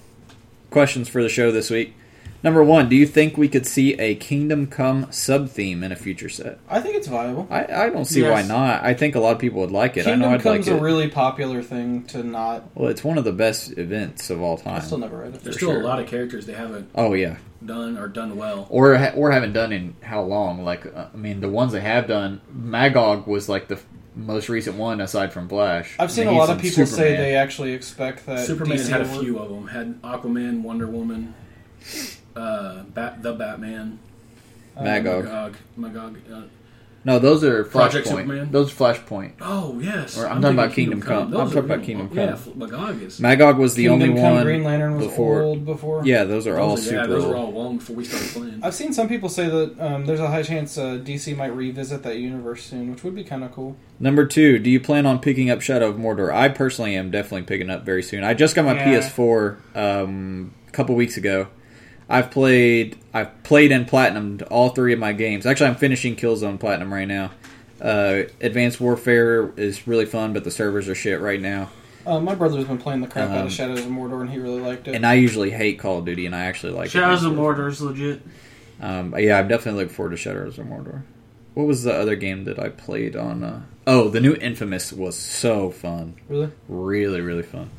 [SPEAKER 1] questions for the show this week. Number one, do you think we could see a Kingdom Come sub theme in a future set?
[SPEAKER 2] I think it's viable.
[SPEAKER 1] I, I don't see why
[SPEAKER 2] Yes.
[SPEAKER 1] not. I think a lot of people would like it. I
[SPEAKER 2] Kingdom
[SPEAKER 1] know I'd like
[SPEAKER 2] Come's
[SPEAKER 1] it.
[SPEAKER 2] a really popular thing to not.
[SPEAKER 1] well, it's one of the best events of all
[SPEAKER 2] I
[SPEAKER 1] time.
[SPEAKER 2] still never read it.
[SPEAKER 4] There's
[SPEAKER 1] For
[SPEAKER 4] still
[SPEAKER 1] sure.
[SPEAKER 4] a lot of characters they haven't
[SPEAKER 1] Oh yeah,
[SPEAKER 4] done or done well.
[SPEAKER 1] or ha- or haven't done in how long? Like uh, I mean, the ones that have done, Magog was like the f- most recent one aside from Flash.
[SPEAKER 2] I've seen
[SPEAKER 1] I mean,
[SPEAKER 2] a
[SPEAKER 1] he's
[SPEAKER 2] lot of
[SPEAKER 1] in
[SPEAKER 2] people say
[SPEAKER 1] Superman.
[SPEAKER 2] they actually expect
[SPEAKER 1] Uh,
[SPEAKER 2] that
[SPEAKER 4] Superman
[SPEAKER 2] DC
[SPEAKER 4] had a
[SPEAKER 2] will-
[SPEAKER 4] few of them. Had Aquaman, Wonder Woman, uh, Bat, the Batman,
[SPEAKER 2] um,
[SPEAKER 1] Magog.
[SPEAKER 4] Magog, Magog. Uh,
[SPEAKER 1] No, those are
[SPEAKER 4] Project
[SPEAKER 1] Flashpoint.
[SPEAKER 4] Superman?
[SPEAKER 1] Those are Flashpoint.
[SPEAKER 4] oh yes,
[SPEAKER 1] Or I'm talking about
[SPEAKER 4] thinking
[SPEAKER 1] Kingdom Come. I'm
[SPEAKER 4] Those
[SPEAKER 1] talking
[SPEAKER 4] are
[SPEAKER 1] about
[SPEAKER 4] good
[SPEAKER 1] Kingdom
[SPEAKER 4] ones.
[SPEAKER 1] Come.
[SPEAKER 4] Yeah, F- Magog is.
[SPEAKER 1] Magog was the
[SPEAKER 2] Kingdom
[SPEAKER 1] only
[SPEAKER 2] Come,
[SPEAKER 1] one.
[SPEAKER 2] Green Lantern was
[SPEAKER 1] before-
[SPEAKER 2] old before.
[SPEAKER 1] Yeah, those are all
[SPEAKER 4] those are,
[SPEAKER 1] super
[SPEAKER 4] yeah, those
[SPEAKER 1] old.
[SPEAKER 4] were all long before we started playing.
[SPEAKER 2] I've seen some people say that um, there's a high chance uh, DC might revisit that universe soon, which would be kind of cool.
[SPEAKER 1] Number two, do you plan on picking up Shadow of Mordor? I personally am definitely picking up very soon. I just got my
[SPEAKER 3] Yeah.
[SPEAKER 1] PS4 um, a couple weeks ago. I've played, I've played and platinumed all three of my games. Actually, I'm finishing Killzone Platinum right now. Uh, Advanced Warfare is really fun, but the servers are shit right now.
[SPEAKER 2] Uh, my brother's been playing the crap out
[SPEAKER 1] Um,
[SPEAKER 2] of Shadows of Mordor, and he really liked it.
[SPEAKER 1] And I usually hate Call of Duty, and I actually like
[SPEAKER 3] Shadows of
[SPEAKER 1] Advanced Warfare.
[SPEAKER 3] Mordor is legit.
[SPEAKER 1] Um, yeah, I'm definitely looking forward to Shadows of Mordor. What was the other game that I played on? Uh, oh, the new Infamous was so fun.
[SPEAKER 2] really?
[SPEAKER 1] Really, really fun.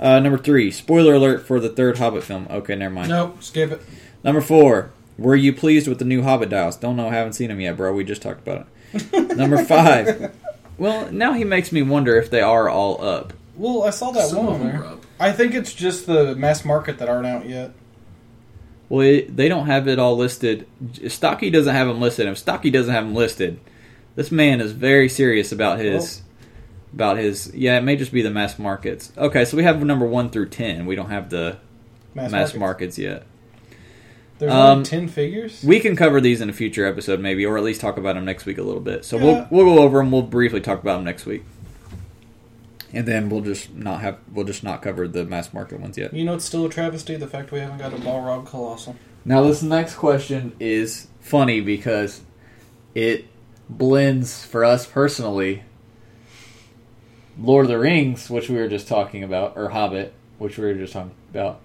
[SPEAKER 1] Uh, number three, spoiler alert for the third Hobbit film. Okay, never mind.
[SPEAKER 2] Nope, skip it.
[SPEAKER 1] Number four, were you pleased with the new Hobbit dials? Don't know, haven't seen them yet, bro. We just talked about it. number five, well, now he makes me wonder if they are all up.
[SPEAKER 2] Well, I saw that one
[SPEAKER 4] Some of
[SPEAKER 2] on
[SPEAKER 4] them were
[SPEAKER 2] there.
[SPEAKER 4] up.
[SPEAKER 2] I think it's just the mass market that aren't out yet.
[SPEAKER 1] Well, it, they don't have it all listed. Stocky doesn't have them listed. If Stocky doesn't have them listed, this man is very serious about his. about his, yeah, it may just be the mass markets. Okay, so we have number one through ten. We don't have the mass,
[SPEAKER 2] market.
[SPEAKER 1] markets yet.
[SPEAKER 2] There's
[SPEAKER 1] Um,
[SPEAKER 2] only ten figures.
[SPEAKER 1] We can cover these in a future episode, maybe, or at least talk about them next week a little bit. So
[SPEAKER 2] Yeah.
[SPEAKER 1] we'll we'll go over them. We'll briefly talk about them next week, and then we'll just not have we'll just not cover the mass market ones yet.
[SPEAKER 2] You know, it's still a travesty the fact we haven't got a Balrog Colossal.
[SPEAKER 1] Now this next question is funny because it blends for us personally. Lord of the Rings, which we were just talking about, or Hobbit, which we were just talking about,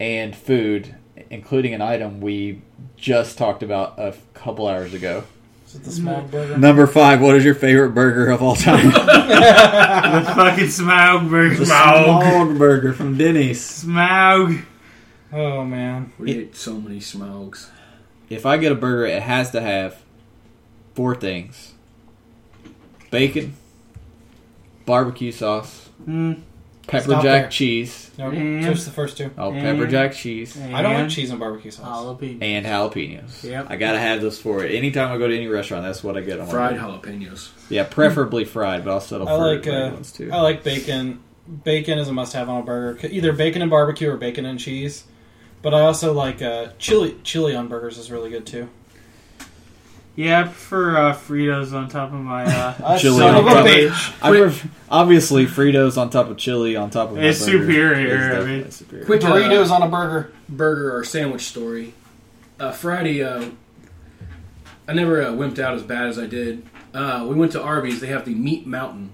[SPEAKER 1] and food, including an item we just talked about a couple hours ago.
[SPEAKER 2] Is it the smog burger?
[SPEAKER 1] Number five, what is your favorite burger of all time?
[SPEAKER 3] The fucking Smaug burger.
[SPEAKER 1] the Smog burger from Denny's.
[SPEAKER 3] Smaug.
[SPEAKER 2] Oh man,
[SPEAKER 4] We ate so many smokes.
[SPEAKER 1] If I get a burger, it has to have four things bacon, barbecue sauce,
[SPEAKER 3] Mm,
[SPEAKER 1] pepper
[SPEAKER 2] Stop
[SPEAKER 1] jack
[SPEAKER 2] there.
[SPEAKER 1] cheese.
[SPEAKER 2] no,
[SPEAKER 3] And-
[SPEAKER 2] just the first two.
[SPEAKER 1] Oh,
[SPEAKER 3] And-
[SPEAKER 1] pepper jack cheese.
[SPEAKER 2] I don't like
[SPEAKER 3] and
[SPEAKER 2] cheese and barbecue sauce.
[SPEAKER 3] Jalapeno.
[SPEAKER 1] And jalapenos.
[SPEAKER 3] Yep.
[SPEAKER 1] I gotta have those four. Anytime I go to any restaurant, that's what I get. on Oh my
[SPEAKER 4] Fried
[SPEAKER 1] burger.
[SPEAKER 4] jalapenos.
[SPEAKER 1] Yeah, preferably fried, but I'll settle
[SPEAKER 2] I
[SPEAKER 1] for
[SPEAKER 2] like,
[SPEAKER 1] regular
[SPEAKER 2] uh,
[SPEAKER 1] ones too.
[SPEAKER 2] I like bacon. Bacon is a must-have on a burger. C- Either bacon and barbecue or bacon and cheese. But I also like uh, chili. Chili on burgers is really good too.
[SPEAKER 3] Yeah, I prefer uh, Fritos on top of my. Uh,
[SPEAKER 2] I
[SPEAKER 1] Chili
[SPEAKER 2] son
[SPEAKER 1] on
[SPEAKER 2] of a
[SPEAKER 1] top of-
[SPEAKER 2] bitch.
[SPEAKER 1] I pref- obviously Fritos on top of chili on top of my
[SPEAKER 3] It's
[SPEAKER 1] burger
[SPEAKER 3] superior,
[SPEAKER 1] is
[SPEAKER 3] I
[SPEAKER 1] definitely
[SPEAKER 3] mean.
[SPEAKER 1] superior.
[SPEAKER 4] Quick uh,
[SPEAKER 2] Doritos on a burger.
[SPEAKER 4] burger or sandwich story. Uh, Friday, uh, I never uh, wimped out as bad as I did. Uh, we went to Arby's. They have the Meat Mountain.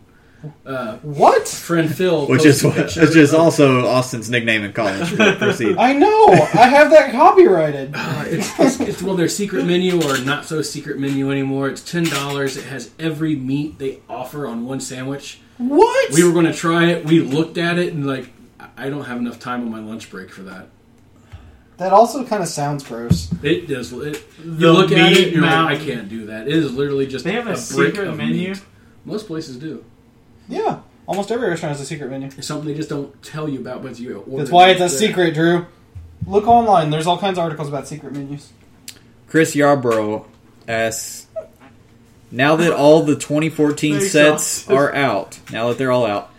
[SPEAKER 4] Uh,
[SPEAKER 2] What?
[SPEAKER 4] friend Phil,
[SPEAKER 1] Which
[SPEAKER 4] posted
[SPEAKER 1] is
[SPEAKER 4] a
[SPEAKER 1] what, which
[SPEAKER 4] picture
[SPEAKER 1] is
[SPEAKER 4] of-
[SPEAKER 1] also Austin's nickname in college. but Proceed.
[SPEAKER 2] I know. I have that copyrighted.
[SPEAKER 4] Uh, it's, it's, it's well, their secret menu or not so secret menu anymore. It's ten dollars. It has every meat they offer on one sandwich.
[SPEAKER 2] What?
[SPEAKER 4] We were going to try it. We looked at it and like, I- I don't have enough time on my lunch break for that.
[SPEAKER 2] that also kind of sounds gross.
[SPEAKER 4] It does. It, you
[SPEAKER 3] The
[SPEAKER 4] look at
[SPEAKER 3] Meat
[SPEAKER 4] it, and you're like, I
[SPEAKER 3] Mountain.
[SPEAKER 4] can't do that. It is literally just
[SPEAKER 3] they have a,
[SPEAKER 4] brick
[SPEAKER 3] secret
[SPEAKER 4] of
[SPEAKER 3] menu.
[SPEAKER 4] meat. Most places do.
[SPEAKER 2] Yeah. Almost every restaurant has a secret menu.
[SPEAKER 4] It's something they just don't tell you about, but you order.
[SPEAKER 2] That's why
[SPEAKER 4] it
[SPEAKER 2] it's a
[SPEAKER 4] there.
[SPEAKER 2] secret, Drew. Look online. There's all kinds of articles about secret menus.
[SPEAKER 1] Chris Yarborough asks, "Now that all the 2014
[SPEAKER 3] Thanks,
[SPEAKER 1] sets are out, now that they're all out,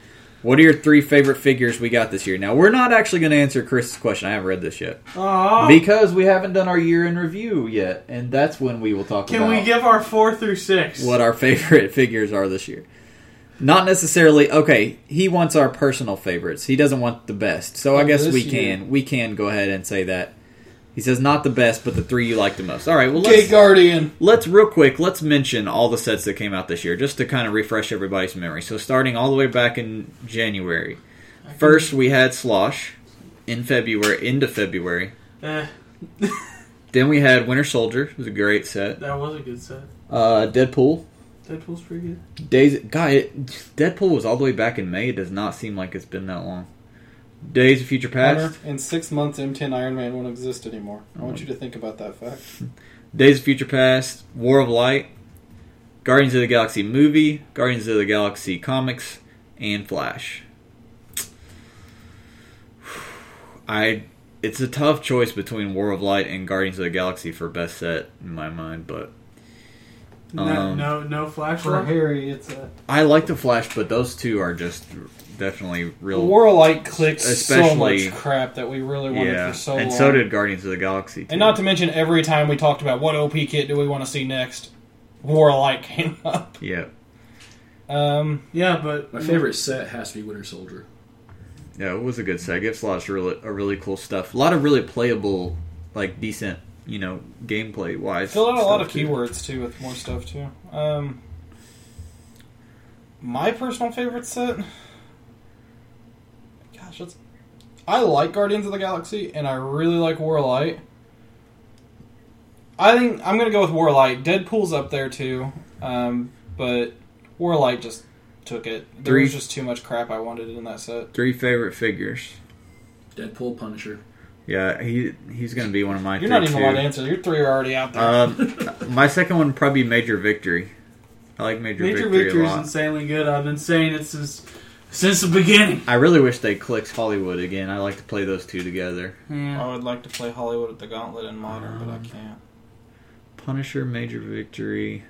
[SPEAKER 1] what are your three favorite figures we got this year?" Now we're not actually going to answer Chris's question. I haven't read this yet
[SPEAKER 3] Aw.
[SPEAKER 1] because we haven't done our year in review yet, and that's when we will talk
[SPEAKER 3] Can
[SPEAKER 1] about
[SPEAKER 3] we give our four through six?
[SPEAKER 1] what our favorite figures are this year. Not necessarily. Okay, he wants our personal favorites. He doesn't want the best. So I
[SPEAKER 2] Oh,
[SPEAKER 1] guess
[SPEAKER 2] this
[SPEAKER 1] we
[SPEAKER 2] year.
[SPEAKER 1] can we can go ahead and say that. He says not the best, but the three you like the most. All right, well
[SPEAKER 2] Gay
[SPEAKER 1] let's
[SPEAKER 2] Guardian.
[SPEAKER 1] let's real quick let's mention all the sets that came out this year just to kind of refresh everybody's memory. So starting all the way back in January, first we had Slosh in February into February.
[SPEAKER 3] Eh,
[SPEAKER 1] Then we had Winter Soldier, it was a great set.
[SPEAKER 3] that was a good set.
[SPEAKER 1] Uh, Deadpool,
[SPEAKER 3] Deadpool's pretty good.
[SPEAKER 1] Days. God, it, Deadpool was all the way back in May. It does not seem like it's been that long. Days of Future Past.
[SPEAKER 2] Hunter, in six months, M10 Iron Man won't exist anymore. I
[SPEAKER 1] Mm.
[SPEAKER 2] want you to think about that fact.
[SPEAKER 1] Days of Future Past, War of Light, Guardians of the Galaxy movie, Guardians of the Galaxy comics, and Flash. I it's a tough choice between War of Light and Guardians of the Galaxy for best set in my mind, but
[SPEAKER 3] No,
[SPEAKER 1] Um,
[SPEAKER 3] no, no flash
[SPEAKER 2] For
[SPEAKER 3] rock.
[SPEAKER 2] Harry, it's a
[SPEAKER 1] I like the Flash, but those two are just definitely real.
[SPEAKER 2] Warlight clicks so
[SPEAKER 1] Especially-
[SPEAKER 2] much crap that we really wanted
[SPEAKER 1] yeah,
[SPEAKER 2] for so
[SPEAKER 1] and
[SPEAKER 2] long.
[SPEAKER 1] so did Guardians of the Galaxy. Too.
[SPEAKER 2] And not to mention, every time we talked about what OP kit do we want to see next, Warlight came up.
[SPEAKER 1] yeah,
[SPEAKER 2] Um,
[SPEAKER 3] Yeah, but
[SPEAKER 4] My favorite set has to be Winter Soldier.
[SPEAKER 1] yeah, it was a good set. Gives lots of really, a really cool stuff. A lot of really playable, like decent, you know, gameplay wise.
[SPEAKER 2] fill out a lot of keywords too with more stuff too. Um, my personal favorite set. Gosh, that's. I like Guardians of the Galaxy, and I really like Warlight. I think I'm gonna go with Warlight. Deadpool's up there too, um, but Warlight just took it. There
[SPEAKER 1] Three-
[SPEAKER 2] was just too much crap I wanted in that set.
[SPEAKER 1] Three favorite figures.
[SPEAKER 4] Deadpool, Punisher.
[SPEAKER 1] Yeah, he he's gonna be one of my.
[SPEAKER 2] You're not
[SPEAKER 1] three,
[SPEAKER 2] even
[SPEAKER 1] too.
[SPEAKER 2] allowed to answer. Your three are already out there.
[SPEAKER 1] Um, my second one would probably be Major Victory. I like Major,
[SPEAKER 3] Major
[SPEAKER 1] Victory a
[SPEAKER 3] Victory's
[SPEAKER 1] lot.
[SPEAKER 3] insanely good. I've been saying it since since the beginning.
[SPEAKER 1] I really wish they clicks Hollywood again. I like to play those two together.
[SPEAKER 3] Yeah.
[SPEAKER 2] I would like to play Hollywood at the Gauntlet in modern, but I can't.
[SPEAKER 1] Punisher, Major Victory,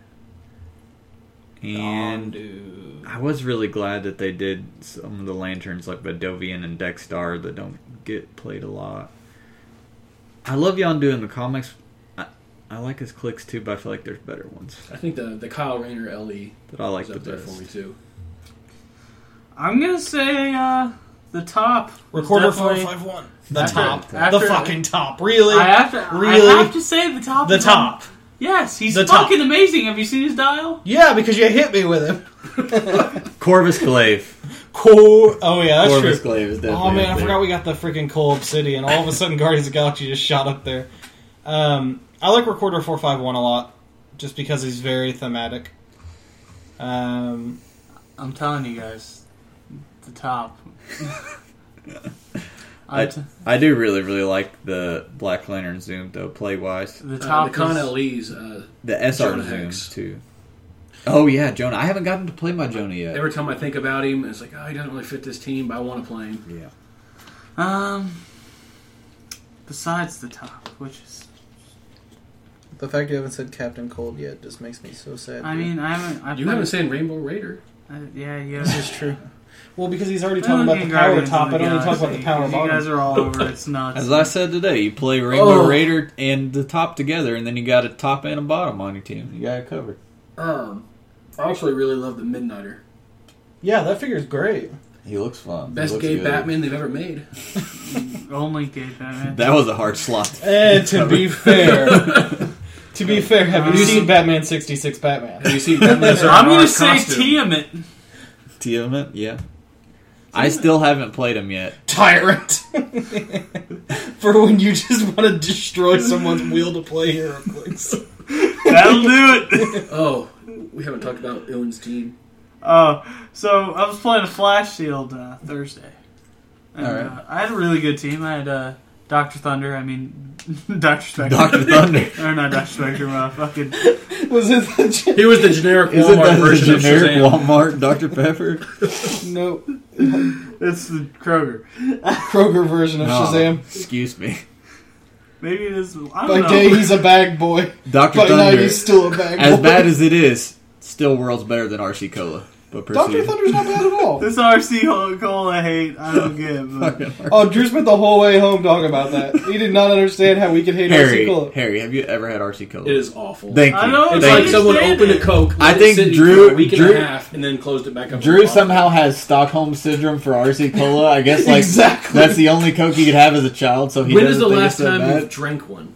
[SPEAKER 2] And
[SPEAKER 1] and I was really glad that they did some of the lanterns like Bedovian and Dexstar that don't get played a lot. I love Yondu in the comics. I, I like his clicks too, but I feel like there's better ones
[SPEAKER 4] I think the the Kyle Rayner LE
[SPEAKER 1] that I like
[SPEAKER 4] is
[SPEAKER 1] the
[SPEAKER 4] up there for
[SPEAKER 1] best.
[SPEAKER 4] me too.
[SPEAKER 3] I'm gonna say uh, the top.
[SPEAKER 2] recorder four
[SPEAKER 3] Definitely-
[SPEAKER 2] five one. The
[SPEAKER 3] After-
[SPEAKER 2] top.
[SPEAKER 3] after-
[SPEAKER 2] the fucking top. Really?
[SPEAKER 3] I have to.
[SPEAKER 2] Really?
[SPEAKER 3] I have to say the top.
[SPEAKER 2] the
[SPEAKER 3] is on-
[SPEAKER 2] top.
[SPEAKER 3] Yes, he's
[SPEAKER 2] The top.
[SPEAKER 3] fucking amazing. Have you seen his dial?
[SPEAKER 2] Yeah, because you hit me with him.
[SPEAKER 1] Corvus Glaive.
[SPEAKER 2] Cool. Oh yeah, that's
[SPEAKER 1] Corvus
[SPEAKER 2] true.
[SPEAKER 1] Glaive is definitely.
[SPEAKER 2] Oh man,
[SPEAKER 1] up
[SPEAKER 2] I
[SPEAKER 1] there.
[SPEAKER 2] forgot we got the freaking Cole Obsidian. All of a sudden, Guardians of the Galaxy just shot up there. Um, I like Recorder four five one a lot, just because he's very thematic. Um,
[SPEAKER 3] I'm telling you guys, the top.
[SPEAKER 1] I,
[SPEAKER 3] I'm t-
[SPEAKER 1] I do really really like the Black Lantern zoom though play wise.
[SPEAKER 3] the
[SPEAKER 4] Uh,
[SPEAKER 3] top.
[SPEAKER 4] the Con
[SPEAKER 3] is-
[SPEAKER 4] LE's. Uh,
[SPEAKER 1] The SR
[SPEAKER 4] Jonah
[SPEAKER 1] zoom
[SPEAKER 4] Hex.
[SPEAKER 1] too. Oh yeah, Jonah. I haven't gotten to play my Jonah yet.
[SPEAKER 4] every time I think about him, it's like, oh, he doesn't really fit this team, but I want to play him.
[SPEAKER 1] yeah.
[SPEAKER 3] um. Besides the top, which is.
[SPEAKER 2] the fact you haven't said Captain Cold yet just makes me so sad.
[SPEAKER 3] I mean, I haven't. I
[SPEAKER 4] You
[SPEAKER 3] played-
[SPEAKER 4] haven't seen Rainbow Raider.
[SPEAKER 3] I, yeah, yeah.
[SPEAKER 2] This is true. Well, because he's already
[SPEAKER 3] I
[SPEAKER 2] talking
[SPEAKER 3] don't
[SPEAKER 2] about
[SPEAKER 3] think
[SPEAKER 2] the power
[SPEAKER 3] Guardians
[SPEAKER 2] top,
[SPEAKER 3] of
[SPEAKER 2] I don't even talk about
[SPEAKER 3] Galaxy,
[SPEAKER 2] the power
[SPEAKER 3] 'cause You guys
[SPEAKER 2] bottom.
[SPEAKER 3] are all over. it. It's nuts.
[SPEAKER 1] As I said today, you play Rainbow
[SPEAKER 4] Oh.
[SPEAKER 1] Raider and the top together, and then you got a top and a bottom on your team. You got it covered.
[SPEAKER 4] Um, I actually really love the Midnighter.
[SPEAKER 2] Yeah, that figure's great.
[SPEAKER 1] He looks fun. He
[SPEAKER 4] Best
[SPEAKER 1] looks
[SPEAKER 4] gay
[SPEAKER 1] good.
[SPEAKER 4] Batman they've ever made.
[SPEAKER 3] only gay Batman.
[SPEAKER 1] That was a hard slot. to
[SPEAKER 2] And to be fair, to be fair, have you
[SPEAKER 3] Um,
[SPEAKER 2] seen Batman sixty six Batman?
[SPEAKER 4] Have you seen uh, Batman?
[SPEAKER 3] I'm gonna say Tiamat.
[SPEAKER 1] Tiamat, yeah. I still haven't played him yet.
[SPEAKER 2] Tyrant. For when you just want to destroy someone's will to play hero clicks.
[SPEAKER 3] That'll do it.
[SPEAKER 4] Oh, we haven't talked about Owen's team.
[SPEAKER 3] Oh, so I was playing a Flash Shield uh, Thursday. And,
[SPEAKER 1] All right.
[SPEAKER 3] uh, I had a really good team. I had uh, Doctor Thunder. I mean, Doctor Spectre.
[SPEAKER 1] Doctor Thunder.
[SPEAKER 3] or not Doctor Spectre. Uh, fucking
[SPEAKER 2] Was it the
[SPEAKER 4] He was the generic
[SPEAKER 1] Isn't
[SPEAKER 4] Walmart
[SPEAKER 1] that the
[SPEAKER 4] version of
[SPEAKER 1] generic
[SPEAKER 4] Shazam.
[SPEAKER 1] Walmart Dr. Pepper?
[SPEAKER 2] no
[SPEAKER 3] it's the Kroger.
[SPEAKER 2] Kroger version of
[SPEAKER 1] No,
[SPEAKER 2] Shazam?
[SPEAKER 1] Excuse me.
[SPEAKER 3] Maybe it is. I don't
[SPEAKER 2] By
[SPEAKER 3] know.
[SPEAKER 2] day he's a bag boy.
[SPEAKER 1] Dr.
[SPEAKER 2] By night
[SPEAKER 1] Thunder,
[SPEAKER 2] he's still a bag
[SPEAKER 1] as
[SPEAKER 2] boy.
[SPEAKER 1] bad as it is, still worlds better than RC Cola. But
[SPEAKER 2] Doctor
[SPEAKER 1] proceed.
[SPEAKER 2] Thunder's not bad at all.
[SPEAKER 3] This RC cola hate I don't get. But
[SPEAKER 1] Fucking
[SPEAKER 2] Oh, Drew spent the whole way home talking about that. He did not understand how we could hate
[SPEAKER 1] Harry,
[SPEAKER 2] RC Cola.
[SPEAKER 1] Harry, have you ever had RC Cola?
[SPEAKER 4] It is awful.
[SPEAKER 1] Thank you.
[SPEAKER 3] I know,
[SPEAKER 4] It's
[SPEAKER 1] Thank
[SPEAKER 4] like
[SPEAKER 1] you.
[SPEAKER 4] someone
[SPEAKER 3] understand
[SPEAKER 4] opened a
[SPEAKER 3] it.
[SPEAKER 4] Coke.
[SPEAKER 1] I
[SPEAKER 4] let it
[SPEAKER 1] think
[SPEAKER 4] sit in
[SPEAKER 1] Drew-
[SPEAKER 4] for a week
[SPEAKER 1] Drew-
[SPEAKER 4] and a half, and then closed it back up.
[SPEAKER 1] Drew
[SPEAKER 4] with a bottle.
[SPEAKER 1] somehow has Stockholm syndrome for RC Cola. I guess like
[SPEAKER 2] Exactly.
[SPEAKER 1] that's the only Coke he could have as a child. So he
[SPEAKER 4] When is
[SPEAKER 1] doesn't
[SPEAKER 4] the
[SPEAKER 1] think
[SPEAKER 4] last
[SPEAKER 1] it's so
[SPEAKER 4] time
[SPEAKER 1] bad.
[SPEAKER 4] you've drank one?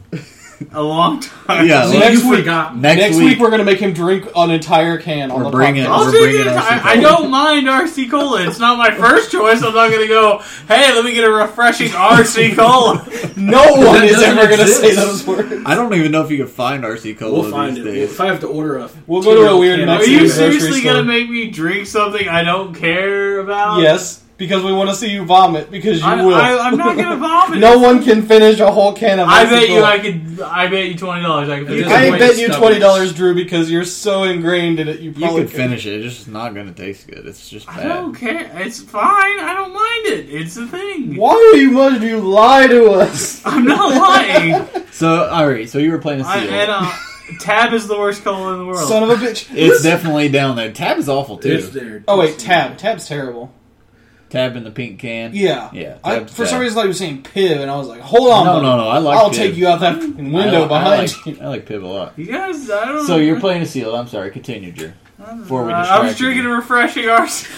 [SPEAKER 3] a long time.
[SPEAKER 1] Yeah,
[SPEAKER 4] So
[SPEAKER 1] well,
[SPEAKER 2] Next
[SPEAKER 4] you
[SPEAKER 2] week.
[SPEAKER 4] forgot.
[SPEAKER 1] next,
[SPEAKER 2] Next
[SPEAKER 1] week,
[SPEAKER 2] week, we're going to make him drink an entire can on
[SPEAKER 1] Or
[SPEAKER 2] the
[SPEAKER 1] bring it.
[SPEAKER 2] podcast.
[SPEAKER 1] We're
[SPEAKER 3] I'll drink
[SPEAKER 1] bringing
[SPEAKER 3] it.
[SPEAKER 1] RC
[SPEAKER 3] I, I
[SPEAKER 1] Cola.
[SPEAKER 3] don't mind RC Cola. It's not my first choice. I'm not going to go, hey, let me get a refreshing RC Cola.
[SPEAKER 2] No one is
[SPEAKER 4] doesn't
[SPEAKER 2] ever going to
[SPEAKER 4] exist.
[SPEAKER 2] say those words.
[SPEAKER 1] I don't even know if you can find RC Cola
[SPEAKER 4] We'll
[SPEAKER 1] these
[SPEAKER 4] find it.
[SPEAKER 1] days.
[SPEAKER 4] If I have to order a,
[SPEAKER 2] We'll go to a weird
[SPEAKER 4] can, I'll
[SPEAKER 3] Are
[SPEAKER 2] Mexican
[SPEAKER 3] you
[SPEAKER 4] see
[SPEAKER 2] grocery
[SPEAKER 3] seriously
[SPEAKER 2] store.
[SPEAKER 3] going to make me drink something I don't care about?
[SPEAKER 2] Yes, because we want to see you vomit, because you
[SPEAKER 3] I,
[SPEAKER 2] will.
[SPEAKER 3] I, I'm not going to vomit.
[SPEAKER 2] no one can finish a whole can of
[SPEAKER 3] I
[SPEAKER 2] RC
[SPEAKER 3] bet you
[SPEAKER 2] Cola.
[SPEAKER 3] I could. I bet you twenty dollars I could.
[SPEAKER 4] It
[SPEAKER 3] figure
[SPEAKER 4] doesn't
[SPEAKER 3] it
[SPEAKER 2] I
[SPEAKER 3] out.
[SPEAKER 4] Wait,
[SPEAKER 2] bet you
[SPEAKER 4] stop
[SPEAKER 2] twenty dollars,
[SPEAKER 4] this.
[SPEAKER 2] Drew, because you're so ingrained in it. You
[SPEAKER 1] you
[SPEAKER 2] probably
[SPEAKER 1] could finish it. It's just not going to taste good. It's just
[SPEAKER 3] I
[SPEAKER 1] bad.
[SPEAKER 3] don't care. It's fine. I don't mind it. It's a thing.
[SPEAKER 2] Why are you much? You lie to us.
[SPEAKER 3] I'm not lying.
[SPEAKER 1] So all right. So you were playing a seal.
[SPEAKER 3] I, and
[SPEAKER 4] um,
[SPEAKER 3] uh, Tab is the worst cola in the world.
[SPEAKER 2] Son of a bitch.
[SPEAKER 1] it's definitely down there. Tab is awful too.
[SPEAKER 4] it's there.
[SPEAKER 2] oh wait, tab. Tab's terrible.
[SPEAKER 1] Tab in the pink can.
[SPEAKER 2] Yeah.
[SPEAKER 1] Yeah,
[SPEAKER 2] I,
[SPEAKER 1] tab's
[SPEAKER 2] for some
[SPEAKER 1] bad.
[SPEAKER 2] reason, I was saying piv, and I was like, hold on.
[SPEAKER 1] No,
[SPEAKER 2] buddy.
[SPEAKER 1] no, no. I like.
[SPEAKER 2] I'll
[SPEAKER 1] Pib.
[SPEAKER 2] take you out that fucking
[SPEAKER 1] I
[SPEAKER 2] window
[SPEAKER 1] like-
[SPEAKER 2] behind
[SPEAKER 1] I like,
[SPEAKER 2] you.
[SPEAKER 1] I like Pib a lot.
[SPEAKER 3] you guys, I don't.
[SPEAKER 1] So you're playing a seal. I'm sorry. Continue, Drew. Before we
[SPEAKER 3] Uh, I was
[SPEAKER 1] distracted
[SPEAKER 3] drinking
[SPEAKER 1] you.
[SPEAKER 3] a refreshing RC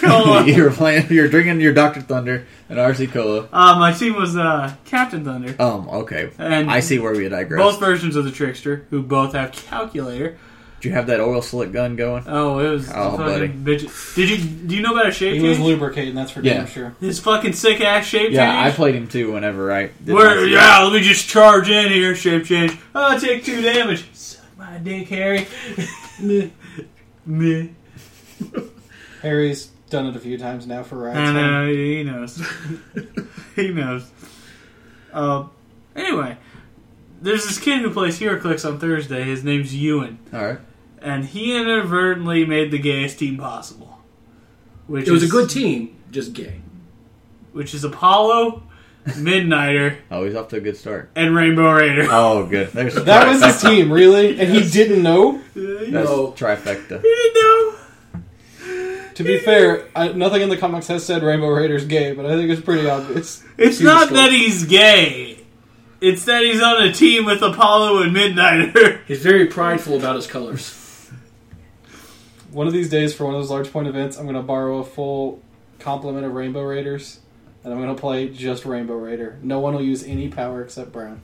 [SPEAKER 3] cola.
[SPEAKER 1] you were playing. You're drinking your Dr. Thunder and RC Cola.
[SPEAKER 3] uh, my team was uh, Captain Thunder,
[SPEAKER 1] Um. Okay.
[SPEAKER 3] and
[SPEAKER 1] I see where we digress.
[SPEAKER 3] both versions of the Trickster, who both have calculator.
[SPEAKER 1] Do you have that oil slick gun going?
[SPEAKER 3] Oh, it was
[SPEAKER 1] Oh,
[SPEAKER 3] fucking bitch. Did you do you know about a shape
[SPEAKER 2] He was
[SPEAKER 3] change?
[SPEAKER 2] lubricating. That's for
[SPEAKER 1] Yeah.
[SPEAKER 2] damn sure.
[SPEAKER 3] His fucking sick ass shape
[SPEAKER 1] Yeah,
[SPEAKER 3] change.
[SPEAKER 1] I played him too. Whenever I did my
[SPEAKER 3] Where,
[SPEAKER 1] seal.
[SPEAKER 3] yeah, let me just charge in here, shape change. Oh, I take two damage. Suck my dick, Harry. Meh. Meh.
[SPEAKER 2] Harry's done it a few times now for
[SPEAKER 3] I
[SPEAKER 2] rides.
[SPEAKER 3] know, he knows. he knows. Um, anyway, there's this kid who plays HeroClix on Thursday. His name's Ewan.
[SPEAKER 1] All right.
[SPEAKER 3] And he inadvertently made the gayest team possible. Which
[SPEAKER 4] It was a
[SPEAKER 3] is-
[SPEAKER 4] good team, just gay.
[SPEAKER 3] Which is Apollo, Midnighter,
[SPEAKER 1] Oh, he's off to a good start.
[SPEAKER 3] and Rainbow
[SPEAKER 4] Uh,
[SPEAKER 3] Raider.
[SPEAKER 1] Oh, good. There's a
[SPEAKER 2] That was his
[SPEAKER 1] trifecta.
[SPEAKER 2] team, really, and he didn't know.
[SPEAKER 3] you
[SPEAKER 1] That's
[SPEAKER 4] No.
[SPEAKER 1] trifecta.
[SPEAKER 3] didn't know.
[SPEAKER 2] To be fair, I, nothing in the comics has said Rainbow Raider's gay, but I think it's pretty obvious.
[SPEAKER 3] It's
[SPEAKER 2] He was
[SPEAKER 3] not
[SPEAKER 2] cool.
[SPEAKER 3] that he's gay. It's that he's on a team with Apollo and Midnighter.
[SPEAKER 4] He's very prideful about his colors.
[SPEAKER 2] One of these days, for one of those large point events, I'm going to borrow a full complement of Rainbow Raiders, and I'm going to play just Rainbow Raider. No one will use any power except Brown.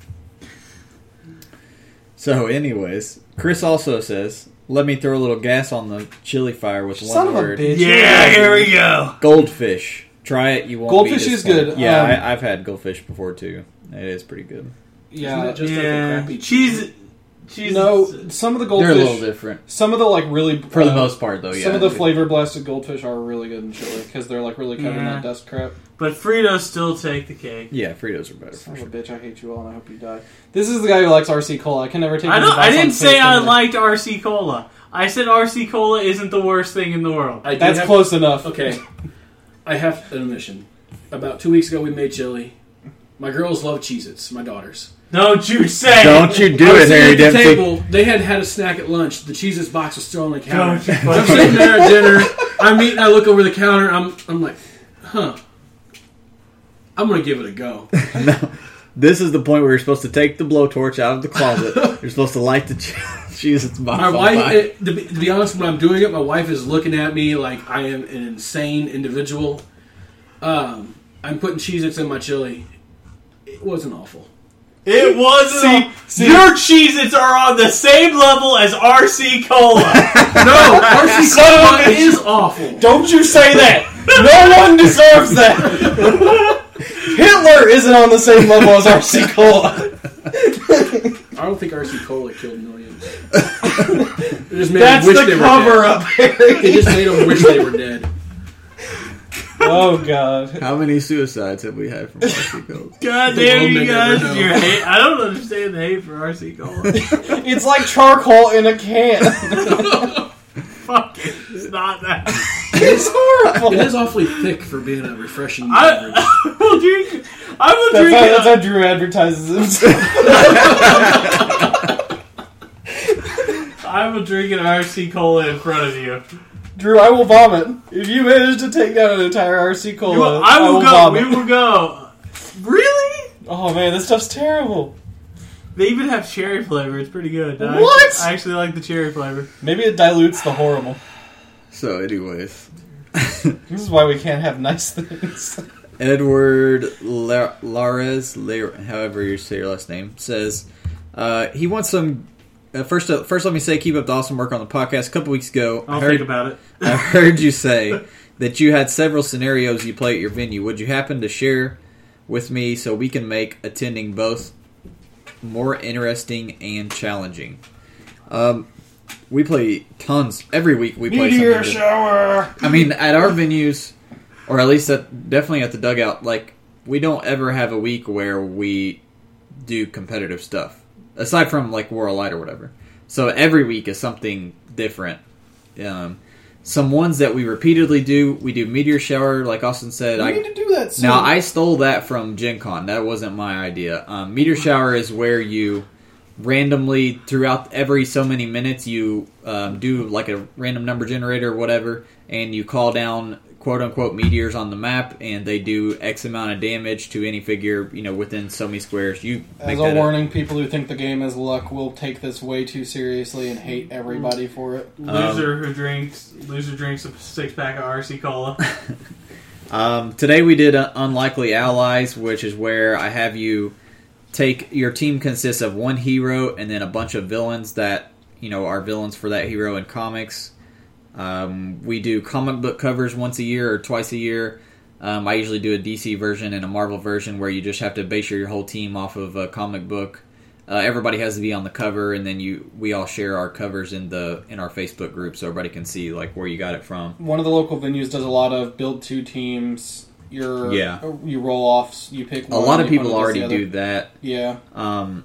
[SPEAKER 1] So, anyways, Chris also says, "Let me throw a little gas on the chili fire with
[SPEAKER 2] Son
[SPEAKER 1] one
[SPEAKER 2] of
[SPEAKER 1] word:
[SPEAKER 2] a bitch!
[SPEAKER 3] Yeah, here we go.
[SPEAKER 1] goldfish." Try it. You won't. be
[SPEAKER 2] Goldfish is
[SPEAKER 1] disappointed.
[SPEAKER 2] good.
[SPEAKER 1] Yeah,
[SPEAKER 2] Um,
[SPEAKER 1] I, I've had goldfish before too. It is pretty good.
[SPEAKER 4] Isn't
[SPEAKER 2] Yeah,
[SPEAKER 4] that just like a
[SPEAKER 3] yeah,
[SPEAKER 4] crappy
[SPEAKER 3] cheese. Cheese.
[SPEAKER 2] no, some of the
[SPEAKER 1] They're a little
[SPEAKER 2] goldfish,
[SPEAKER 1] different
[SPEAKER 2] some of the like really,
[SPEAKER 1] for the
[SPEAKER 2] uh,
[SPEAKER 1] most part, though. Yeah,
[SPEAKER 2] some of the flavor blasted goldfish are really good in chili because they're like really covered in
[SPEAKER 3] Yeah.
[SPEAKER 2] that dust crap.
[SPEAKER 3] But Fritos still take the cake.
[SPEAKER 1] Yeah, Fritos are better.
[SPEAKER 2] Son
[SPEAKER 1] For
[SPEAKER 2] of
[SPEAKER 1] sure.
[SPEAKER 2] a bitch! I hate you all, and I hope you die. This is the guy who likes RC Cola. I can never take.
[SPEAKER 3] I
[SPEAKER 2] his
[SPEAKER 3] don't. I
[SPEAKER 2] advice on
[SPEAKER 3] didn't say
[SPEAKER 2] taste
[SPEAKER 3] I
[SPEAKER 2] anymore.
[SPEAKER 3] liked RC Cola. I said RC Cola isn't the worst thing in the world.
[SPEAKER 4] I do
[SPEAKER 2] That's
[SPEAKER 4] have-
[SPEAKER 2] close enough.
[SPEAKER 4] Okay, I have an admission. About two weeks ago, we made chili. My girls love Cheez-Its, my daughters.
[SPEAKER 3] Don't you say.
[SPEAKER 1] Don't you
[SPEAKER 4] I
[SPEAKER 1] do
[SPEAKER 4] was
[SPEAKER 1] it,
[SPEAKER 4] sitting
[SPEAKER 1] Harry
[SPEAKER 4] at the
[SPEAKER 1] Dempsey.
[SPEAKER 4] table. They had had a snack at lunch. The Cheez-Its box was still on the
[SPEAKER 3] Don't
[SPEAKER 4] counter.
[SPEAKER 3] you
[SPEAKER 4] I'm
[SPEAKER 3] fucking-
[SPEAKER 4] sitting there at dinner. I'm eating. I look over the counter. I'm, I'm like, huh. I'm going to give it a go.
[SPEAKER 1] This is the point where you're supposed to take the blowtorch out of the closet. you're supposed to light the cheese. It's box
[SPEAKER 4] My
[SPEAKER 1] on
[SPEAKER 4] wife,
[SPEAKER 1] fire.
[SPEAKER 4] it, to, be, to be honest, when I'm doing it, my wife is looking at me like I am an insane individual. Um, I'm putting Cheez-Its in my chili. It wasn't awful.
[SPEAKER 3] It wasn't.
[SPEAKER 2] See- see-
[SPEAKER 3] Your Cheez-Its are on the same level as RC Cola.
[SPEAKER 4] No, RC
[SPEAKER 2] Son of a
[SPEAKER 4] Cola
[SPEAKER 2] bitch.
[SPEAKER 4] is awful.
[SPEAKER 2] Don't you say that! No one deserves that! Hitler isn't on the same level as RC Cola.
[SPEAKER 4] I don't think RC Cola killed millions. It just made
[SPEAKER 2] That's
[SPEAKER 4] them wish
[SPEAKER 2] the
[SPEAKER 4] they were
[SPEAKER 2] cover
[SPEAKER 4] dead.
[SPEAKER 2] up, Harry.
[SPEAKER 4] It just made them wish they were dead.
[SPEAKER 2] Oh god.
[SPEAKER 1] How many suicides have we had from RC Cola?
[SPEAKER 3] God
[SPEAKER 4] The
[SPEAKER 3] damn
[SPEAKER 4] world
[SPEAKER 3] you
[SPEAKER 4] may never
[SPEAKER 3] guys!
[SPEAKER 4] know.
[SPEAKER 3] Your hate. I don't understand the hate for RC Cola.
[SPEAKER 2] It's like charcoal in a can.
[SPEAKER 3] Fuck it. It's not that.
[SPEAKER 2] It's
[SPEAKER 4] It
[SPEAKER 2] horrible.
[SPEAKER 4] is awfully thick for being a refreshing beverage.
[SPEAKER 3] I will drink. I will
[SPEAKER 2] That's
[SPEAKER 3] drink.
[SPEAKER 2] how,
[SPEAKER 3] it.
[SPEAKER 2] that's how Drew advertises himself.
[SPEAKER 3] I will drink an RC cola in front of you.
[SPEAKER 2] Drew, I will vomit. If you manage to take down an entire RC cola,
[SPEAKER 3] You will- I will, go.
[SPEAKER 2] vomit.
[SPEAKER 3] We will go. Really?
[SPEAKER 2] Oh man, this stuff's terrible.
[SPEAKER 3] They even have cherry flavor. It's pretty good. I
[SPEAKER 2] What?
[SPEAKER 3] actually- I actually like the cherry flavor.
[SPEAKER 2] Maybe it dilutes the horrible.
[SPEAKER 1] So, anyways,
[SPEAKER 2] This is why we can't have nice things.
[SPEAKER 1] Edward La- Lares, La- however you say your last name, says uh, he wants some. Uh, first, uh, first, let me say, keep up the awesome work on the podcast. A couple weeks ago,
[SPEAKER 3] I'll
[SPEAKER 1] I heard,
[SPEAKER 3] think about it.
[SPEAKER 1] I heard you say that you had several scenarios you play at your venue. Would you happen to share with me so we can make attending both more interesting and challenging? Um, we play tons every week. We play something different.
[SPEAKER 2] shower.
[SPEAKER 1] I mean, at our venues, or at least at, definitely at the dugout, like we don't ever have a week where we do competitive stuff aside from like War of Light or whatever. So every week is something different. Um, some ones that we repeatedly do, we do meteor shower, like Austin said.
[SPEAKER 2] We
[SPEAKER 1] I,
[SPEAKER 2] need to do that soon.
[SPEAKER 1] now I stole that from Gen Con. That wasn't my idea. Um, meteor shower is where you randomly throughout every so many minutes you um, do like a random number generator or whatever, and you call down quote unquote meteors on the map, and they do X amount of damage to any figure you know within so many squares. You
[SPEAKER 2] As
[SPEAKER 1] make
[SPEAKER 2] a
[SPEAKER 1] that up.
[SPEAKER 2] warning, people who think the game is luck will take this way too seriously and hate everybody for it.
[SPEAKER 1] Um,
[SPEAKER 3] Loser who drinks loser drinks a six pack of RC cola.
[SPEAKER 1] Um, today we did uh, Unlikely Allies, which is where I have you take your team consists of one hero and then a bunch of villains that you know are villains for that hero in comics. Um, we do comic book covers once a year or twice a year. Um, I usually do a DC version and a Marvel version where you just have to base your whole team off of a comic book. Uh, everybody has to be on the cover, and then you we all share our covers in the in our Facebook group so everybody can see like where you got it from.
[SPEAKER 2] One of the local venues does a lot of build two teams. Your
[SPEAKER 1] Yeah.
[SPEAKER 2] you roll offs. You pick.
[SPEAKER 1] A
[SPEAKER 2] One,
[SPEAKER 1] lot of
[SPEAKER 2] you
[SPEAKER 1] people
[SPEAKER 2] put it
[SPEAKER 1] already
[SPEAKER 2] against the
[SPEAKER 1] do that.
[SPEAKER 2] other. Yeah,
[SPEAKER 1] Um,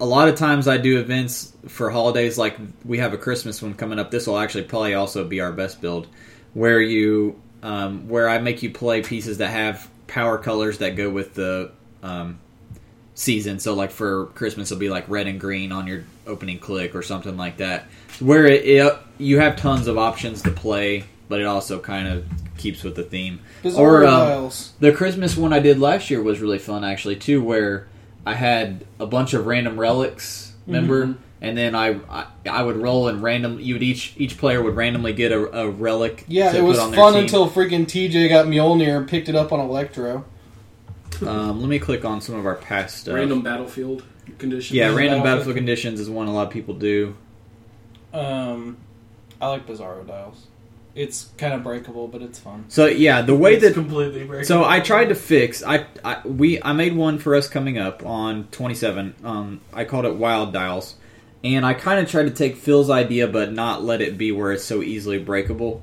[SPEAKER 1] a lot of times I do events for holidays, like we have a Christmas one coming up. This will actually probably also be our best build, where you, um, where I make you play pieces that have power colors that go with the um, season. So, like for Christmas, it'll be like red and green on your opening click or something like that. Where it, it you have tons of options to play, but it also kind of keeps with the theme.
[SPEAKER 2] bizarre uh,
[SPEAKER 1] Or, um,
[SPEAKER 2] dials.
[SPEAKER 1] The Christmas one I did last year was really fun, actually, too, where I had a bunch of random relics,
[SPEAKER 2] Mm-hmm.
[SPEAKER 1] remember? And then I, I I would roll and random. You would each each player would randomly get a, a relic.
[SPEAKER 2] Yeah,
[SPEAKER 1] to
[SPEAKER 2] it
[SPEAKER 1] put
[SPEAKER 2] was
[SPEAKER 1] on their
[SPEAKER 2] fun
[SPEAKER 1] team.
[SPEAKER 2] until freaking TJ got Mjolnir and picked it up on Electro.
[SPEAKER 1] Um, let me click on some of our past stuff.
[SPEAKER 4] Random battlefield conditions.
[SPEAKER 1] yeah, random
[SPEAKER 2] Battlefield.
[SPEAKER 1] battlefield conditions is one a lot of people do.
[SPEAKER 2] Um, I like Bizarro dials. It's kind of breakable, but it's fun.
[SPEAKER 1] So yeah, the way
[SPEAKER 3] It's
[SPEAKER 1] that
[SPEAKER 3] completely breaking.
[SPEAKER 1] So I tried to fix. I, I we I made one for us coming up on 27. Um, I called it Wild Dials, and I kind of tried to take Phil's idea, but not let it be where it's so easily breakable.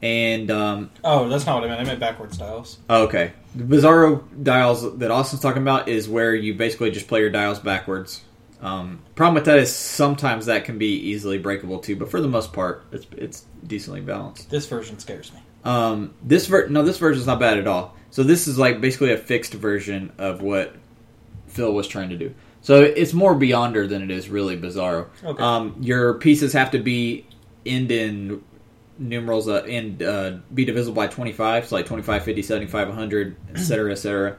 [SPEAKER 1] And um, oh,
[SPEAKER 2] Oh, that's not what I meant. I meant backwards dials.
[SPEAKER 1] okay, the Bizarro dials that Austin's talking about is where you basically just play your dials backwards. Um, problem with that is sometimes that can be easily breakable too, but for the most part, it's it's decently balanced.
[SPEAKER 2] This version scares me.
[SPEAKER 1] Um, this ver- no, this version's not bad at all. So this is like basically a fixed version of what Phil was trying to do. So it's more Beyonder than it is really Bizarro.
[SPEAKER 2] Okay.
[SPEAKER 1] Um, your pieces have to be end in numerals uh, and uh, be divisible by 25, so like 25, 50, 75, 100, etc., etc.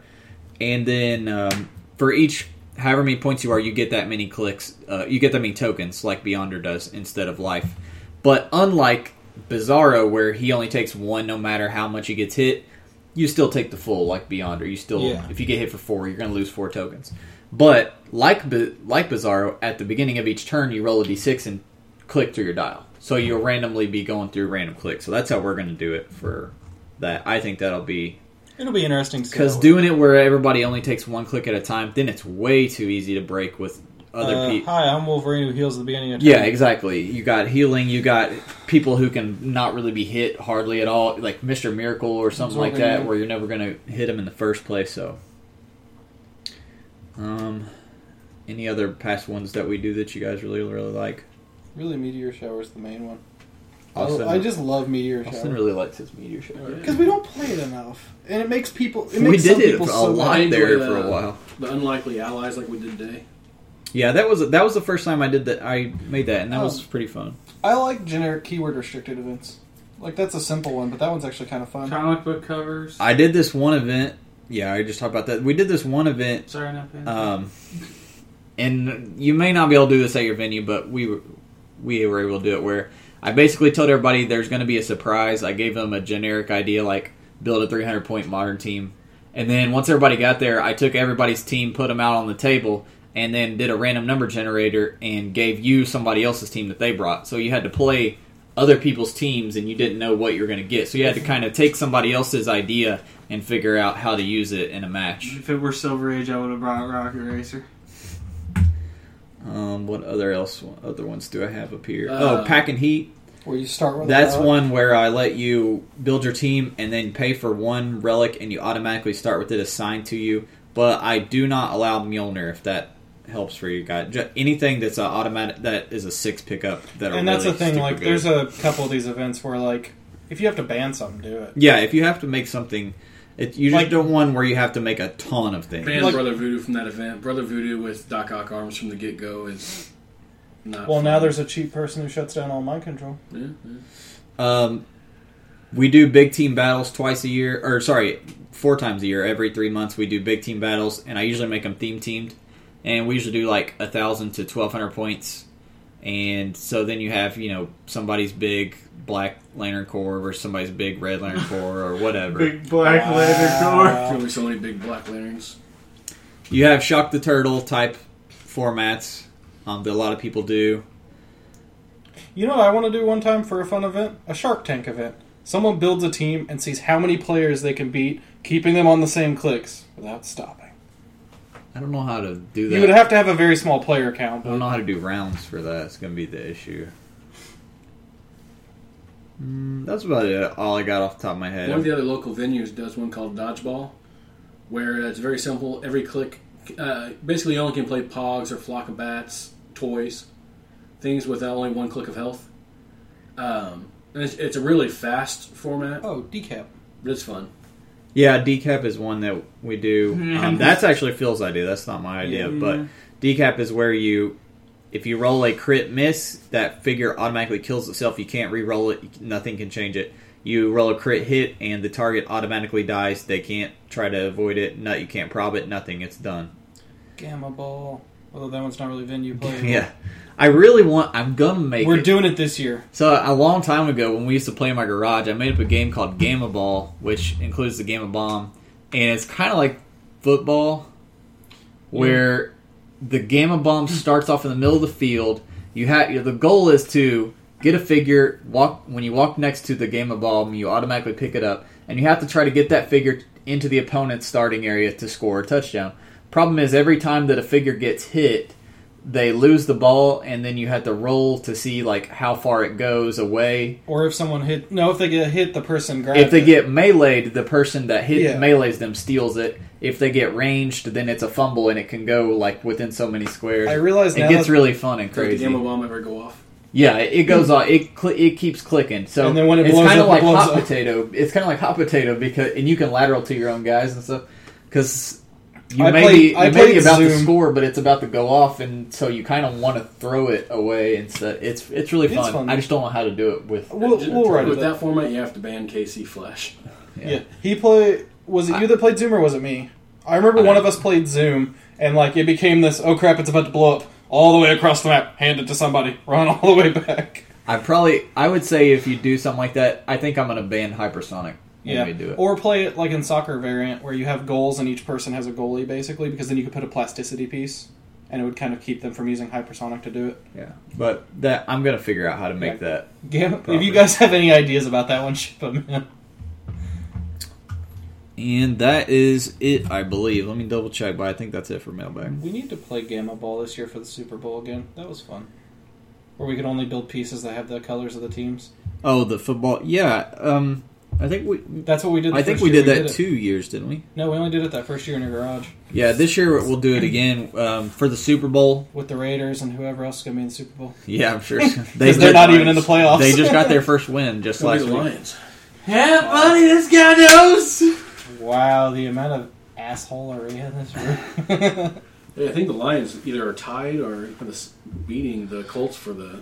[SPEAKER 1] And then um, for each however many points you are, you get that many clicks. Uh, you get that many tokens, like Beyonder does, instead of life. But unlike Bizarro, where he only takes one no matter how much he gets hit, you still take the full, like Beyonder. You still,
[SPEAKER 2] Yeah.
[SPEAKER 1] if you get hit for four, you're going to lose four tokens. But like Bi- like Bizarro, at the beginning of each turn, you roll a d6 and click through your dial. So you'll randomly be going through random clicks. So that's how we're going to do it for that. I think that'll be
[SPEAKER 2] It'll be interesting to see
[SPEAKER 1] because
[SPEAKER 2] how it-
[SPEAKER 1] doing it where everybody only takes one click at a time, then it's way too easy to break with other
[SPEAKER 2] Uh,
[SPEAKER 1] people.
[SPEAKER 2] Hi, I'm Wolverine who heals at the beginning of turn.
[SPEAKER 1] Yeah, exactly. You got healing. You got people who can not really be hit hardly at all, like Mister Miracle or something like
[SPEAKER 2] Absorbing
[SPEAKER 1] that,
[SPEAKER 2] it.
[SPEAKER 1] where you're never going to hit him in the first place. So, um, any other past ones that we do that you guys really really like?
[SPEAKER 2] Really, meteor shower is the main one. I-
[SPEAKER 1] Austin,
[SPEAKER 2] Oh, I just love meteor
[SPEAKER 1] Austin
[SPEAKER 2] shower
[SPEAKER 1] really likes his meteor show.
[SPEAKER 2] because we don't play it enough, and it makes people. It makes
[SPEAKER 1] We
[SPEAKER 2] some
[SPEAKER 1] did it
[SPEAKER 2] people
[SPEAKER 1] a
[SPEAKER 2] so
[SPEAKER 1] lot
[SPEAKER 2] mad.
[SPEAKER 1] there
[SPEAKER 4] Enjoy
[SPEAKER 1] for a
[SPEAKER 4] that.
[SPEAKER 1] while.
[SPEAKER 4] The unlikely allies like we did today.
[SPEAKER 1] Yeah, that was that was the first time I did that. I made that,
[SPEAKER 2] Oh.
[SPEAKER 1] and that was pretty fun.
[SPEAKER 2] I like generic keyword restricted events. Like that's a simple one, but that one's actually kind of fun.
[SPEAKER 3] Comic book covers.
[SPEAKER 1] I did this one event. Yeah, I just talked about that. We did this one event
[SPEAKER 3] Sorry, not paying.
[SPEAKER 1] Um, and you may not be able to do this at your venue, but we were, we were able to do it where I basically told everybody there's going to be a surprise. I gave them a generic idea like build a 300 point modern team, and then once everybody got there, I took everybody's team, put them out on the table, and then did a random number generator and gave you somebody else's team that they brought. So you had to play other people's teams and you didn't know what you were going to get. So you had to kind of take somebody else's idea and figure out how to use it in a match.
[SPEAKER 3] if it were Silver Age, I would have brought Rocket Racer.
[SPEAKER 1] Um, what other else? Other ones do I have up here?
[SPEAKER 4] Uh,
[SPEAKER 1] oh, pack and heat.
[SPEAKER 2] Where you start with
[SPEAKER 1] That's
[SPEAKER 2] a relic.
[SPEAKER 1] one where I let you build your team and then pay for one relic, and you automatically start with it assigned to you. But I do not allow Mjolnir if that helps for you guys. Ju- anything that's a automatic that is a six pickup that are
[SPEAKER 2] and that's
[SPEAKER 1] really
[SPEAKER 2] the thing.
[SPEAKER 1] super
[SPEAKER 2] Like,
[SPEAKER 1] good.
[SPEAKER 2] there's a couple of these events where like if you have to ban something, do it.
[SPEAKER 1] yeah. If you have to make something, it, you just
[SPEAKER 2] Like-
[SPEAKER 1] don't want where you have to make a ton of things.
[SPEAKER 4] Banned
[SPEAKER 2] Like-
[SPEAKER 4] Brother Voodoo from that event. Brother Voodoo with Doc Ock arms from the get go is not.
[SPEAKER 2] Well,
[SPEAKER 4] fun.
[SPEAKER 2] now there's a cheap person who shuts down all mind control.
[SPEAKER 4] Yeah, yeah.
[SPEAKER 1] Um, we do big team battles twice a year, or sorry, four times a year. Every three months, we do big team battles, and I usually make them theme teamed. And we usually do like a thousand to twelve hundred points. And so then you have you know somebody's big Black Lantern Corps versus somebody's big Red Lantern Corps or whatever.
[SPEAKER 3] Big Black
[SPEAKER 2] Wow.
[SPEAKER 3] Lantern
[SPEAKER 4] There's gonna be so many big black lanterns.
[SPEAKER 1] You have Shock the Turtle type formats um, that a lot of people do.
[SPEAKER 2] You know what I want to do one time for a fun event? A Shark Tank event. Someone builds a team and sees how many players they can beat, keeping them on the same clicks without stopping.
[SPEAKER 1] I don't know how to do that.
[SPEAKER 2] You would have to have a very small player count.
[SPEAKER 1] I don't know how to do rounds for that. It's gonna be the issue. Mm, that's about it. All I got off the top of my
[SPEAKER 4] One of
[SPEAKER 1] head.
[SPEAKER 4] the other local venues does one called Dodgeball, where it's very simple. Every click, uh, basically, you only can play Pogs or Flock of Bats, toys, things with only one click of health. Um, and it's, it's a really fast format,
[SPEAKER 2] Oh, decap.
[SPEAKER 4] but it's fun.
[SPEAKER 1] Yeah, decap is one that we do.
[SPEAKER 3] Yeah.
[SPEAKER 1] Um, that's actually Phil's idea. That's not my idea,
[SPEAKER 3] Yeah.
[SPEAKER 1] but decap is where you, if you roll a crit miss, that figure automatically kills itself. You can't re-roll it. Nothing can change it. You roll a crit hit, and the target automatically dies. They can't try to avoid it. Not you can't prob it. Nothing. It's done.
[SPEAKER 2] Gamma ball. Although that one's not really venue play.
[SPEAKER 1] Yeah, I really want. I'm gonna make.
[SPEAKER 2] Oh, We're
[SPEAKER 1] it.
[SPEAKER 2] doing it this year.
[SPEAKER 1] So a long time ago, when we used to play in my garage, I made up a game called Gamma Ball, which includes the Gamma Bomb, and it's kind of like football, where the Gamma Bomb starts off in the middle of the field. You have the goal is to get a figure. Walk when you walk next to the Gamma Bomb, you automatically pick it up, and you have to try to get that figure into the opponent's starting area to score a touchdown. Problem is, every time that a figure gets hit, they lose the ball and then you have to roll to see like how far it goes away.
[SPEAKER 2] Or if someone hit. No, if they get hit, the person grabs
[SPEAKER 1] If they
[SPEAKER 2] it.
[SPEAKER 1] get meleeed, the person that hit
[SPEAKER 2] Yeah.
[SPEAKER 1] melees them steals it. If they get ranged, then it's a fumble and it can go like within so many squares.
[SPEAKER 2] I realize now.
[SPEAKER 1] it gets
[SPEAKER 2] that-
[SPEAKER 1] really fun and
[SPEAKER 4] Does the
[SPEAKER 1] crazy.
[SPEAKER 4] Gamma Bomb ever go off?
[SPEAKER 1] Yeah, it it goes on. It cl- it keeps clicking. So
[SPEAKER 2] Hmm. And then when it
[SPEAKER 1] it's
[SPEAKER 2] blows
[SPEAKER 1] kind
[SPEAKER 2] up,
[SPEAKER 1] of
[SPEAKER 2] it
[SPEAKER 1] like
[SPEAKER 2] blows
[SPEAKER 1] hot
[SPEAKER 2] up.
[SPEAKER 1] potato. It's kind of like hot potato because and you can lateral to your own guys and stuff because you
[SPEAKER 2] I
[SPEAKER 1] may
[SPEAKER 2] played-
[SPEAKER 1] be
[SPEAKER 2] I
[SPEAKER 1] you may be
[SPEAKER 2] played
[SPEAKER 1] about to
[SPEAKER 2] Zoom.
[SPEAKER 1] score, but it's about to go off, and so you kind of want to throw it away instead. It's it's really
[SPEAKER 2] It's
[SPEAKER 1] fun.
[SPEAKER 2] fun.
[SPEAKER 1] I just don't know how to do it with.
[SPEAKER 2] We'll, we'll write
[SPEAKER 4] With
[SPEAKER 2] it.
[SPEAKER 4] that
[SPEAKER 2] up.
[SPEAKER 4] format, you have to ban KC Flash.
[SPEAKER 1] Yeah.
[SPEAKER 2] Yeah. He played. Was it you that played Zoom or was it me? I remember
[SPEAKER 1] I
[SPEAKER 2] one
[SPEAKER 1] don't-
[SPEAKER 2] of us played Zoom, and like it became this. Oh crap! It's about to blow up all the way across the map. Hand it to somebody. Run all the way back.
[SPEAKER 1] I probably I would say if you do something like that, I think I'm gonna ban hypersonic when
[SPEAKER 2] Yeah.
[SPEAKER 1] we do it.
[SPEAKER 2] Or play it like in soccer variant where you have goals and each person has a goalie basically, because then you could put a plasticity piece, and it would kind of keep them from using hypersonic to do it.
[SPEAKER 1] yeah, but that I'm gonna figure out how to make that.
[SPEAKER 2] Yeah. If
[SPEAKER 1] Probably.
[SPEAKER 2] you guys have any ideas about that one, ship them in.
[SPEAKER 1] And that is it, I believe. Let me double check, but I think that's it for mailbag.
[SPEAKER 2] We need to play Gamma Ball this year for the Super Bowl again. That was fun. Where we could only build pieces that have the colors of the teams.
[SPEAKER 1] Oh, the football. Yeah. Um, I think we.
[SPEAKER 2] That's what we did. The
[SPEAKER 1] I think
[SPEAKER 2] first
[SPEAKER 1] we
[SPEAKER 2] year
[SPEAKER 1] did that
[SPEAKER 2] it.
[SPEAKER 1] two years, didn't we?
[SPEAKER 2] No, we only did it that first year in your garage
[SPEAKER 1] Yeah. This year we'll do it again um, for the Super Bowl.
[SPEAKER 2] with the Raiders and whoever else is going to be in the Super Bowl.
[SPEAKER 1] Yeah, I'm sure. They
[SPEAKER 2] Because they're
[SPEAKER 1] did-
[SPEAKER 2] not even in the playoffs.
[SPEAKER 1] They just got their first win just
[SPEAKER 4] Like
[SPEAKER 1] last
[SPEAKER 4] the
[SPEAKER 1] week.
[SPEAKER 4] Lions.
[SPEAKER 3] Yeah, buddy, this guy knows.
[SPEAKER 2] wow, the amount of assholery in this room.
[SPEAKER 4] Yeah, I think the Lions either are tied or kind of s- beating the Colts for the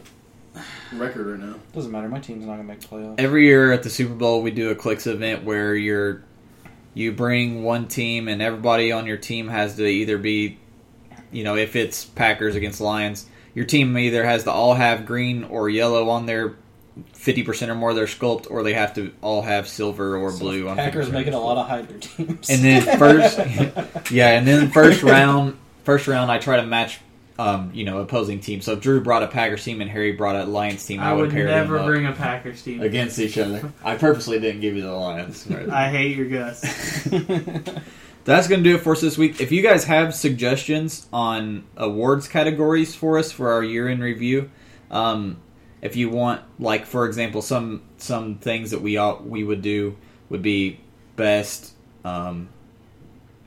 [SPEAKER 4] record right now.
[SPEAKER 5] Doesn't matter. My team's not gonna make playoffs.
[SPEAKER 1] Every year at the Super Bowl, we do a clicks event where you're you bring one team and everybody on your team has to either be, you know, if it's Packers against Lions, your team either has to all have green or yellow on their fifty percent or more of their sculpt, or they have to all have silver or blue. on
[SPEAKER 5] Packers
[SPEAKER 1] 50%
[SPEAKER 5] making a lot of hide their teams.
[SPEAKER 1] and then first yeah and then first round first round i try to match um, you know opposing teams so if drew brought a packers team and harry brought a lions team i,
[SPEAKER 3] I would
[SPEAKER 1] pair
[SPEAKER 3] never
[SPEAKER 1] them
[SPEAKER 3] bring a Packers team.
[SPEAKER 1] up against each other i purposely didn't give you the lions
[SPEAKER 3] I hate your guts.
[SPEAKER 1] that's gonna do it for us this week if you guys have suggestions on awards categories for us for our year in review um, if you want like for example some some things that we ought we would do would be best um,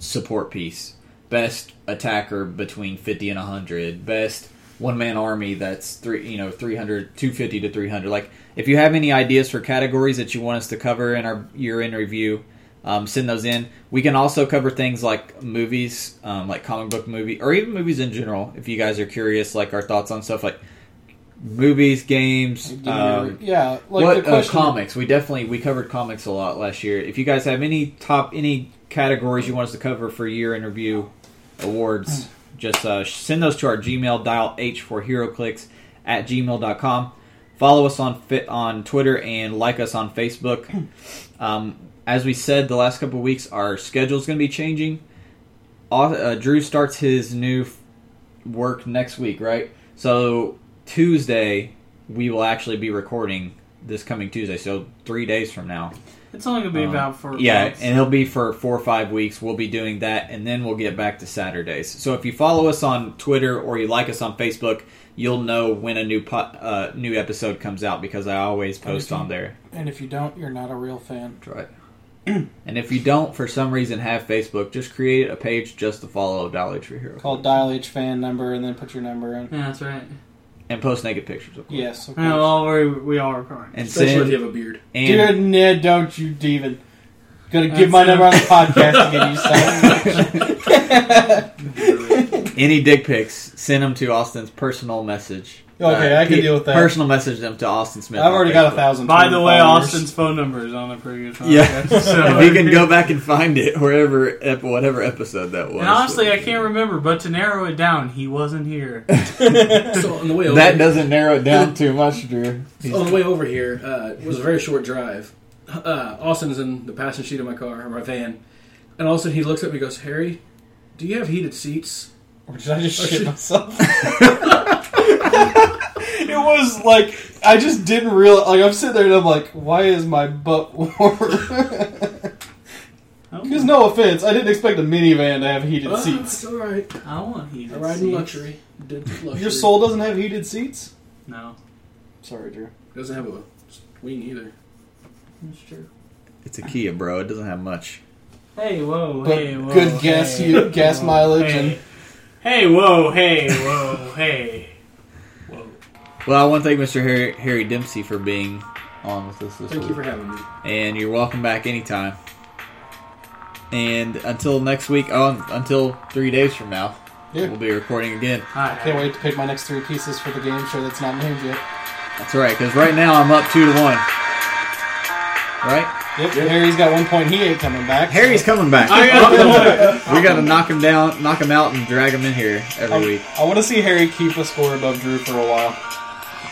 [SPEAKER 1] support piece, best attacker between 50 and 100, best one man army that's three, you know, 300, 250 to 300. Like, if you have any ideas for categories that you want us to cover in our year in review, um, send those in. We can also cover things like movies, um, like comic book movie, or even movies in general. If you guys are curious, like our thoughts on stuff like movies, games, um,
[SPEAKER 2] yeah, like the
[SPEAKER 1] what uh,
[SPEAKER 2] question,
[SPEAKER 1] comics? We definitely we covered comics a lot last year. If you guys have any top any categories you want us to cover for year interview
[SPEAKER 2] Mm.
[SPEAKER 1] awards, just uh, send those to our Gmail dial h for hero clicks at gmail.com. Follow us on fit on Twitter and like us on
[SPEAKER 2] Mm.
[SPEAKER 1] Facebook. Um, as we said the last couple of weeks, our schedule's going to be changing. Au- Uh, Drew starts his new f- work next week, right? So Tuesday we will actually be recording this coming Tuesday, so three days from now.
[SPEAKER 3] It's only gonna be
[SPEAKER 1] Um,
[SPEAKER 3] about for
[SPEAKER 1] yeah,
[SPEAKER 3] months.
[SPEAKER 1] and it'll be for four or five weeks. We'll be doing that, and then we'll get back to Saturdays. So if you follow us on Twitter or you like us on Facebook, you'll know when a new po- uh, new episode comes out because I always post on there.
[SPEAKER 2] and if you don't, you're not a real fan.
[SPEAKER 1] That's right. and if you don't, for some reason, have Facebook, just create a page just to follow Dolly Tree Hero
[SPEAKER 2] Call dial H fan number and then put your number in.
[SPEAKER 3] yeah, that's right.
[SPEAKER 1] and post naked pictures, of course.
[SPEAKER 2] Yes. of
[SPEAKER 3] Yeah,
[SPEAKER 2] course.
[SPEAKER 3] well, we, we all recording.
[SPEAKER 1] And
[SPEAKER 4] Especially if
[SPEAKER 1] send
[SPEAKER 4] you have a beard.
[SPEAKER 2] Dear
[SPEAKER 1] and
[SPEAKER 2] Ned, don't you even. Gonna
[SPEAKER 3] That's
[SPEAKER 2] give my
[SPEAKER 3] it.
[SPEAKER 2] number on the podcast to get you signed.
[SPEAKER 1] any dick pics, send them to Austin's personal message.
[SPEAKER 2] Okay, I can
[SPEAKER 1] pe-
[SPEAKER 2] deal with that.
[SPEAKER 1] Personal message them to Austin Smith.
[SPEAKER 2] I've
[SPEAKER 1] on
[SPEAKER 2] already got a
[SPEAKER 1] Facebook.
[SPEAKER 2] thousand.
[SPEAKER 3] By the way,
[SPEAKER 2] followers.
[SPEAKER 3] Austin's phone number is on the previous one.
[SPEAKER 1] Yeah.
[SPEAKER 3] so
[SPEAKER 1] if you can go back and find it wherever ep- whatever episode that was.
[SPEAKER 3] And honestly, I can't remember, but to narrow it down, he wasn't here.
[SPEAKER 4] So on the way over,
[SPEAKER 1] That doesn't narrow it down too much, Drew. He's-
[SPEAKER 2] Oh.
[SPEAKER 4] on the Oh, way over here, uh, it was a very short drive. Uh, Austin's in the passenger seat of my car, or my van, and all of a sudden he looks at me and goes, "Harry, do you have heated seats?"
[SPEAKER 2] Or did I just
[SPEAKER 4] Oh,
[SPEAKER 2] shit
[SPEAKER 4] shit.
[SPEAKER 2] myself? it was like I just didn't realize. Like I'm sitting there and I'm like, why is my butt warm?
[SPEAKER 3] Oh,
[SPEAKER 2] Because no offense, I didn't expect a minivan to have heated
[SPEAKER 4] "Ah,
[SPEAKER 2] seats.
[SPEAKER 4] it's all right.
[SPEAKER 3] I want heated
[SPEAKER 4] I ride in
[SPEAKER 3] seats.
[SPEAKER 4] luxury. Did luxury.
[SPEAKER 2] Your soul doesn't have heated seats.
[SPEAKER 3] No,
[SPEAKER 2] Sorry, Drew.
[SPEAKER 4] doesn't have a wing either.
[SPEAKER 3] that's true.
[SPEAKER 1] it's a Kia, bro. It doesn't have much.
[SPEAKER 3] Hey, whoa,
[SPEAKER 2] But
[SPEAKER 3] hey, whoa.
[SPEAKER 2] good gas
[SPEAKER 3] hey,
[SPEAKER 2] you- gas
[SPEAKER 3] whoa,
[SPEAKER 2] mileage
[SPEAKER 3] hey.
[SPEAKER 2] and-
[SPEAKER 3] Hey, whoa, hey, whoa, hey. Whoa.
[SPEAKER 1] Well, I want to thank Mr. Harry, Harry Dempsey for being on with us this
[SPEAKER 4] Thank
[SPEAKER 1] week.
[SPEAKER 4] you for having me.
[SPEAKER 1] and you're welcome back anytime. And until next week, oh, until three days from now,
[SPEAKER 2] Yeah.
[SPEAKER 1] we'll be recording again.
[SPEAKER 3] Hi.
[SPEAKER 2] Can't wait to pick my next three pieces for the game show that's not named yet.
[SPEAKER 1] That's right, because right now I'm up two to one. Right?
[SPEAKER 2] Yep, Harry's got one point. He ain't coming back.
[SPEAKER 1] Harry's coming back.
[SPEAKER 3] I got the one.
[SPEAKER 1] we got to knock him down, knock him out, and drag him in here every
[SPEAKER 3] Um,
[SPEAKER 2] I,
[SPEAKER 1] week.
[SPEAKER 2] I want to see Harry keep the score above Drew for a while.